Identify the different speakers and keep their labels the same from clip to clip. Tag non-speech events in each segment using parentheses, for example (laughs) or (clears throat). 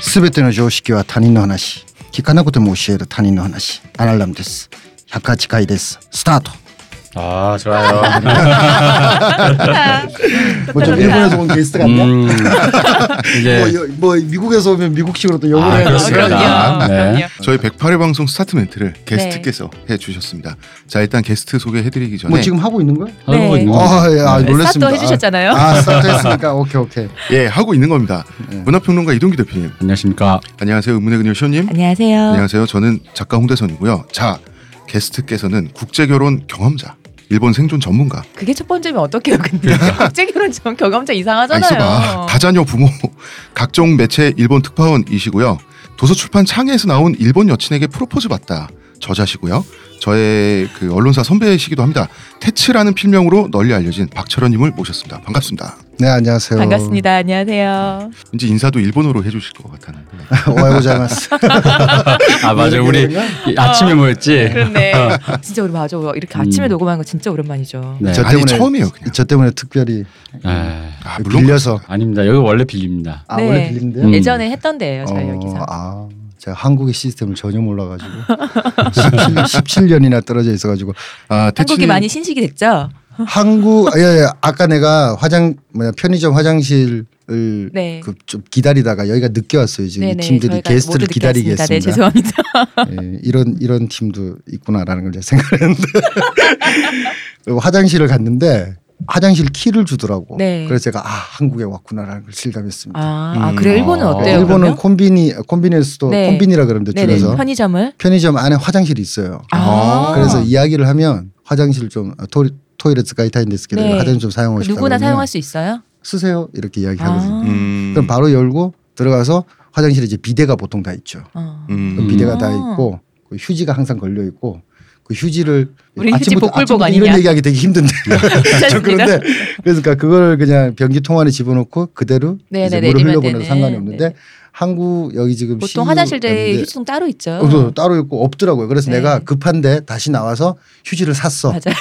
Speaker 1: すべての常識は他人の話聞かなくても教える他人の話アララムです108回ですスタート
Speaker 2: 아 좋아요.
Speaker 1: 뭐좀 일본에서 온 게스트 같냐?
Speaker 2: (laughs) 음, 이제
Speaker 1: 뭐, 여- 뭐 미국에서 오면 미국식으로 뭐 또 욕을
Speaker 2: 아,
Speaker 1: 해야
Speaker 2: 그렇습니다.
Speaker 1: 되니까.
Speaker 2: 아, 네.
Speaker 3: 그럼요.
Speaker 4: 저희 108회 방송 스타트 멘트를 게스트께서 해주셨습니다. 자 일단 게스트 소개해드리기 전에
Speaker 1: 뭐 지금 하고 있는 거야?
Speaker 2: 한국어
Speaker 3: 네.
Speaker 2: 있는 거.
Speaker 1: 아, 예, 아,
Speaker 2: 네.
Speaker 1: 놀랐습니다.
Speaker 3: 스타트 해주셨잖아요.
Speaker 1: 아, 아, 스타트 했으니까 오케이 오케이.
Speaker 4: 예 하고 있는 겁니다.
Speaker 1: 네.
Speaker 4: 문화평론가 이동기 대표님
Speaker 2: 안녕하십니까.
Speaker 4: 안녕하세요. 음문의 그녀 쇼님
Speaker 3: 안녕하세요.
Speaker 4: 안녕하세요. 저는 작가 홍대선이고요. 자 게스트께서는 국제결혼 경험자, 일본 생존 전문가,
Speaker 3: 그게 첫 번째면 어떡해요, 근데.
Speaker 1: 그러니까.
Speaker 3: 국제 결혼 전 경험자
Speaker 4: 아,
Speaker 3: 이상하잖아요.
Speaker 4: 있어봐 (laughs) 다자녀 부모, 각종 매체 일본 특파원이시고요. 도서출판 창에서 나온 일본 여친에게 프로포즈 받다 저자시고요. 저의 그 언론사 선배이시기도 합니다. 테츠라는 필명으로 널리 알려진 박철현님을 모셨습니다. 반갑습니다.
Speaker 1: 네 안녕하세요. (laughs)
Speaker 3: 반갑습니다. 안녕하세요.
Speaker 4: 왠지 인사도 일본어로 해주실 것
Speaker 1: 네.
Speaker 4: 같았는데.
Speaker 1: 오하이고자이마스.
Speaker 3: (laughs)
Speaker 2: 아 맞아 요 우리
Speaker 1: 네.
Speaker 2: 이 아침에 모였지.
Speaker 1: (laughs)
Speaker 3: 그렇네. 진짜 우리 맞아. 이렇게 아침에
Speaker 2: 음.
Speaker 3: 녹음한 거 진짜 오랜만이죠.
Speaker 2: 네.
Speaker 1: 저
Speaker 4: 아니,
Speaker 1: 때문에
Speaker 4: 처음이에요, 그냥.
Speaker 1: 저 때문에 특별히
Speaker 2: 에,
Speaker 4: 아,
Speaker 1: 빌려서
Speaker 2: 아닙니다. 여기 원래 빌립니다.
Speaker 1: 아
Speaker 3: 네.
Speaker 1: 원래 빌린데요.
Speaker 2: 음.
Speaker 3: 예전에 했던 데예요, 저희
Speaker 1: 어,
Speaker 3: 여기서.
Speaker 1: 아 제가 한국의 시스템을 전혀
Speaker 3: (laughs)
Speaker 1: 몰라가지고 17, 년이나 떨어져 있어가지고
Speaker 4: 아, 테츠
Speaker 3: 한국이 많이 신식이 됐죠?
Speaker 1: 한국 예, 예, 아까 내가 화장 뭐냐 편의점 화장실을
Speaker 3: 네.
Speaker 1: 그 좀 기다리다가 여기가 늦게 왔어요 지금 이
Speaker 3: 네네.
Speaker 1: 팀들이
Speaker 3: 저희가
Speaker 1: 게스트를
Speaker 3: 모두 늦게 왔습니다.
Speaker 1: 기다리겠습니다.
Speaker 3: 네, 죄송합니다.
Speaker 1: (laughs) 예, 이런 이런 팀도 있구나라는 걸 제가 생각했는데 (laughs) 화장실을 갔는데 화장실 키를 주더라고.
Speaker 3: 네.
Speaker 1: 그래서 제가 아 한국에 왔구나라는 걸 실감했습니다.
Speaker 3: 아,
Speaker 4: 음.
Speaker 3: 아 그래 일본은
Speaker 2: 아.
Speaker 3: 어때요?
Speaker 1: 일본은
Speaker 3: 그러면?
Speaker 1: 콤비니 콤비니에서도
Speaker 3: 네.
Speaker 1: 콤비니라 그러는데
Speaker 3: 네네.
Speaker 1: 줄여서
Speaker 3: 편의점을
Speaker 1: 편의점 안에 화장실이 있어요.
Speaker 3: 아.
Speaker 1: 그래서 이야기를 하면 화장실 좀 아, 토, 토이렛 가이타인데스키를
Speaker 3: 네.
Speaker 1: 화장실 좀
Speaker 3: 그
Speaker 1: 사용하고 싶다.
Speaker 3: 누구나
Speaker 1: 그러면
Speaker 3: 사용할 수 있어요?
Speaker 1: 쓰세요 이렇게 이야기하거든요.
Speaker 3: 아.
Speaker 4: 음,
Speaker 1: 그럼 바로 열고 들어가서 화장실에 이제 비데가 보통 다 있죠.
Speaker 3: 어.
Speaker 4: 음,
Speaker 1: 그 비데가 다
Speaker 3: 아.
Speaker 1: 있고 그 휴지가 항상 걸려 있고 그 휴지를
Speaker 3: 우리 휴지 복불복
Speaker 1: 아침부터 이런
Speaker 3: 아니냐?
Speaker 1: 얘기하기 되게
Speaker 3: (laughs)
Speaker 1: 힘든데 저
Speaker 3: 괜찮습니다.
Speaker 1: 그런데 그러니까 그걸 그냥 변기 통 안에 집어넣고 그대로 이제
Speaker 3: 네네네,
Speaker 1: 물을
Speaker 3: 내리면
Speaker 1: 흘려보내도
Speaker 3: 되는.
Speaker 1: 상관이 없는데
Speaker 3: 네네.
Speaker 1: 한국 여기 지금 아,
Speaker 3: 보통
Speaker 1: CU
Speaker 3: 화장실에
Speaker 1: 였는데
Speaker 3: 휴지통 따로 있죠.
Speaker 1: 음. 없어요. 따로 있고 없더라고요. 그래서
Speaker 3: 네.
Speaker 1: 내가 급한데 다시 나와서 휴지를 샀어.
Speaker 3: 맞아요.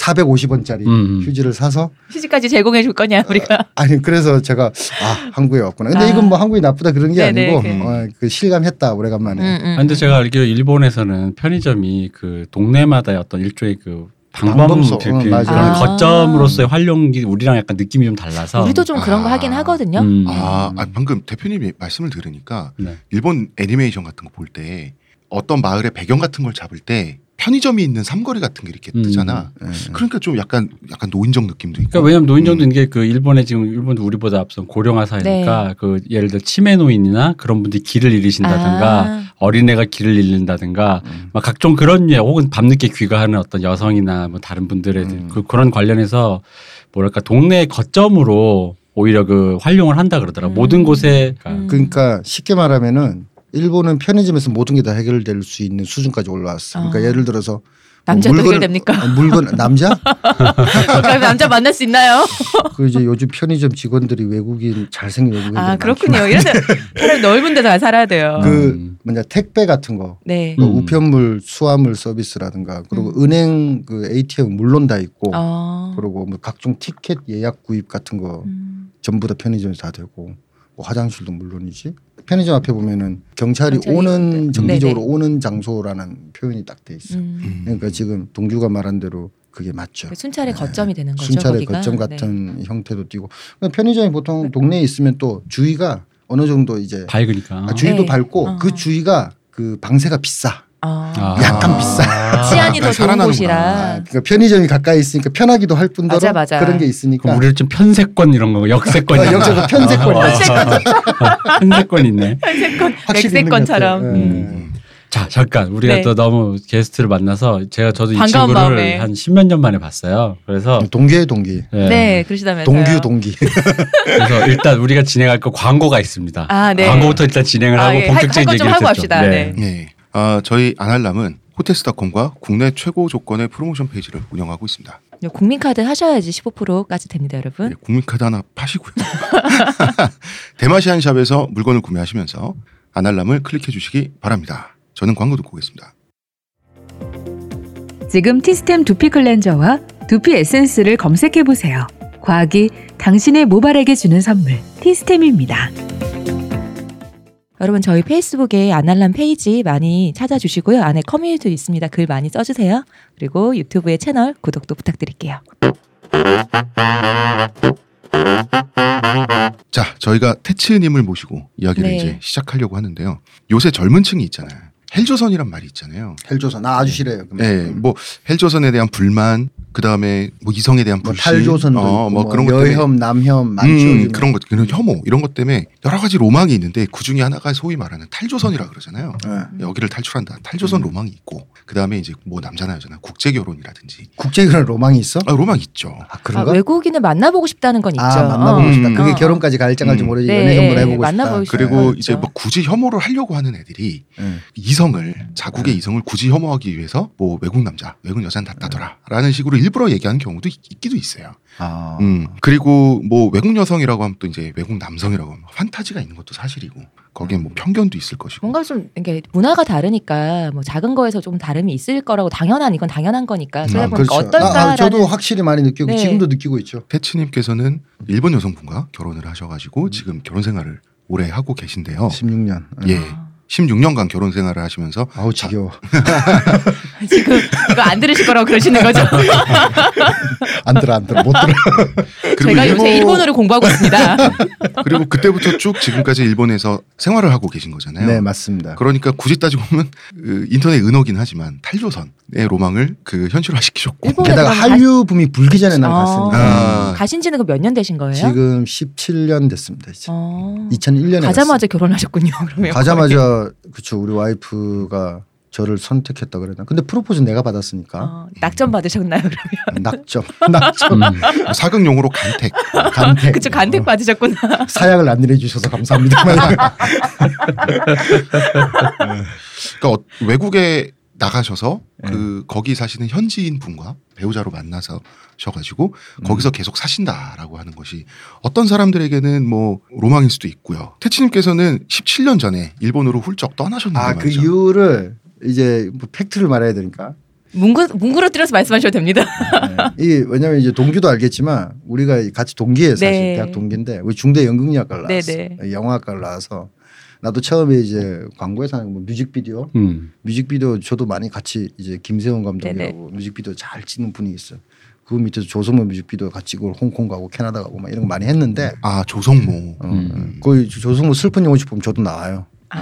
Speaker 1: 450원짜리
Speaker 2: 음, 음.
Speaker 1: 휴지를 사서
Speaker 3: 휴지까지 제공해 줄 거냐 우리가.
Speaker 1: 아니 그래서 제가 아 한국에 왔구나. 근데
Speaker 3: 아.
Speaker 1: 이건 뭐 한국이 나쁘다 그런 게
Speaker 3: 네네, 음.
Speaker 1: 아니고
Speaker 3: 그.
Speaker 1: 어, 그 실감했다 오래간만에.
Speaker 2: 아, 근데 제가 알기로 일본에서는 편의점이 그 동네마다 어떤 일종의 그
Speaker 1: 방범소.
Speaker 2: 방범
Speaker 1: 응,
Speaker 2: 빌필
Speaker 1: 맞아요.
Speaker 2: 그런
Speaker 3: 아.
Speaker 2: 거점으로서의 활용기 우리랑 약간 느낌이 음. 좀 달라서.
Speaker 3: 우리도 좀 그런 거 하긴
Speaker 4: 아.
Speaker 3: 하거든요.
Speaker 2: 음.
Speaker 4: 아, 아, 방금 대표님이 말씀을 들으니까
Speaker 2: 네.
Speaker 4: 일본 애니메이션 같은 거 볼 때 어떤 마을의 배경 같은 걸 잡을 때 편의점이 있는 삼거리 같은 게 이렇게
Speaker 2: 음.
Speaker 4: 뜨잖아.
Speaker 1: 예.
Speaker 4: 그러니까 좀 약간 약간 노인적 느낌도 있고.
Speaker 2: 그러니까 왜냐면 노인정도
Speaker 1: 음.
Speaker 2: 있는 게 그 일본에 지금 일본도 우리보다 앞선 고령화
Speaker 1: 네.
Speaker 2: 사회니까 그 예를 들어 치매 노인이나 그런 분들이 길을 잃으신다든가
Speaker 3: 아.
Speaker 2: 어린애가 길을 잃는다든가
Speaker 1: 음.
Speaker 2: 막 각종 그런 예 혹은 밤늦게 귀가하는 어떤 여성이나 뭐 다른 분들의
Speaker 1: 음.
Speaker 2: 그, 그런 관련해서 뭐랄까 동네의 거점으로 오히려 그 활용을 한다 그러더라
Speaker 3: 음.
Speaker 2: 모든 곳에
Speaker 3: 음.
Speaker 1: 그러니까 쉽게 말하면은 일본은 편의점에서 모든 게 다 해결될 수 있는 수준까지 올라왔어. 그러니까
Speaker 3: 아.
Speaker 1: 예를 들어서
Speaker 3: 남자도
Speaker 1: 물건을-
Speaker 2: (laughs)
Speaker 3: 해결됩니까?
Speaker 1: 어,
Speaker 3: (laughs)
Speaker 1: 물건 남자?
Speaker 3: 그럼 남자 만날 수 있나요?
Speaker 1: 그 이제 요즘 편의점 직원들이 외국인 잘생긴 외국인
Speaker 3: 아 그렇군요. 이런 데 사람이 넓은 데서 살아야 돼요.
Speaker 1: 그
Speaker 2: 음.
Speaker 1: 뭐냐 택배 같은 거
Speaker 3: 네.
Speaker 1: 뭐
Speaker 2: 음.
Speaker 1: 우편물 수화물 서비스라든가 그리고 은행 그 ATM 물론 다 있고
Speaker 3: 음. 어.
Speaker 1: 그리고 뭐 각종 티켓 예약 구입 같은 거
Speaker 3: 음.
Speaker 1: 전부 다 편의점에서 다 되고 뭐 화장실도 물론이지 편의점 앞에 보면은 경찰이,
Speaker 3: 경찰이
Speaker 1: 오는
Speaker 3: 있는데. 음.
Speaker 1: 정기적으로
Speaker 3: 네네.
Speaker 1: 오는 장소라는 표현이 딱 돼 있어. 요
Speaker 3: 음.
Speaker 1: 그러니까 지금 동규가 말한 대로 그게 맞죠.
Speaker 3: 그 순찰의 거점이 되는 거죠.
Speaker 1: 순찰의
Speaker 3: 거기가?
Speaker 1: 거점
Speaker 3: 네. 음.
Speaker 1: 같은 형태도 띄고 그러니까 편의점이 보통 동네에 있으면 또 주위가 어느 정도 이제
Speaker 2: 밝으니까
Speaker 1: 아, 주위도
Speaker 3: 네.
Speaker 1: 밝고
Speaker 3: 어.
Speaker 1: 그 주위가 그 방세가 비싸.
Speaker 3: 아.
Speaker 1: 약간 비싸.
Speaker 3: 치안이 더 좋은
Speaker 4: 살아나는구나.
Speaker 1: 아,
Speaker 3: 곳이라.
Speaker 1: 그러니까 편의점이 가까이 있으니까 편하기도 할 뿐더러
Speaker 3: 맞아, 맞아.
Speaker 1: 그런 게
Speaker 2: 그럼
Speaker 1: 있으니까
Speaker 2: 우리를 좀 편세권 이런 거 역세권
Speaker 1: 어, 역세권, 편세권.
Speaker 2: 어, 편세권 있네
Speaker 1: 확실히 있는 것
Speaker 3: 백색권처럼.
Speaker 1: 같아요. 예.
Speaker 2: 음. 자 잠깐 우리가
Speaker 3: 네.
Speaker 2: 또 너무 게스트를 만나서 제가 저도 이
Speaker 3: 반가운
Speaker 2: 친구를
Speaker 3: 마음에.
Speaker 2: 한 십몇 년 만에 봤어요 그래서
Speaker 1: 음. 동기의 동기.
Speaker 2: 예.
Speaker 3: 네, 그러시다면서요.
Speaker 1: 동규
Speaker 3: (laughs)
Speaker 1: 동기.
Speaker 2: 그래서 일단 우리가 진행할 거 광고가 있습니다.
Speaker 3: 아, 네.
Speaker 2: 광고부터 일단 진행을
Speaker 3: 아,
Speaker 2: 하고
Speaker 3: 예. 할-
Speaker 2: 본격적인
Speaker 3: 할것좀
Speaker 2: 얘기를
Speaker 3: 하고
Speaker 2: 듣죠.
Speaker 3: 합시다. 네.
Speaker 4: 네. 아, 저희 아날람은 호텔스닷컴과 국내 최고 조건의 프로모션 페이지를 운영하고 있습니다.
Speaker 3: 네, 국민카드 하셔야지 15%까지 됩니다, 여러분.
Speaker 4: 네, 국민카드 하나 파시고요. (laughs) 대마시안 샵에서 물건을 구매하시면서 아날람을 클릭해 주시기 바랍니다. 저는 광고 듣고 오겠습니다.
Speaker 5: 지금 티스템 두피 클렌저와 두피 에센스를 검색해 보세요. 과학이 당신의 모발에게 주는 선물 티스템입니다.
Speaker 3: 여러분 저희 페이스북에 아날람 페이지 많이 찾아주시고요. 안에 커뮤니티 있습니다. 글 많이 써주세요. 그리고 유튜브에 채널 구독도 부탁드릴게요.
Speaker 4: 자, 저희가 테츠님을 모시고 이야기를
Speaker 3: 네.
Speaker 4: 이제 시작하려고 하는데요. 요새 젊은 층이 있잖아요. 헬조선이란 말이 있잖아요.
Speaker 1: 헬조선 아, 아주 싫어요. 그러면.
Speaker 4: 예, 뭐 헬조선에 대한 불만, 그 다음에 뭐 이성에 대한
Speaker 1: 뭐
Speaker 4: 불신,
Speaker 1: 탈조선도
Speaker 4: 어,
Speaker 1: 있고,
Speaker 4: 뭐
Speaker 1: 뭐
Speaker 4: 그런 것 때문에
Speaker 1: 여혐 남혐 많죠.
Speaker 4: 음,
Speaker 1: 요즘에.
Speaker 4: 그런 것, 그런 혐오 이런 것 때문에 여러 가지 로망이 있는데 그 중에 하나가 소위 말하는 탈조선이라 그러잖아요.
Speaker 1: 예.
Speaker 4: 여기를 탈출한다. 탈조선
Speaker 1: 음.
Speaker 4: 로망이 있고 그 다음에 이제 뭐 남자나 여자나 국제 결혼이라든지
Speaker 1: 국제 그런 로망이 있어?
Speaker 4: 아, 로망 있죠.
Speaker 1: 아
Speaker 3: 아,
Speaker 1: 그런가?
Speaker 3: 외국인을 만나보고 싶다는 건 있죠.
Speaker 1: 아, 만나보고
Speaker 4: 어.
Speaker 1: 싶다.
Speaker 4: 음.
Speaker 1: 그게
Speaker 3: 어,
Speaker 1: 결혼까지 갈지 안 갈지
Speaker 4: 음.
Speaker 1: 모르지
Speaker 3: 네,
Speaker 1: 연애 정보를
Speaker 3: 네,
Speaker 1: 해보고
Speaker 3: 만나보고
Speaker 1: 싶다.
Speaker 3: 싶다.
Speaker 4: 그리고
Speaker 3: 있어요.
Speaker 4: 이제 막 굳이 혐오를 하려고 하는 애들이
Speaker 1: 예.
Speaker 4: 이성을 자국의 이성을 굳이 혐오하기 위해서 뭐 외국 남자, 외국 여자는 낫다더라라는 식으로 일부러 얘기하는 경우도 있, 있기도 있어요.
Speaker 1: 아,
Speaker 4: 음. 그리고 뭐 외국 여성이라고 하면 또 이제 외국 남성이라고 하면 판타지가 있는 것도 사실이고 거기에 뭐 편견도 있을 것이고
Speaker 3: 뭔가 좀 이게 문화가 다르니까 뭐 작은 거에서 좀 다름이 있을 거라고 당연한 이건 당연한 거니까 그러다
Speaker 4: 음,
Speaker 3: 보니까
Speaker 1: 나, 아,
Speaker 3: 어떨까라는
Speaker 1: 저도 확실히 많이 느끼고
Speaker 3: 네.
Speaker 1: 지금도 느끼고 있죠.
Speaker 4: 태치님께서는 일본 여성분과 결혼을 하셔가지고 지금 결혼 생활을 오래 하고 계신데요.
Speaker 1: 16년.
Speaker 4: 예,
Speaker 3: 아.
Speaker 4: 16년간 결혼 생활을 하시면서
Speaker 1: 아우 지겨워.
Speaker 3: 지금 이거 안 들으실 거라고 그러시는 거죠?
Speaker 1: 아, 안 들어 안 들어 못 들어.
Speaker 3: 네, 제가 요새
Speaker 4: 일본-
Speaker 3: 일본어를 공부하고 있습니다.
Speaker 4: 그리고 그때부터 쭉 지금까지 일본에서 생활을 하고 계신 거잖아요.
Speaker 1: 네 맞습니다.
Speaker 4: 그러니까 굳이 따지고 보면 그 인터넷 은어긴 하지만 탈조선의 로망을 그 현실화시키셨고
Speaker 3: 일본-
Speaker 1: 게다가
Speaker 3: 네, 그럼
Speaker 1: 한류 붐이 불기 전에 난
Speaker 3: 아.
Speaker 1: 갔습니다.
Speaker 4: 아,
Speaker 3: 가신 지는 몇 년 되신 거예요?
Speaker 1: 지금 17년 됐습니다. 이제.
Speaker 3: 어.
Speaker 1: 2001년에
Speaker 3: 가자마자 결혼하셨군요. 그러면
Speaker 1: 가자마자 그쵸 우리 와이프가 저를 선택했다 그랬나. 근데 프로포즈 내가 받았으니까
Speaker 3: 어, 낙점 받으셨나요? 그러면
Speaker 1: 낙점 (laughs)
Speaker 2: 음,
Speaker 3: (laughs)
Speaker 1: 낙점
Speaker 4: 그 사극용으로 간택
Speaker 1: 간택. 어,
Speaker 3: 그쵸 간택 받으셨구나.
Speaker 1: 사약을 안 내려주셔서 감사합니다.
Speaker 3: (laughs)
Speaker 4: 그러니까 어- 외국에 나가셔서
Speaker 1: 네.
Speaker 4: 그 거기 사시는 현지인 분과 배우자로 만나서 셔가지고
Speaker 1: 음.
Speaker 4: 거기서 계속 사신다라고 하는 것이 어떤 사람들에게는 뭐 로망일 수도 있고요. 태치님께서는 17년 전에 일본으로 훌쩍 떠나셨는데
Speaker 1: 아 그
Speaker 4: 말이죠.
Speaker 1: 이유를 이제 뭐 팩트를 말해야 되니까.
Speaker 3: 뭉그 뭉그러뜨려서 말씀하셔도 됩니다.
Speaker 1: 네. 이 왜냐면 이제 동기도 알겠지만 우리가 이 같이 동기예요 사실
Speaker 3: 네.
Speaker 1: 대학 동기인데 우리 중대 연극영화과를
Speaker 3: 네,
Speaker 1: 나왔어
Speaker 3: 네.
Speaker 1: 영화과를 나와서 나도 처음에 이제 광고에서 하는 뭐 뮤직비디오
Speaker 2: 음.
Speaker 1: 뮤직비디오 저도 많이 같이 이제 김세훈
Speaker 3: 네,
Speaker 1: 감독이라고 뮤직비디오 잘 찍는 분이 있어요 그 밑에서 조성모 뮤직비디오 같이 찍고 홍콩 가고 캐나다 가고 막 이런 거 많이 했는데
Speaker 4: 아 조성모.
Speaker 1: 어,
Speaker 2: 음.
Speaker 1: 거의 조성모 슬픈 영혼집 보면 저도 나와요 어,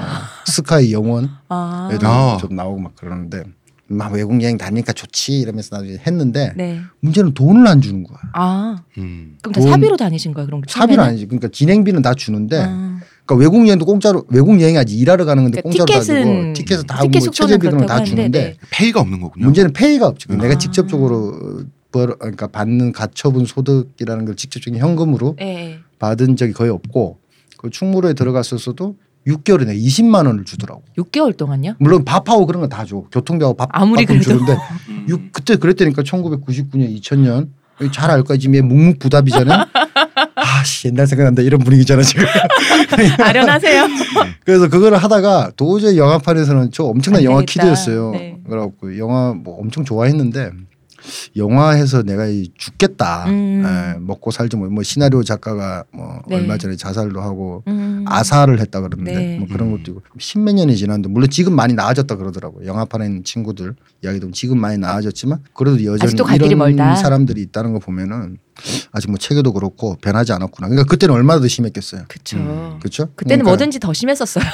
Speaker 1: 스카이 영원
Speaker 3: 아,
Speaker 1: 애들
Speaker 4: 아.
Speaker 1: 저도 나오고 막 그러는데 막 외국 여행 다니니까 좋지 이러면서 나중에 했는데
Speaker 3: 네. 문제는
Speaker 1: 문제는 돈을 안 주는 거야.
Speaker 3: 아
Speaker 4: 음.
Speaker 3: 그럼 다
Speaker 1: 돈-
Speaker 3: 사비로 다니신 거예요? 그럼
Speaker 1: 사비는
Speaker 3: 처음에는?
Speaker 1: 아니지. 그러니까 진행비는 다 주는데,
Speaker 3: 아.
Speaker 1: 그러니까 외국 여행도 공짜로 외국 여행이 아직 일하러 가는 건데
Speaker 3: 그러니까
Speaker 1: 공짜로 다
Speaker 3: 티켓은
Speaker 1: 주고 티켓은 다
Speaker 3: 티켓
Speaker 1: 하고 뭐
Speaker 3: 숙소는
Speaker 1: 체제비 그런
Speaker 3: 그렇다고
Speaker 1: 거다
Speaker 3: 하는데,
Speaker 1: 주는데
Speaker 3: 네.
Speaker 4: 페이가 없는 거군요.
Speaker 1: 문제는 페이가 없지.
Speaker 4: 아.
Speaker 1: 내가 직접적으로 벌 그러니까 받는 가처분 소득이라는 걸 직접적인 현금으로
Speaker 3: 예.
Speaker 1: 받은 적이 거의 없고 그 충무로에 들어갔었어도 6개월에 내 20만 원을 주더라고.
Speaker 3: 6개월 동안요? (laughs)
Speaker 1: 물론 밥하고 그런 건 다 줘. 교통비하고 밥
Speaker 3: 아무리
Speaker 1: 밥은
Speaker 3: 그래도. 음.
Speaker 1: 주는데 육- 그때 그랬다니까 1999년 2000년 잘 알 거야 지금 얘
Speaker 3: (laughs)
Speaker 1: 묵묵부답이잖아. 아씨 옛날 생각난다 이런 분위기잖아 지금.
Speaker 3: 아련하세요.
Speaker 1: 음. 그래서 그걸 하다가 도저히 영화판에서는 저 엄청난
Speaker 3: 안
Speaker 1: 영화
Speaker 3: 되겠다.
Speaker 1: 키드였어요.
Speaker 3: 네.
Speaker 1: 그래갖고 영화 뭐 엄청 좋아했는데 영화에서 내가 이 죽겠다.
Speaker 3: 음.
Speaker 1: 예, 먹고 살지 뭐, 뭐 시나리오 작가가 뭐
Speaker 3: 네.
Speaker 1: 얼마 전에 자살도 하고
Speaker 3: 음.
Speaker 1: 아사를 했다 그러는데
Speaker 3: 네.
Speaker 1: 뭐 그런
Speaker 4: 음.
Speaker 1: 것도 있고 십몇 년이 지났는데 물론 지금 많이 나아졌다 그러더라고요. 영화판에 있는 친구들 이야기 도 지금 많이 나아졌지만 그래도 여전히
Speaker 3: 아직도 갈 길이
Speaker 1: 이런
Speaker 3: 멀다.
Speaker 1: 사람들이 있다는 거 보면은 아직 뭐 체계도 그렇고 변하지 않았구나. 그러니까 그때는 얼마나 더 심했겠어요.
Speaker 3: 그쵸.
Speaker 4: 음.
Speaker 1: 그렇죠?
Speaker 3: 그때는 뭐든지 더 심했었어요.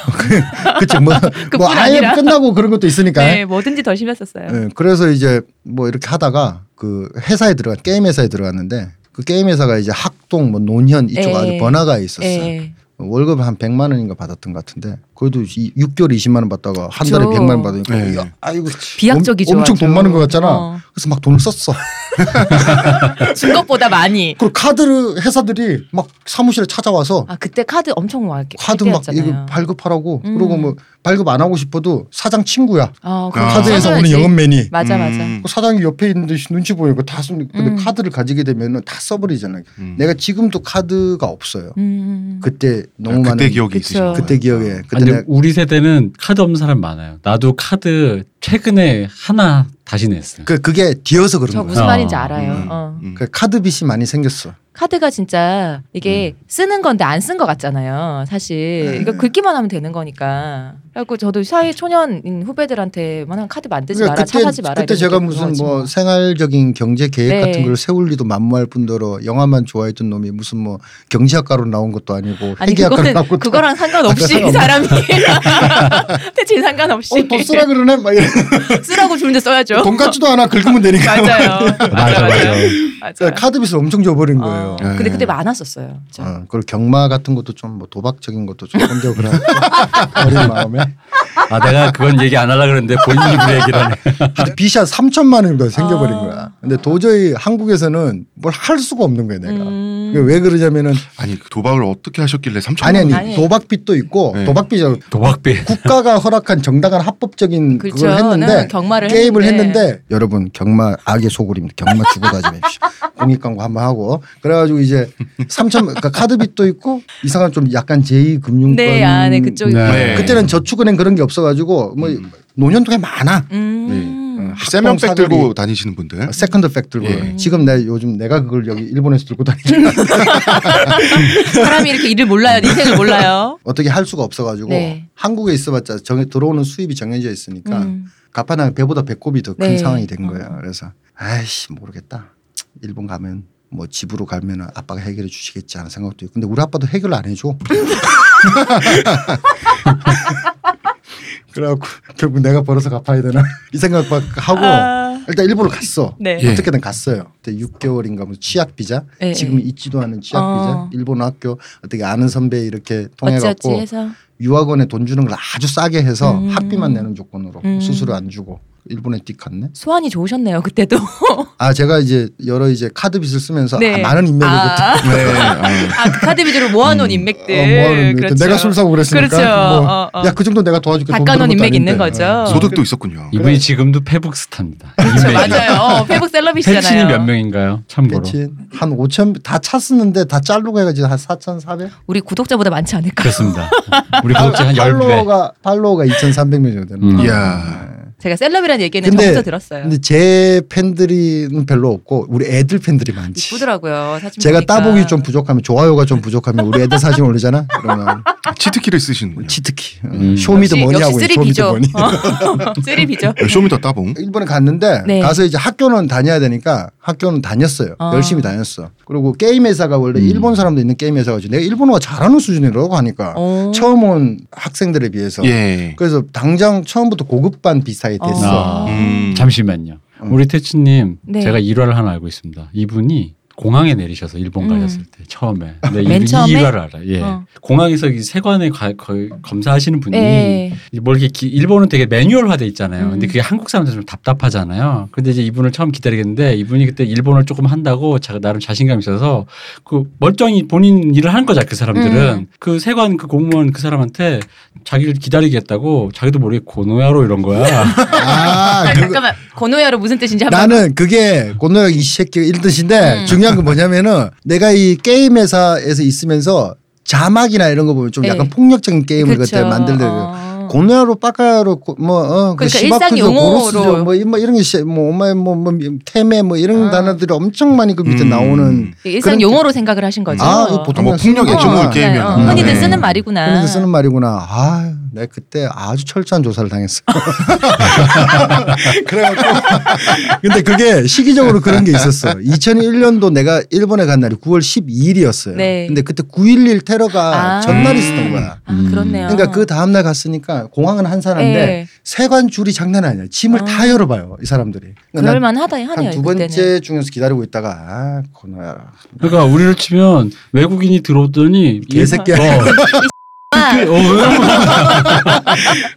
Speaker 1: 그쵸 뭐, 뭐
Speaker 3: (laughs) 그뿐
Speaker 1: 아예
Speaker 3: 아니라.
Speaker 1: 끝나고 그런 것도 있으니까.
Speaker 3: 네, 뭐든지 더 심했었어요.
Speaker 1: 예, 그래서 이제 뭐 이렇게 하다가 그 회사에 들어가 게임 회사에 들어갔는데 그 게임 회사가 이제 학동 뭐 논현 이쪽
Speaker 3: 예.
Speaker 1: 아주 번화가에 있었어요.
Speaker 3: 예.
Speaker 1: 월급 한 100만 원인가 받았던 것 같은데 그래도 이 6개월 20만 원 받다가 한 달에
Speaker 3: 그쵸.
Speaker 1: 100만 원 받으니까
Speaker 4: 예.
Speaker 1: 야, 아이고
Speaker 3: 비약적이죠.
Speaker 1: 엄청 돈
Speaker 3: 아주.
Speaker 1: 많은 것 같잖아.
Speaker 3: 어.
Speaker 1: 그래서 막 돈을 썼어.
Speaker 3: 준 것보다 많이.
Speaker 1: 그리고 카드 회사들이 막 사무실에 찾아와서
Speaker 3: 아 그때 카드 엄청 막 이렇게
Speaker 1: 카드 막 이거
Speaker 3: 때였잖아요.
Speaker 1: 발급하라고
Speaker 3: 음.
Speaker 1: 그러고 뭐 발급 안 하고 싶어도 사장 친구야.
Speaker 3: 아,
Speaker 1: 그
Speaker 3: 그럼
Speaker 1: 카드에서 오는
Speaker 3: 써줘야지.
Speaker 1: 영업맨이
Speaker 3: 맞아 맞아.
Speaker 4: 음.
Speaker 1: 그 사장이 옆에 있는데 눈치 보이고 다 쓰. 근데
Speaker 3: 음.
Speaker 1: 카드를 가지게 되면은 다 써버리잖아요.
Speaker 4: 음.
Speaker 1: 내가 지금도 카드가 없어요.
Speaker 3: 음.
Speaker 1: 그때 너무
Speaker 4: 그때
Speaker 1: 많은
Speaker 3: 그쵸. 아. 음,
Speaker 4: 기억이 있으신 거예요.
Speaker 1: 그때 기억에
Speaker 2: 아니,
Speaker 1: 그때 내가
Speaker 2: 우리 세대는 카드 없는 사람 많아요. 나도 카드 최근에 하나 다시 냈어요.
Speaker 1: 그 그게 뒤어서 그런
Speaker 3: 저
Speaker 1: 거예요.
Speaker 2: 아.
Speaker 1: 그
Speaker 3: 무슨 말인지 알아요.
Speaker 4: 음.
Speaker 3: 어.
Speaker 4: 음.
Speaker 1: 카드 빚이 많이 생겼어.
Speaker 3: 카드가 진짜 이게
Speaker 1: 음.
Speaker 3: 쓰는 건데 안 쓴 것 같잖아요.
Speaker 1: 네.
Speaker 3: 사실 이거 긁기만 하면 되는 거니까. 그래갖고 저도 사회 초년인 후배들한테만 한 카드 만들지 마라, 찾아지 마라.
Speaker 1: 그렇죠. 그러니까 그때
Speaker 3: 이런
Speaker 1: 제가
Speaker 3: 얘기
Speaker 1: 무슨
Speaker 3: 들어가지고.
Speaker 1: 뭐 생활적인 경제 계획
Speaker 3: 네.
Speaker 1: 같은 걸 세울 리도 만무할 뿐더러 영화만 좋아했던 놈이 무슨 뭐 경제학과로 나온 것도 아니고
Speaker 3: 아니
Speaker 1: 회계학과로
Speaker 3: 그거는
Speaker 1: 나온 것도
Speaker 3: 그거랑 상관없이
Speaker 1: (laughs) 아니,
Speaker 3: 사람이 대체 상관없이
Speaker 1: 아니고 어, 쓰라 그러네. 막
Speaker 3: (laughs)
Speaker 1: 이래.
Speaker 3: 쓰라고 주는데 써야죠.
Speaker 1: 돈 같지도 않아 긁으면 되니까.
Speaker 3: (laughs)
Speaker 1: 그러니까
Speaker 3: 맞아요.
Speaker 2: 맞아 맞아.
Speaker 3: 맞아.
Speaker 1: 카드 빚을 엄청 줘버린 거예요. 네.
Speaker 3: 어, 근데 그때 많았었어요. 진짜.
Speaker 1: 어, 그리고 경마 같은 것도 좀 뭐 도박적인 것도 좀 공격을
Speaker 3: (laughs)
Speaker 1: 하고 어린 마음에
Speaker 2: 아 내가 그건 얘기 안 하려 그랬는데
Speaker 3: (laughs)
Speaker 2: 본인이 그 얘기를 하네.
Speaker 1: 하여튼 비샷 3천만 원이 더 생겨버린
Speaker 3: 아.
Speaker 1: 거야. 근데 도저히 한국에서는 뭘 할 수가 없는 거야 내가.
Speaker 3: 음.
Speaker 1: 그게 왜 그러냐면은
Speaker 4: 아니 그 도박을 어떻게 하셨길래 3천
Speaker 1: 아니 아니,
Speaker 3: 아니.
Speaker 1: 도박빚도 있고
Speaker 4: 네.
Speaker 1: 도박빚이
Speaker 2: 도박비.
Speaker 1: 국가가 허락한 정당한 합법적인 그걸
Speaker 3: 그렇죠. 네,
Speaker 1: 했는데
Speaker 3: 경마를
Speaker 1: 게임을
Speaker 3: 했는데.
Speaker 1: 했는데. 여러분 경마 악의 소굴입니다. 경마 죽어다지 맙시다. (laughs) 공익 광고 한번 하고 그래가지고 이제 3천 그러니까 카드빚도 있고 이상한 좀 약간 제2 금융권
Speaker 3: 네, 아,
Speaker 1: 음.
Speaker 3: 네, 그쪽이.
Speaker 2: 네.
Speaker 1: 그때는 저축은행 그런 게 없어가지고 뭐 노년통에 많아. 네. 어.
Speaker 3: 음.
Speaker 4: 음. 세명백
Speaker 1: 학범 어,
Speaker 4: 들고 다니시는 분들
Speaker 1: 세컨드 팩 들고
Speaker 4: 예. 음.
Speaker 1: 지금 내 요즘 내가 그걸 여기 일본에서 들고 다니는
Speaker 3: 사람이 이렇게 일을 몰라요. 인생을 몰라요.
Speaker 1: 어떻게 할 수가 없어가지고
Speaker 3: 네.
Speaker 1: 한국에 있어봤자 정해 들어오는 수입이 정해져 있으니까
Speaker 3: 음.
Speaker 1: 가파나 배보다 배꼽이 더 큰
Speaker 3: 네.
Speaker 1: 상황이 된
Speaker 3: 어.
Speaker 1: 거야. 그래서 아이씨 모르겠다. 일본 가면 뭐 집으로 가면 아빠가 해결해 주시겠지 하는 생각도 있고 근데 우리 아빠도 해결을 안 해줘. (laughs) 그래갖고 결국 내가 벌어서 갚아야 되나 이 생각 막 하고
Speaker 3: 아.
Speaker 1: 일단 일본을 갔어.
Speaker 3: 네.
Speaker 4: 예.
Speaker 1: 어떻게든 갔어요. 그때 6개월인가 뭐 취약 비자.
Speaker 3: 네,
Speaker 1: 지금
Speaker 3: 네.
Speaker 1: 있지도 않은 취약
Speaker 3: 어.
Speaker 1: 비자. 일본 학교 어떻게 아는 선배 이렇게 통해
Speaker 3: 어찌어찌
Speaker 1: 갖고
Speaker 3: 해서
Speaker 1: 유학원에 돈 주는 걸 아주 싸게 해서
Speaker 3: 음.
Speaker 1: 학비만 내는 조건으로
Speaker 3: 음.
Speaker 1: 수수료 안 주고 일본에 띡 갔네.
Speaker 3: 소환이 좋으셨네요 그때도.
Speaker 1: 아 제가 이제 여러 이제 카드 빚을 쓰면서
Speaker 3: 네.
Speaker 1: 아, 많은 인맥을
Speaker 3: 아.
Speaker 1: 그때
Speaker 3: (laughs)
Speaker 4: 네, 아,
Speaker 3: 아, 그 카드 비주로 모아놓은 인맥들.
Speaker 1: 어, 뭐 하는
Speaker 3: 그렇죠.
Speaker 1: 내가 술 사고 그랬으니까
Speaker 3: 그렇죠.
Speaker 1: 뭐,
Speaker 3: 어, 어.
Speaker 1: 야 그 정도 내가 도와줄게. 돈 버는
Speaker 3: 닦아놓은
Speaker 1: 것도
Speaker 3: 인맥이 있는
Speaker 1: 아닌데. 어.
Speaker 3: 거죠.
Speaker 4: 소득도 있었군요.
Speaker 2: 이분이 지금도 페북 스타입니다.
Speaker 3: 그렇죠,
Speaker 2: 이메일.
Speaker 3: 맞아요. 어, 페북 셀럽이시잖아요.
Speaker 2: 팬친이 몇 명인가요? 참고로.
Speaker 1: 그치. 한 5천 다 찼었는데 다 자르고 해가지고 한 4,400.
Speaker 3: 우리 구독자보다 많지 않을까?
Speaker 2: 그렇습니다. 우리 구독자 한 10배.
Speaker 1: 팔로워가 팔로워가 2,300명 정도 되는.
Speaker 2: 음.
Speaker 1: 거예요.
Speaker 4: 이야.
Speaker 3: 제가 셀럽이라는 얘기는
Speaker 1: 근데-
Speaker 3: 어, 처음부터 들었어요.
Speaker 1: 근데 제 팬들이는 별로 없고 우리 애들 팬들이 많지.
Speaker 3: 이쁘더라고요. 사진
Speaker 1: 제가
Speaker 3: 보니까.
Speaker 1: 따복이 좀 부족하면 좋아요가 좀 부족하면 우리 애들 사진 올리잖아.
Speaker 3: (laughs)
Speaker 1: 그러면
Speaker 4: 치트키를 쓰시는군요.
Speaker 1: 치트키. 어,
Speaker 2: 음.
Speaker 1: 쇼미더 뭐니 하고
Speaker 3: 음. 역시 어,
Speaker 1: 있어, 쇼미더 뭐니.
Speaker 3: (laughs) 쓰리비죠. 쓰리비죠.
Speaker 4: 네, 쇼미더 따봉.
Speaker 1: (laughs) 일본에 갔는데
Speaker 3: 네.
Speaker 1: 가서 이제 학교는 다녀야 되니까 학교는 다녔어요.
Speaker 3: 아.
Speaker 1: 열심히 다녔어. 그리고 게임 회사가 원래
Speaker 2: 음.
Speaker 1: 일본 사람도 있는 게임 회사가 내가 일본어가 잘하는 수준이라고 하니까
Speaker 3: 어.
Speaker 1: 처음 온 학생들에 비해서
Speaker 4: 예.
Speaker 1: 그래서 당장 처음부터 고급반 비슷하게 됐어.
Speaker 3: 아.
Speaker 4: 음.
Speaker 2: 잠시만요.
Speaker 1: 음.
Speaker 2: 우리 태치님
Speaker 3: 네.
Speaker 2: 제가 일화를 하나 알고 있습니다. 이분이 공항에 내리셔서 일본
Speaker 3: 음.
Speaker 2: 가셨을 때 처음에 근데
Speaker 3: 맨
Speaker 2: 이-
Speaker 3: 처음에?
Speaker 2: 이 일화를 알아. 예.
Speaker 3: 어.
Speaker 2: 공항에서 이 세관에 가- 거의 검사하시는
Speaker 1: 음.
Speaker 2: 분이
Speaker 3: 네.
Speaker 2: 뭘 이렇게 기- 일본은 되게 매뉴얼화돼 있잖아요. 근데
Speaker 3: 음.
Speaker 2: 그게 한국 사람들 좀 답답하잖아요. 근데 이제 이분을 처음 기다리겠는데 이분이 그때 일본을 조금 한다고 자, 나름 자신감 있어서 그 멀쩡히 본인 일을 하는 거잖아 그 사람들은
Speaker 3: 음.
Speaker 2: 그 세관 그 공무원 그 사람한테 자기를 기다리겠다고 자기도 모르게 고노야로 이런 거야.
Speaker 1: 아,
Speaker 3: 아,
Speaker 1: 그거-
Speaker 3: 잠깐만 고노야로 무슨 뜻인지 한번
Speaker 1: 나는 그게 곤노역 이 새끼 1뜻인데
Speaker 3: 음.
Speaker 1: 중요한 건 뭐냐면은 내가 이 게임 회사에서 있으면서 자막이나 이런 거 보면 좀
Speaker 3: 네.
Speaker 1: 약간 폭력적인 게임을 그때
Speaker 3: 그쵸.
Speaker 1: 만들려고
Speaker 3: 그렇죠. 어.
Speaker 1: 고노야로 빠까로 고- 뭐 어, 그
Speaker 3: 그러니까
Speaker 1: 시바쿠죠
Speaker 3: 일상 용어로.
Speaker 1: 고로스죠 뭐, 이- 뭐 이런 게뭐 엄마의 뭐뭐 테메 뭐 이런
Speaker 3: 아.
Speaker 1: 단어들이 엄청 많이 그 밑에
Speaker 4: 음.
Speaker 1: 나오는
Speaker 3: 일상
Speaker 1: 그런-
Speaker 3: 용어로 생각을 하신 거죠.
Speaker 1: 아, 이거 보통
Speaker 4: 아, 뭐 폭력의
Speaker 1: 쓰는 거구나.
Speaker 4: 정글
Speaker 3: 네,
Speaker 4: 게임이었나.
Speaker 3: 어,
Speaker 4: 보네.
Speaker 3: 흔히들
Speaker 1: 네.
Speaker 3: 쓰는 말이구나.
Speaker 1: 그런데 쓰는 말이구나. 아, 내가 그때 아주 철저한 조사를 당했어. (laughs) 그래갖고. 근데 그게 시기적으로 그런 게 있었어. 2001년도 내가 일본에 간 날이 9월 12일이었어요.
Speaker 3: 네.
Speaker 1: 근데 그때 9.11 테러가
Speaker 3: 아.
Speaker 1: 전날 있었던 거야.
Speaker 3: 아, 그렇네요.
Speaker 1: 그러니까 그 다음날 갔으니까 공항은 한산한데
Speaker 3: 예.
Speaker 1: 세관 줄이 장난 아니야. 짐을
Speaker 3: 아.
Speaker 1: 다 열어봐요. 이 사람들이. 그러니까
Speaker 3: 그럴 만하다 하네요.
Speaker 1: 한두
Speaker 3: 그때는.
Speaker 1: 번째 중에서 기다리고 있다가 아, 코너야.
Speaker 2: 그러니까 우리를 치면 외국인이 들어오더니
Speaker 1: 개새끼야.
Speaker 2: 어,
Speaker 3: 아,
Speaker 2: 어, 왜?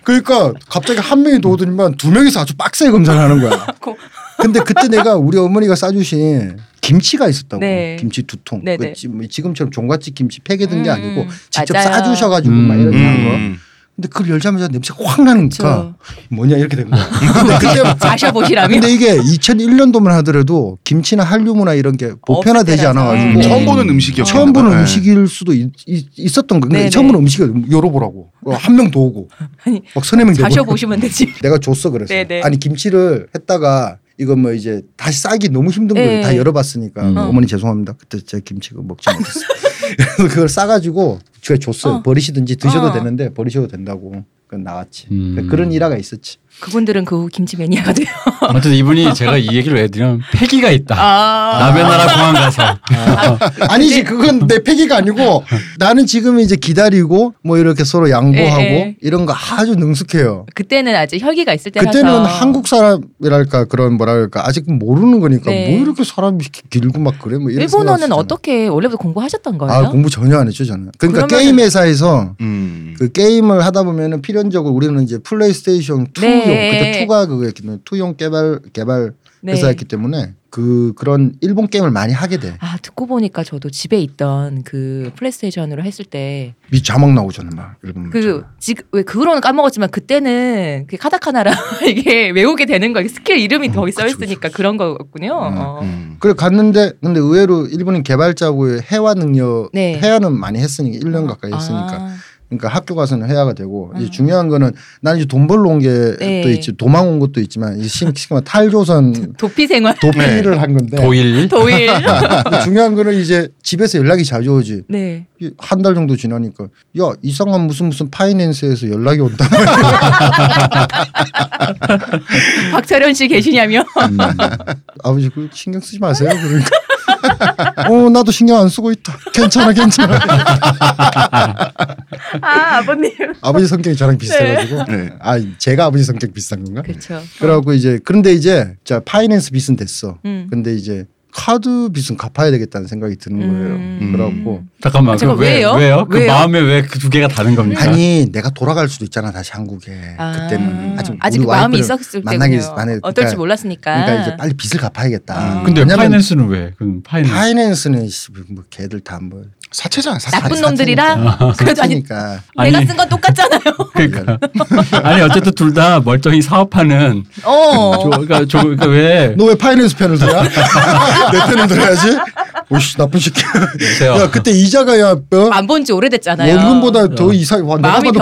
Speaker 1: 그러니까 갑자기 한 명이 도우더니만 두 명이서 아주 빡세게 검사를 하는 거야.
Speaker 3: 고-
Speaker 1: 근데 그때 내가 우리 어머니가 싸주신 김치가 있었다고.
Speaker 3: 네.
Speaker 1: 김치 두 통.
Speaker 3: 네,
Speaker 1: 그
Speaker 3: 네.
Speaker 1: 지- 뭐 지금처럼 종갓집 김치 팩에 든 게
Speaker 3: 음,
Speaker 1: 아니고 직접
Speaker 3: 맞아요.
Speaker 1: 싸주셔가지고 막
Speaker 2: 음.
Speaker 1: 이렇게 한 거.
Speaker 4: 음.
Speaker 1: 근데 그걸 열자마자 냄새가 확 나니까
Speaker 3: 그렇죠.
Speaker 1: 뭐냐 이렇게 된 거야. 근데
Speaker 3: (laughs)
Speaker 1: 그때
Speaker 3: 마셔보시라며.
Speaker 1: 근데 이게 2001년도만 하더라도 김치나 한류문화 이런 게 보편화되지
Speaker 3: 없을 때라서.
Speaker 1: 않아가지고
Speaker 3: 음.
Speaker 4: 처음 보는 네. 예. 음식이었
Speaker 1: 처음 보는 음식일 수도 있, 었던거 근데
Speaker 3: 네네.
Speaker 1: 처음 보는 음식을 열어보라고 한 명 더 오고
Speaker 3: 아니,
Speaker 1: 막 서너 명더 오고
Speaker 3: 마셔보시면 되지.
Speaker 1: 내가 줬어 그래서
Speaker 3: 네네.
Speaker 1: 아니 김치를 했다가 이건 뭐 이제 다시 싸기 너무 힘든 거예요
Speaker 3: 네.
Speaker 1: 다 열어봤으니까
Speaker 2: 음.
Speaker 1: 어머니 죄송합니다 그때 제 김치가 먹지
Speaker 3: (laughs)
Speaker 1: 못했어요 그래서 그걸 싸가지고 제가 줬어요
Speaker 3: 어.
Speaker 1: 버리시든지 드셔도
Speaker 3: 어.
Speaker 1: 되는데 버리셔도 된다고 그 나왔지
Speaker 2: 음.
Speaker 1: 그런 일화가 있었지
Speaker 3: 그분들은 그 후 김치
Speaker 1: (laughs)
Speaker 3: 매니아가 돼요.
Speaker 2: 아무튼 이분이 제가 이 얘기를 왜 드리면 패기가 있다.
Speaker 3: 아.
Speaker 2: 남의 나라 공항 가서
Speaker 1: 아니지 그건 내 패기가 아니고 나는 지금 이제 기다리고 뭐 이렇게 서로 양보하고
Speaker 3: 예, 예.
Speaker 1: 이런 거 아주 능숙해요
Speaker 3: 그때는 아직 혈기가 있을 때라서.
Speaker 1: 그때는 한국 사람이랄까 그런 뭐랄까 아직 모르는 거니까
Speaker 3: 네.
Speaker 1: 뭐 이렇게 사람이 이렇게 길고 막 그래 뭐 이런
Speaker 3: 일본어는
Speaker 1: 생각했었잖아.
Speaker 3: 어떻게 원래부터 공부하셨던 거예요?
Speaker 1: 아 공부 전혀 안 했죠 저는. 그러니까
Speaker 3: 그러면은-
Speaker 1: 게임 회사에서
Speaker 4: 음.
Speaker 1: 그 게임을 하다 보면은 필연적으로 우리는 이제 플레이스테이션 2용
Speaker 3: 네.
Speaker 1: 그때 2가 그거였기 때문에 2용 개발 개발
Speaker 3: 네.
Speaker 1: 회사였기 때문에 그 그런 일본 게임을 많이 하게 돼.
Speaker 3: 아 듣고 보니까 저도 집에 있던 그 플레이스테이션으로 했을 때
Speaker 1: 미 자막 나오잖아 막 일본.
Speaker 3: 그 지금 왜 그거로는 까먹었지만 그때는 그 카타카나라 (laughs) 이게 외우게 되는 거예요. 스킬 이름이
Speaker 1: 어,
Speaker 3: 거기 써
Speaker 1: 그치,
Speaker 3: 있으니까
Speaker 1: 그치.
Speaker 3: 그런 거였군요.
Speaker 1: 음,
Speaker 3: 어.
Speaker 4: 음.
Speaker 1: 그래 갔는데 근데 의외로 일본인 개발자고의 해와 능력
Speaker 3: 네.
Speaker 1: 해와는 많이 했으니까 1년 가까이 했으니까
Speaker 3: 아,
Speaker 1: 그러니까 학교 가서는 회화가 되고 이제
Speaker 3: 아.
Speaker 1: 중요한 거는 나는 이제 돈 벌러 온 게 또
Speaker 3: 네.
Speaker 1: 있지 도망 온 것도 있지만 이 심- 심지어 탈조선
Speaker 3: 도피 생활 (laughs)
Speaker 1: 도피를 한 건데 (laughs)
Speaker 2: 도일
Speaker 3: 도일.
Speaker 1: 중요한 거는 이제 집에서 연락이 자주 오지
Speaker 3: 네.
Speaker 1: 한 달 정도 지나니까 야 이상한 무슨 무슨 파이낸스에서 연락이 온다 (laughs)
Speaker 3: 박철현
Speaker 1: (laughs)
Speaker 3: 씨 계시냐며.
Speaker 2: 음.
Speaker 1: 아버지 그 신경 쓰지 마세요 그러니까 (laughs) 어 나도 신경 안 쓰고 있다 괜찮아 괜찮아 (laughs)
Speaker 3: 아 아버님.
Speaker 1: 아버지 성격이 저랑 비슷해가지고
Speaker 4: 네.
Speaker 1: 아 제가 아버지 성격 비슷한 건가
Speaker 3: 그렇죠.
Speaker 1: 그래갖고 이제 그런데 이제 자 파이낸스 빚은 됐어
Speaker 3: 음.
Speaker 1: 근데 이제 카드 빚은 갚아야 되겠다는 생각이 드는 거예요.
Speaker 3: 음.
Speaker 1: 그래갖고
Speaker 2: 잠깐만
Speaker 3: 아, 잠깐,
Speaker 2: 그 왜,
Speaker 3: 왜요?
Speaker 2: 왜요? 그
Speaker 3: 왜요?
Speaker 2: 마음에 왜 그 두 개가 다른 겁니까?
Speaker 1: 아니 내가 돌아갈 수도 있잖아 다시 한국에
Speaker 3: 아,
Speaker 1: 그때는 아직,
Speaker 3: 아직
Speaker 1: 우리
Speaker 3: 그 마음이
Speaker 1: 와이프를
Speaker 3: 있었을
Speaker 1: 만나기
Speaker 3: 때군요.
Speaker 1: 만에
Speaker 3: 어떨지
Speaker 1: 그러니까-
Speaker 3: 몰랐으니까. 음.
Speaker 1: 그러니까 이제 빨리 빚을 갚아야겠다.
Speaker 3: 아.
Speaker 2: 근데
Speaker 1: 왜냐면
Speaker 2: 파이낸스는 왜? 그럼 파이낸스
Speaker 1: 파이낸스는 씨, 뭐 걔들 다뭐 뭐.
Speaker 4: 사채잖아, 사채.
Speaker 3: 나쁜 놈들이랑 (laughs) 그래도 아니
Speaker 1: 사채니까
Speaker 2: 아니
Speaker 3: 내가 쓴 건 똑같잖아요.
Speaker 2: 그러니까 (laughs) 아니 어쨌든 둘 다 멀쩡히 사업하는 조,
Speaker 3: 어.
Speaker 2: 그러니까, 조, 그러니까 왜
Speaker 1: 너 왜 파이낸스 편을 들어? (laughs) 내 편을 들어야지. 오씨 나쁜 새끼.
Speaker 2: 보세요?
Speaker 1: 야 그때 이자가 야 어?
Speaker 3: 안 본 지 오래됐잖아요.
Speaker 1: 원금보다 더 이상 와 내가
Speaker 3: 아, 마음이
Speaker 1: 봐도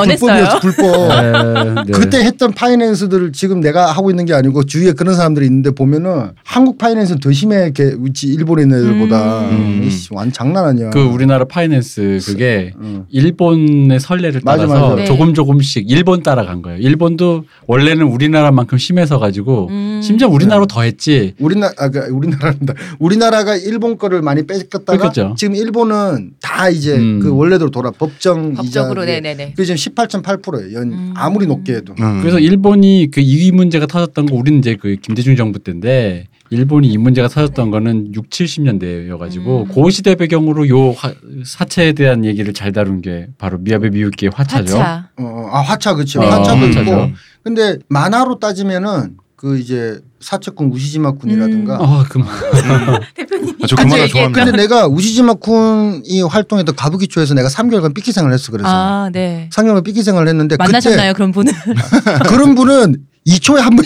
Speaker 1: 불법이었어
Speaker 3: 변했어요.
Speaker 1: 불법.
Speaker 2: 어. (laughs) 네, 네.
Speaker 1: 그때 했던 파이낸스들을 지금 내가 하고 있는 게 아니고 주위에 그런 사람들이 있는데 보면은 한국 파이낸스는 더 심해 이렇게 우치 일본에 있는 애들보다
Speaker 4: 음.
Speaker 1: 이씨, 완 장난 아니야.
Speaker 2: 그 우리나라 파이낸스 그게
Speaker 1: 응.
Speaker 2: 일본의 선례를
Speaker 1: 음. 맞아,
Speaker 2: 따라서
Speaker 1: 맞아.
Speaker 3: 네.
Speaker 2: 조금 조금씩 일본 따라간 거예요. 일본도 원래는 우리나라만큼 심해서 가지고
Speaker 3: 음.
Speaker 2: 심지어 우리나라로
Speaker 1: 네.
Speaker 2: 더했지.
Speaker 1: 우리나 아, 그 우리나라입니다. 우리나라가 일본 거를 많이 뺏겼다가
Speaker 2: 뺏겼죠.
Speaker 1: 지금 일본은 다 이제
Speaker 2: 음.
Speaker 1: 그 원래대로 돌아 법정
Speaker 3: 법적으로
Speaker 1: 이자
Speaker 3: 네네네.
Speaker 1: 그 지금 18.8%예요. 연
Speaker 3: 음.
Speaker 1: 아무리 높게 해도.
Speaker 4: 음.
Speaker 2: 그래서 일본이 그 이 문제가 터졌던 거 우리는 이제 그 김대중 정부 때인데 일본이 이 문제가 터졌던 거는 6, 70년대여 가지고
Speaker 3: 음.
Speaker 2: 그 시대 배경으로 요 화- 사체에 대한 얘기를 잘 다룬 게 바로 미야베 미유키의 화차죠.
Speaker 3: 화차.
Speaker 1: 어, 어, 아 화차 그렇죠.
Speaker 2: 네.
Speaker 1: 화차도
Speaker 2: 아,
Speaker 1: 있고.
Speaker 2: 화차죠.
Speaker 1: 근데 만화로 따지면은 그 이제 사채꾼 우시지마 군이라든가
Speaker 2: 아, 그만.
Speaker 1: 음.
Speaker 3: 대표님.
Speaker 4: 아, 저 그만화
Speaker 3: 이게
Speaker 4: 좋아합니다.
Speaker 1: 근데 내가 우시지마 쿤이 활동했던 가부기초에서 내가 3개월간 삐끼 생활을 했어 그래서
Speaker 3: 아 네.
Speaker 1: 3개월간 삐끼 생활을 했는데
Speaker 3: 만나셨나요 그런 분은?
Speaker 1: (laughs) 그때 그런 분은 2초에 한 분.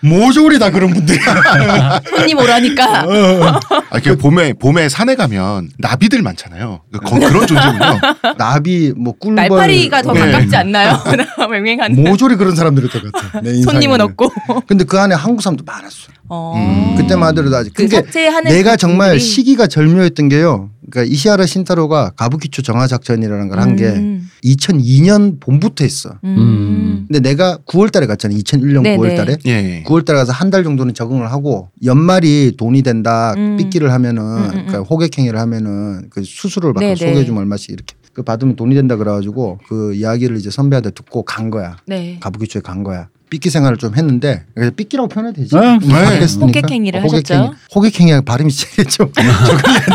Speaker 1: 모조리다 그런 분들.
Speaker 3: 손님
Speaker 1: 어.
Speaker 3: 오라니까.
Speaker 4: (laughs) 아, 그 봄에 봄에 산에 가면 나비들 많잖아요. 그 거- 그런 존재군요.
Speaker 1: (laughs) (laughs) 나비 뭐 꿀벌.
Speaker 3: 음, 날파리가 더
Speaker 4: 네.
Speaker 3: 가깝지 않나요? (laughs) 맹맹한.
Speaker 1: 모조리 그런 사람들이었던 것 같아. 내
Speaker 3: 손님은
Speaker 1: 인상에는.
Speaker 3: 없고.
Speaker 1: 근데 그 안에 한국 사람도 많았어.
Speaker 3: 어.
Speaker 4: 음.
Speaker 1: 그때만 하더라도 아직.
Speaker 3: 그
Speaker 1: 그게
Speaker 3: 삭제하는
Speaker 1: 내가
Speaker 3: 그
Speaker 1: 정말
Speaker 3: 분들이-
Speaker 1: 시기가 절묘했던 게요. 그러니까 이시하라 신타로가 가부키초 정화 작전이라는 걸 한 게
Speaker 3: 음.
Speaker 1: 2002년 봄부터 했어.
Speaker 3: 음.
Speaker 2: 음.
Speaker 1: 근데 내가 9월 달에 갔잖아. 2001년
Speaker 3: 네네.
Speaker 1: 9월 달에.
Speaker 4: 예, 예.
Speaker 1: 9월 달에 가서 한 달 정도는 적응을 하고 연말이 돈이 된다.
Speaker 3: 음.
Speaker 1: 삐끼를 하면은
Speaker 3: 음, 음,
Speaker 1: 그러니까 호객행위를 하면은 그 수수료를 받고
Speaker 3: 네네.
Speaker 1: 소개 좀 얼마씩 이렇게 그 받으면 돈이 된다 그래 가지고 그 이야기를 이제 선배한테 듣고 간 거야.
Speaker 3: 네.
Speaker 1: 가부기초에 간 거야. 삐끼 생활을 좀 했는데 그래서 삐끼라고 표현해도 되지.
Speaker 2: 네,
Speaker 1: 음,
Speaker 4: 네.
Speaker 1: 바뀌었으니까.
Speaker 3: 호객행위를 하셨죠?
Speaker 1: 호객행위. 호객행위 발음이 (laughs) 세죠.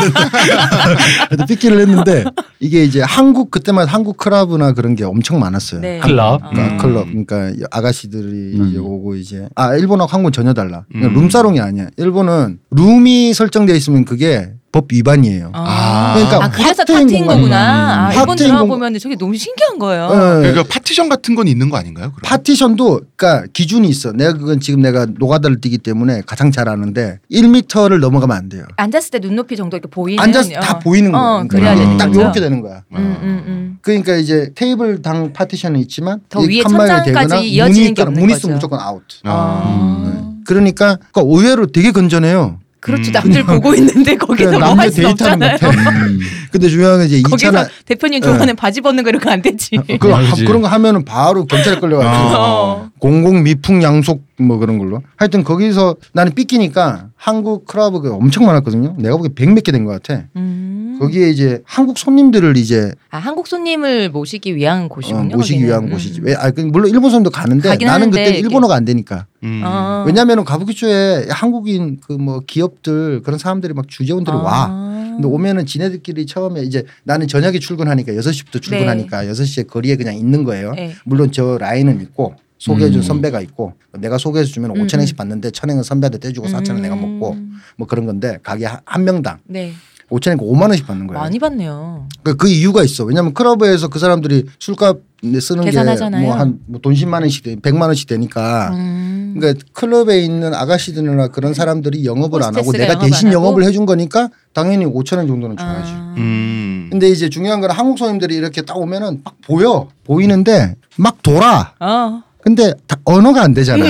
Speaker 2: (laughs)
Speaker 1: 적응했는데 삐끼를 했는데 이게 이제 한국 그때만 한국 클럽이나 그런 게 엄청 많았어요.
Speaker 3: 네.
Speaker 2: 클럽.
Speaker 3: 어.
Speaker 1: 그러니까
Speaker 4: 음.
Speaker 1: 클럽 그러니까 아가씨들이
Speaker 2: 음.
Speaker 1: 이제 오고 이제 아 일본하고 한국은 전혀 달라 그러니까
Speaker 4: 음.
Speaker 1: 룸사롱이 아니야 일본은 룸이 설정돼 있으면 그게 법 위반이에요.
Speaker 4: 아.
Speaker 1: 그러니까
Speaker 3: 어. 아, 그래서
Speaker 1: 확대인
Speaker 3: 파티인
Speaker 1: 공간.
Speaker 3: 거구나. 아,
Speaker 1: 음.
Speaker 3: 일본
Speaker 1: 확대인
Speaker 3: 드라마
Speaker 1: 공간.
Speaker 3: 보면 저게 너무 신기한 거예요.
Speaker 1: 예.
Speaker 4: 그러니까 파티션 같은 건 있는 거 아닌가요? 그럼?
Speaker 1: 파티션도 그러니까 기준이 있어. 내가 그건 지금 내가 노가다를 뛰기 때문에 가장 잘 아는데 1m를 넘어가면 안 돼요.
Speaker 3: 앉았을 때 눈높이 정도 이렇게 보이는.
Speaker 1: 앉아서
Speaker 3: 어.
Speaker 1: 다 보이는 거예요.
Speaker 3: 어,
Speaker 1: 그러니까
Speaker 3: 그래야
Speaker 4: 음.
Speaker 3: 되는
Speaker 1: 딱
Speaker 3: 거죠.
Speaker 1: 이렇게 되는 거야.
Speaker 4: 아.
Speaker 3: 음, 음, 음.
Speaker 1: 그러니까 이제 테이블 당 파티션은 있지만
Speaker 3: 더
Speaker 1: 이
Speaker 3: 위에
Speaker 1: 칸막이
Speaker 3: 천장까지
Speaker 1: 되거나
Speaker 3: 이어지는
Speaker 1: 문이
Speaker 3: 게
Speaker 1: 있거나
Speaker 3: 없는
Speaker 1: 문이
Speaker 3: 거죠.
Speaker 1: 있으면 무조건 아웃.
Speaker 3: 아.
Speaker 1: 그러니까 그러니까 의외로 되게 건전해요.
Speaker 3: 그렇죠.
Speaker 4: 음.
Speaker 1: (laughs)
Speaker 3: 남들 보고 있는데 거기서
Speaker 1: 그래,
Speaker 3: 뭐
Speaker 1: 남들
Speaker 3: 할 수
Speaker 1: 데이트하는
Speaker 3: 없잖아요.
Speaker 2: 음.
Speaker 1: 근데 중요한 건 이제
Speaker 3: 거기서 (laughs)
Speaker 1: 2차나
Speaker 3: 대표님
Speaker 1: 네.
Speaker 3: 저번에 바지 벗는 거 이런
Speaker 1: (laughs)
Speaker 3: 거안 되지.
Speaker 1: 그,
Speaker 2: 아, 그지.
Speaker 1: 그런 거 하면은 바로 경찰 끌려가지고
Speaker 3: 어.
Speaker 4: 아.
Speaker 1: 공공 미풍 양속 뭐 그런 걸로 하여튼 거기서 나는 삐끼니까 한국 클럽이 엄청 많았거든요. 내가 보기엔 100 몇 개 된 것 같아.
Speaker 3: 음.
Speaker 1: 거기에 이제 한국 손님들을 이제
Speaker 3: 아 한국 손님을 모시기 위한
Speaker 1: 어,
Speaker 3: 곳이군요.
Speaker 1: 모시기
Speaker 3: 거기는.
Speaker 1: 위한
Speaker 3: 음.
Speaker 1: 곳이지. 왜? 아, 그 물론 일본 손님도 가는데
Speaker 3: 가긴
Speaker 1: 나는
Speaker 3: 하는데
Speaker 1: 그때
Speaker 3: 이게-
Speaker 1: 일본어가 안 되니까.
Speaker 4: 음.
Speaker 3: 어.
Speaker 1: 왜냐하면 가부키초에 한국인 그 뭐 기업들 그런 사람들이 막 주재원들이 와.
Speaker 3: 아.
Speaker 1: 근데 오면은 지네들끼리 처음에 이제 나는 저녁에 출근하니까 6시부터 출근하니까 6시에 거리에 그냥 있는 거예요.
Speaker 3: 네.
Speaker 1: 물론 저 라인은 있고 소개해준
Speaker 2: 음.
Speaker 1: 선배가 있고 내가 소개해서 주면
Speaker 3: 음.
Speaker 1: 5천 원씩 받는데 천 원은 선배한테 떼주고 4천 원 내가 먹고
Speaker 3: 음.
Speaker 1: 뭐 그런 건데 가게 한- 한 명당
Speaker 3: 네
Speaker 1: 5천 원이니까 5만 원씩 받는 거예요.
Speaker 3: 많이 봤네요.
Speaker 1: 그러니까 그 이유가 있어. 왜냐하면 클럽에서 그 사람들이 술값 쓰는
Speaker 3: 계산하잖아요.
Speaker 1: 게뭐한돈 10만 원씩 되- 100만 원씩 되니까
Speaker 3: 음.
Speaker 1: 그러니까 클럽에 있는 아가씨들이나 그런 사람들이 영업을 안 하고
Speaker 3: 뭐 호스테스가
Speaker 1: 내가
Speaker 3: 영업 안
Speaker 1: 대신
Speaker 3: 하고?
Speaker 1: 영업을 해준 거니까 당연히 5천 원 정도는 줘야지.
Speaker 3: 아.
Speaker 4: 음.
Speaker 1: 근데 이제 중요한 건 한국 손님들이 이렇게 딱 오면은 막 보여 보이는데 막 돌아
Speaker 3: 어.
Speaker 1: 근데 다 언어가 안
Speaker 3: (laughs)
Speaker 1: 되잖아.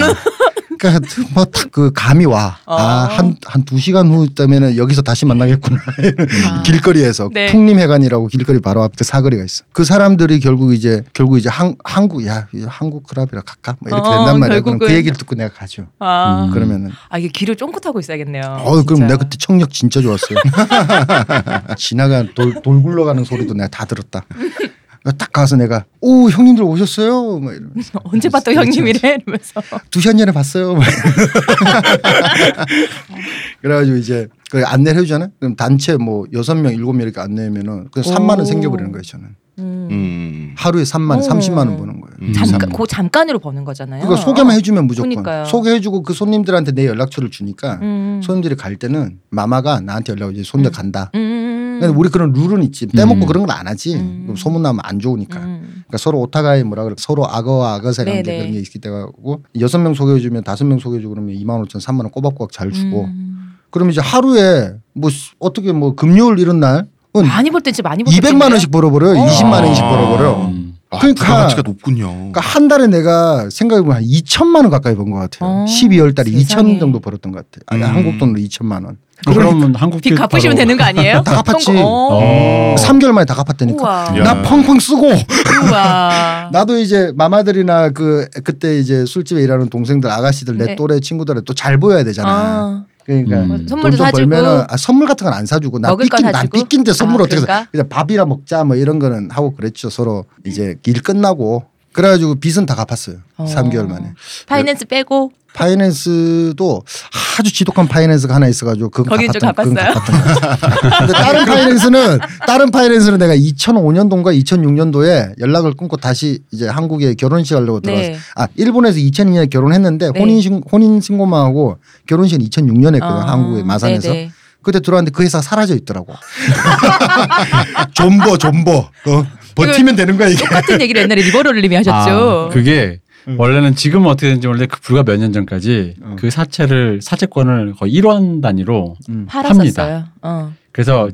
Speaker 1: 그러니까 뭐딱그 감이 와.
Speaker 3: 어.
Speaker 1: 아 한 한 두 시간 후 있다면은 여기서 다시 만나겠구나.
Speaker 3: 아.
Speaker 1: (laughs) 길거리에서
Speaker 3: 네.
Speaker 1: 풍림회관이라고 길거리 바로 앞에 사거리가 있어. 그 사람들이 결국 이제 결국 이제 한, 한국 야이 한국 클럽이라 갈까? 뭐 이렇게
Speaker 3: 어,
Speaker 1: 된단 말이야. 그럼
Speaker 3: 결국은.
Speaker 1: 그 얘기를 듣고 내가 가죠.
Speaker 3: 아.
Speaker 2: 음.
Speaker 1: 그러면은
Speaker 3: 아 이게 귀를 쫑긋하고 있어야겠네요.
Speaker 1: 어 그럼
Speaker 3: 진짜.
Speaker 1: 내가 그때 청력 진짜 좋았어요. (laughs) 지나간 돌, 돌 굴러가는 소리도 내가 다 들었다. 딱 가서 내가 오 형님들 오셨어요? 막 이러면서.
Speaker 3: (laughs) 언제 봤던 형님이래 이러면서.
Speaker 1: 두 시간 전에 봤어요. 뭐 (laughs) 그래가지고 이제 그 안내를 해주잖아요. 그럼 단체 뭐 여섯 명 일곱 명 이렇게 안내하면은 그냥 3만
Speaker 3: 오.
Speaker 1: 원 생겨버리는 거예요. 저는
Speaker 3: 음.
Speaker 4: 음.
Speaker 1: 하루에 3만 원,
Speaker 3: 오.
Speaker 1: 30만 원 버는 거예요.
Speaker 2: 음.
Speaker 3: 잠깐 그 잠깐으로 버는 거잖아요.
Speaker 1: 그러니까 소개만 해주면 무조건
Speaker 3: 그러니까요.
Speaker 1: 소개해주고 그 손님들한테 내 연락처를 주니까
Speaker 3: 음.
Speaker 1: 손님들이 갈 때는 마마가 나한테 연락 이제 손녀
Speaker 3: 음.
Speaker 1: 간다.
Speaker 3: 음.
Speaker 1: 근데 네, 그러니까 우리 그런 룰은 있지. 떼먹고
Speaker 2: 음.
Speaker 1: 그런 건 안 하지.
Speaker 3: 음.
Speaker 1: 그럼 소문나면 안 좋으니까.
Speaker 3: 음.
Speaker 1: 그러니까 서로 오타가이 뭐라 그래 서로 악어와 악어새 관계
Speaker 3: 네네.
Speaker 1: 그런 게 있기 때문에 여섯 명 소개해주면 다섯 명 소개해주고 그러면 2만 5천 3만 원 꼬박꼬박 잘 주고
Speaker 3: 음.
Speaker 1: 그러면 이제 하루에 뭐 시- 어떻게 뭐 금요일 이런 날은
Speaker 3: 많이 볼 때 진짜 많이 볼 때.
Speaker 1: 200만 원씩 벌어버려요
Speaker 3: 뭐 어.
Speaker 1: 20만 원씩
Speaker 4: 아.
Speaker 1: 벌어버려
Speaker 2: 음.
Speaker 4: 아,
Speaker 1: 그러니까-
Speaker 4: 부가 가치가 높군요.
Speaker 1: 그러니까 한 달에 내가 생각해보면 한 2천만 원 가까이 번 것 같아요
Speaker 3: 어,
Speaker 1: 12월 달에 2천
Speaker 3: 세상에.
Speaker 1: 정도 벌었던 것 같아요 아니
Speaker 4: 음.
Speaker 1: 한국 돈으로 2천만 원
Speaker 2: 그러면 한국
Speaker 3: 빚 갚으시면 되는 거 아니에요?
Speaker 1: 다 갚았지.
Speaker 3: 갚은 거. 어.
Speaker 2: 어.
Speaker 1: 3개월 만에 다 갚았다니까
Speaker 3: 우와.
Speaker 4: 야.
Speaker 1: 나 펑펑 쓰고
Speaker 3: 우와.
Speaker 1: (laughs) 나도 이제 마마들이나 그 그때 이제 술집에 일하는 동생들 아가씨들 내
Speaker 3: 네.
Speaker 1: 또래 친구들은 또 잘 보여야 되잖아
Speaker 3: 아.
Speaker 1: 그러니까
Speaker 2: 음.
Speaker 3: 선물도
Speaker 1: 돈좀
Speaker 3: 사주고.
Speaker 1: 벌면은 아, 선물 같은 건 안 사주고 나
Speaker 3: 먹을 거
Speaker 1: 삐낀 나
Speaker 3: 사주고?
Speaker 1: 삐낀데 선물
Speaker 3: 아,
Speaker 1: 어떻게 사?
Speaker 3: 그런가?
Speaker 1: 그냥 밥이라 먹자 뭐 이런 거는 하고 그랬죠 서로 이제 일 끝나고 그래가지고 빚은 다 갚았어요
Speaker 3: 어.
Speaker 1: 3개월 만에
Speaker 3: 파이낸스 빼고
Speaker 1: 파이낸스도 아주 지독한 파이낸스가 하나 있어가지고 그거
Speaker 3: 거긴 좀
Speaker 1: 갚았던 그건
Speaker 3: 갚았어요?
Speaker 1: 갚았던 거 근데 다른
Speaker 3: (laughs)
Speaker 1: 파이낸스는 다른 파이낸스는 내가 2005년도인가 2006년도에 연락을 끊고 다시 이제 한국에 결혼식 하려고 들어갔어
Speaker 3: 네.
Speaker 1: 아 일본에서 2002년에 결혼했는데
Speaker 3: 네.
Speaker 1: 혼인 혼인 신고만 하고 결혼식은 2006년에 했거든
Speaker 3: 어,
Speaker 1: 네, 한국의 마산에서
Speaker 3: 네네.
Speaker 1: 그때 들어왔는데 그 회사 사라져
Speaker 3: (laughs)
Speaker 1: 있더라고. (laughs) 존버 존버. 어, 버티면 되는 거야 이게.
Speaker 3: 똑같은 얘기를 옛날에 리버럴님이 하셨죠.
Speaker 2: 아, 그게
Speaker 1: 음.
Speaker 2: 원래는 지금 어떻게 되는지 원래 그 불과 몇 년 전까지
Speaker 1: 어.
Speaker 2: 그 사채를 사채권을 거의 1원 단위로
Speaker 3: 팔았었어요. 어.
Speaker 2: 그래서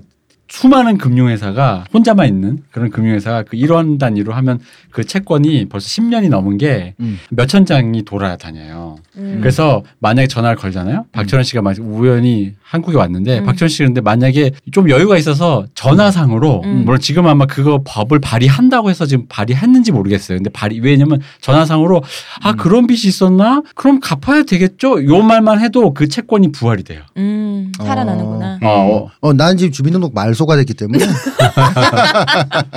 Speaker 2: 수많은 금융회사가 혼자만 있는 그런 금융회사가 그 1원 단위로 하면 그 채권이 벌써 10년이 넘은 게
Speaker 1: 음.
Speaker 2: 몇천 장이 돌아다녀요.
Speaker 3: 음.
Speaker 2: 그래서 만약에 전화를 걸잖아요. 박철현 씨가 만약 우연히 한국에 왔는데
Speaker 3: 음.
Speaker 2: 박철현 씨 그런데 만약에 좀 여유가 있어서 전화상으로
Speaker 3: 음.
Speaker 2: 물론 지금 아마 그거 법을 발의한다고 해서 지금 발의했는지 모르겠어요. 근데 발의 왜냐면 전화상으로
Speaker 3: 음.
Speaker 2: 아 그런 빚이 있었나? 그럼 갚아야 되겠죠. 요 말만 해도 그 채권이 부활이 돼요.
Speaker 3: 음, 살아나는구나.
Speaker 4: 어.
Speaker 2: 어,
Speaker 1: 어 나는 지금 주민등록 말소가 됐기
Speaker 2: (laughs)
Speaker 1: 때문에.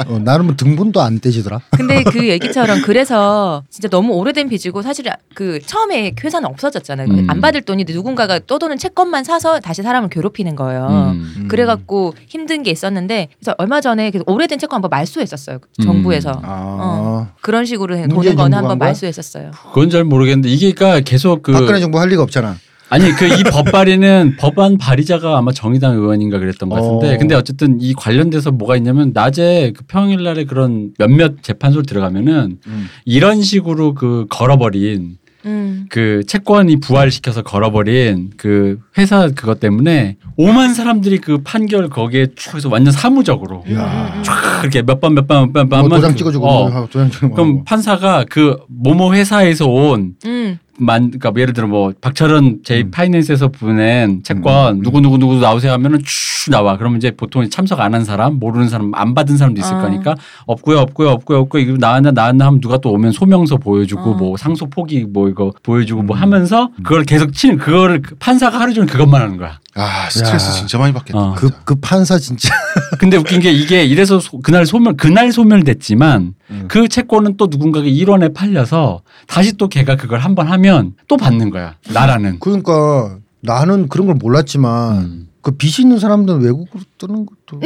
Speaker 1: 어, 나는 뭐 등본도 안 떼지더라.
Speaker 3: 근데 그 얘기처럼 그래서 진짜 너무 오래된 빚이고 사실 그 처음에 회사는 없어졌잖아요. 그
Speaker 2: 음.
Speaker 3: 안 받을 돈이 누군가가 떠도는 채권만 사서 다시 사람을 괴롭히는 거예요.
Speaker 2: 음.
Speaker 3: 그래갖고 힘든 게 있었는데 그래서 얼마 전에 그 오래된 채권 한번 말소했었어요.
Speaker 2: 음.
Speaker 3: 정부에서
Speaker 1: 아.
Speaker 3: 그런 식으로
Speaker 1: 문재인
Speaker 3: 도는 거는
Speaker 1: 정부가 한
Speaker 3: 한번
Speaker 1: 거야?
Speaker 3: 말소했었어요.
Speaker 2: 그건 잘 모르겠는데 이게 그러니까 계속 그
Speaker 1: 박근혜 정부 할 리가 없잖아. 뭐
Speaker 2: 아니 그 이 법 발의는 (laughs) 법안 발의자가 아마 정의당 의원인가 그랬던 것 같은데
Speaker 1: 어.
Speaker 2: 근데 어쨌든 이 관련돼서 뭐가 있냐면 낮에 그 평일날에 그런 몇몇 재판소를 들어가면은
Speaker 1: 음.
Speaker 2: 이런 식으로 그 걸어버린
Speaker 3: 음.
Speaker 2: 그 채권이 부활시켜서 걸어버린 그 회사 그것 때문에 오만 사람들이 그 판결 거기에 쭉 해서 완전 사무적으로
Speaker 3: 음,
Speaker 1: 이야.
Speaker 2: 그렇게 몇 번 몇 번 몇 번 몇번
Speaker 1: 뭐 도장 찍어주고 뭐 하고 도장 찍어
Speaker 2: 그- 그럼 판사가 그 모모 회사에서 온
Speaker 3: 음.
Speaker 2: 만, 그러니까 예를 들어 뭐 박철은 제
Speaker 1: 음.
Speaker 2: 파이낸스에서 보낸 채권
Speaker 1: 음.
Speaker 2: 누구 누구 누구 나오세요 하면은 쭉 나와. 그러면 이제 보통 참석 안 한 사람, 모르는 사람, 안 받은 사람도 있을
Speaker 3: 아.
Speaker 2: 거니까 없고요, 없고요, 없고요, 없고요. 이거 나왔나 나왔나 하면 누가 또 오면 소명서 보여주고
Speaker 3: 아.
Speaker 2: 뭐 상소 포기 뭐 이거 보여주고 뭐
Speaker 1: 음.
Speaker 2: 하면서 그걸 계속 치는 그거를 그 판사가 하루 종일 그것만 하는 거야.
Speaker 4: 아 스트레스
Speaker 1: 야.
Speaker 4: 진짜 많이 받겠다.
Speaker 2: 어.
Speaker 1: 그, 그 판사 진짜 (laughs)
Speaker 2: 근데 웃긴 게 이게 이래서 소- 그날 소멸 그날 소멸됐지만
Speaker 1: 음.
Speaker 2: 그 채권은 또 누군가가 1원에 팔려서 다시 또 걔가 그걸 한 번 하면 또 받는 거야. 나라는.
Speaker 1: 그러니까 나는 그런 걸 몰랐지만
Speaker 2: 음.
Speaker 1: 그 빚이 있는 사람들은 외국으로 뜨는 것도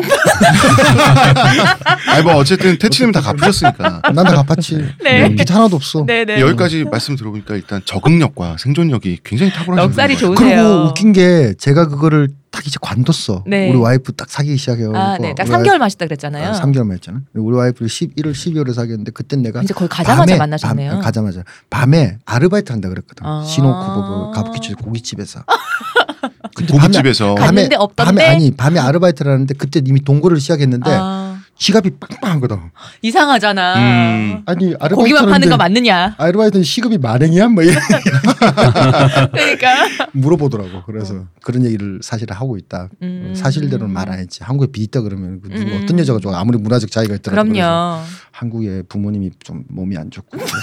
Speaker 4: 아니 뭐 어쨌든 태치님
Speaker 1: (laughs)
Speaker 4: 다 갚으셨으니까
Speaker 1: 난 다
Speaker 2: (laughs)
Speaker 1: 갚았지.
Speaker 3: 네.
Speaker 1: 빚 하나도 없어.
Speaker 3: 네네.
Speaker 4: 여기까지 말씀 들어보니까 일단 적응력과 생존력이 굉장히 탁월하신
Speaker 3: 넉살이
Speaker 4: 분인 것
Speaker 1: 그리고
Speaker 3: 좋으세요.
Speaker 1: 웃긴 게 제가 그거를 딱 이제 관뒀어.
Speaker 3: 네.
Speaker 1: 우리 와이프 딱 사귀기 시작해요.
Speaker 3: 아, 네. 딱 3개월 마시다 그랬잖아요.
Speaker 1: 3개월만 했잖아. 우리 와이프를 11월, 12월에 사귀었는데 그때 내가
Speaker 3: 이제 거의 가자마자
Speaker 1: 밤에-
Speaker 3: 만나셨네요.
Speaker 1: 밤- 가자마자 밤에 아르바이트 한다 그랬거든.
Speaker 3: 아.
Speaker 1: 신혼부부 가부키집
Speaker 3: (laughs)
Speaker 1: 고깃집에서. 근데 밤에-
Speaker 4: 고깃집에서
Speaker 3: 가- 갔는데 없던데?
Speaker 1: 밤에 아니 밤에 아르바이트를 하는데 그때 이미 동거를 시작했는데
Speaker 3: 아,
Speaker 1: 지갑이 빵빵하거든.
Speaker 3: 이상하잖아.
Speaker 4: 음.
Speaker 1: 아니 아르바이트
Speaker 3: 고기만 파는 거
Speaker 1: (laughs)
Speaker 3: 맞느냐?
Speaker 1: 아르바이트는 시급이 만행이야? 뭐
Speaker 3: (laughs)
Speaker 1: 이런
Speaker 3: 그러니까.
Speaker 1: 물어보더라고. 그래서 그런 얘기를 사실 하고 있다.
Speaker 3: 음.
Speaker 1: 사실대로는 말 안 했지. 한국에 빚 있다 그러면 그 누구
Speaker 3: 음.
Speaker 1: 어떤 여자가 좋아? 아무리 문화적 차이가 있더라도 그래서
Speaker 3: 그럼요.
Speaker 1: (laughs) 한국에 부모님이 좀 몸이 안 좋고 그래서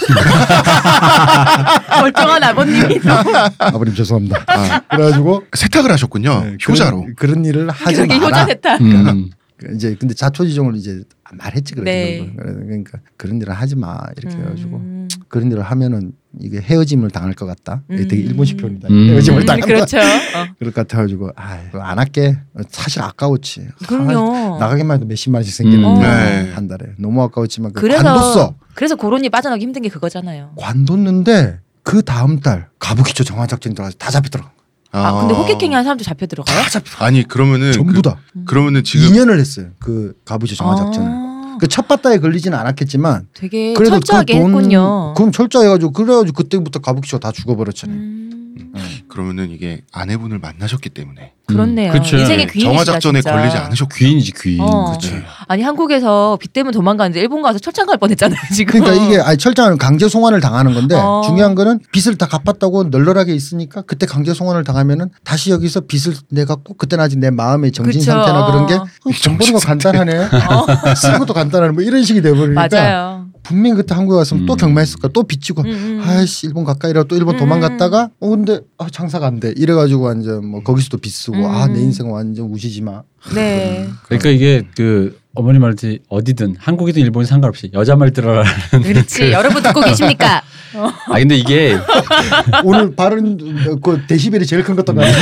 Speaker 3: 멀쩡한 아버님이 너무
Speaker 1: 아버님 죄송합니다.
Speaker 4: 아,
Speaker 1: 그래가지고
Speaker 4: 세탁을 하셨군요.
Speaker 1: 네,
Speaker 4: 어, 효자로.
Speaker 1: 그런, 그런 일을 하지
Speaker 3: 그렇게
Speaker 1: 마라.
Speaker 3: 그러니까 효자 됐다.
Speaker 2: 음.
Speaker 1: 이제 근데 자초지종을 이제 말했지 그랬지.
Speaker 3: 네.
Speaker 1: 그러니까 그런 일을 하지 마 이렇게 해가지고
Speaker 3: 음.
Speaker 1: 그런 일을 하면은 이게 헤어짐을 당할 것 같다. 이게 되게
Speaker 3: 음.
Speaker 1: 일본식 표현이다.
Speaker 2: 음.
Speaker 1: 헤어짐을
Speaker 3: 음,
Speaker 1: 당할 것
Speaker 3: 그렇죠. 어.
Speaker 1: 그럴 것 같아가지고 아안 할게 사실 아까웠지
Speaker 3: 그럼요.
Speaker 1: 아, 나가기만 해도 몇십만 원씩 생기는
Speaker 2: 음.
Speaker 4: 네.
Speaker 1: 한 달에 너무 아까웠지만 그
Speaker 3: 그래서
Speaker 1: 관뒀어
Speaker 3: 그래서 고론이 빠져나기 힘든 게 그거잖아요.
Speaker 1: 관뒀는데 그 다음 달 가부키초 정화작전 들어가서 다 잡히더라고
Speaker 3: 아, 근데 호객행위 하는 사람도 잡혀 들어가요?
Speaker 1: 다 잡히더라고
Speaker 4: 아니 그러면은
Speaker 1: 전부 다
Speaker 4: 그, 그러면은 지금
Speaker 1: 2년을 했어요 그 가부키초 정화작전을
Speaker 3: 아,
Speaker 1: 그 첫 바다에 걸리지는 않았겠지만
Speaker 3: 되게
Speaker 1: 그래도
Speaker 3: 예, 철저하게
Speaker 1: 그 돈,
Speaker 3: 했군요.
Speaker 1: 그럼 철저해가지고 그래가지고 그때부터 가부키초 다 죽어버렸잖아요
Speaker 3: 음,
Speaker 4: 그러면은 이게 아내분을 만나셨기 때문에
Speaker 3: 그렇네요.
Speaker 2: 그쵸.
Speaker 3: 인생의 귀인이시다.
Speaker 4: 정화 작전에
Speaker 3: 진짜.
Speaker 4: 걸리지 않으셨고
Speaker 2: 귀인이지 귀인.
Speaker 3: 어.
Speaker 4: 네.
Speaker 3: 아니 한국에서 빚 때문에 도망가는데 일본 가서 철창 갈 뻔했잖아요 지금.
Speaker 1: 그러니까 이게 아니 철저한 강제 송환을 당하는 건데
Speaker 3: 음. 어.
Speaker 1: 중요한 거는 빚을 다 갚았다고 널널하게 있으니까 그때 강제 송환을 당하면은 다시 여기서 빚을 내갖고 그때는 아직 내 마음의 정신
Speaker 3: 그쵸.
Speaker 1: 상태나 그런 게
Speaker 3: 어.
Speaker 1: 어, 돈 버는 거 간단하네 (laughs) 쓰는 것도 간단하네 뭐 이런 식이 돼버리니까
Speaker 3: 맞아요.
Speaker 1: 분명 그때 한국에 왔으면 또
Speaker 2: 음.
Speaker 1: 경마했을 거야 또 빚지고
Speaker 3: 음, 음.
Speaker 1: 아이씨 일본 가까이라 또 일본
Speaker 3: 음.
Speaker 1: 도망갔다가 어 근데 아, 장사가 안 돼 이래가지고 완전 뭐 거기서 또 빚쓰고 아
Speaker 3: 음.
Speaker 1: 내 인생 완전 우시지마
Speaker 3: 네.
Speaker 2: 그러니까 이게 그 어머니 말지 어디든 한국이든 일본이 상관없이 여자 말 들어라.
Speaker 3: 그렇지. 여러분 듣고 계십니까?
Speaker 2: 아 근데 이게 (laughs)
Speaker 1: 오늘 발언 그 데시벨이 제일 큰 것도 같아요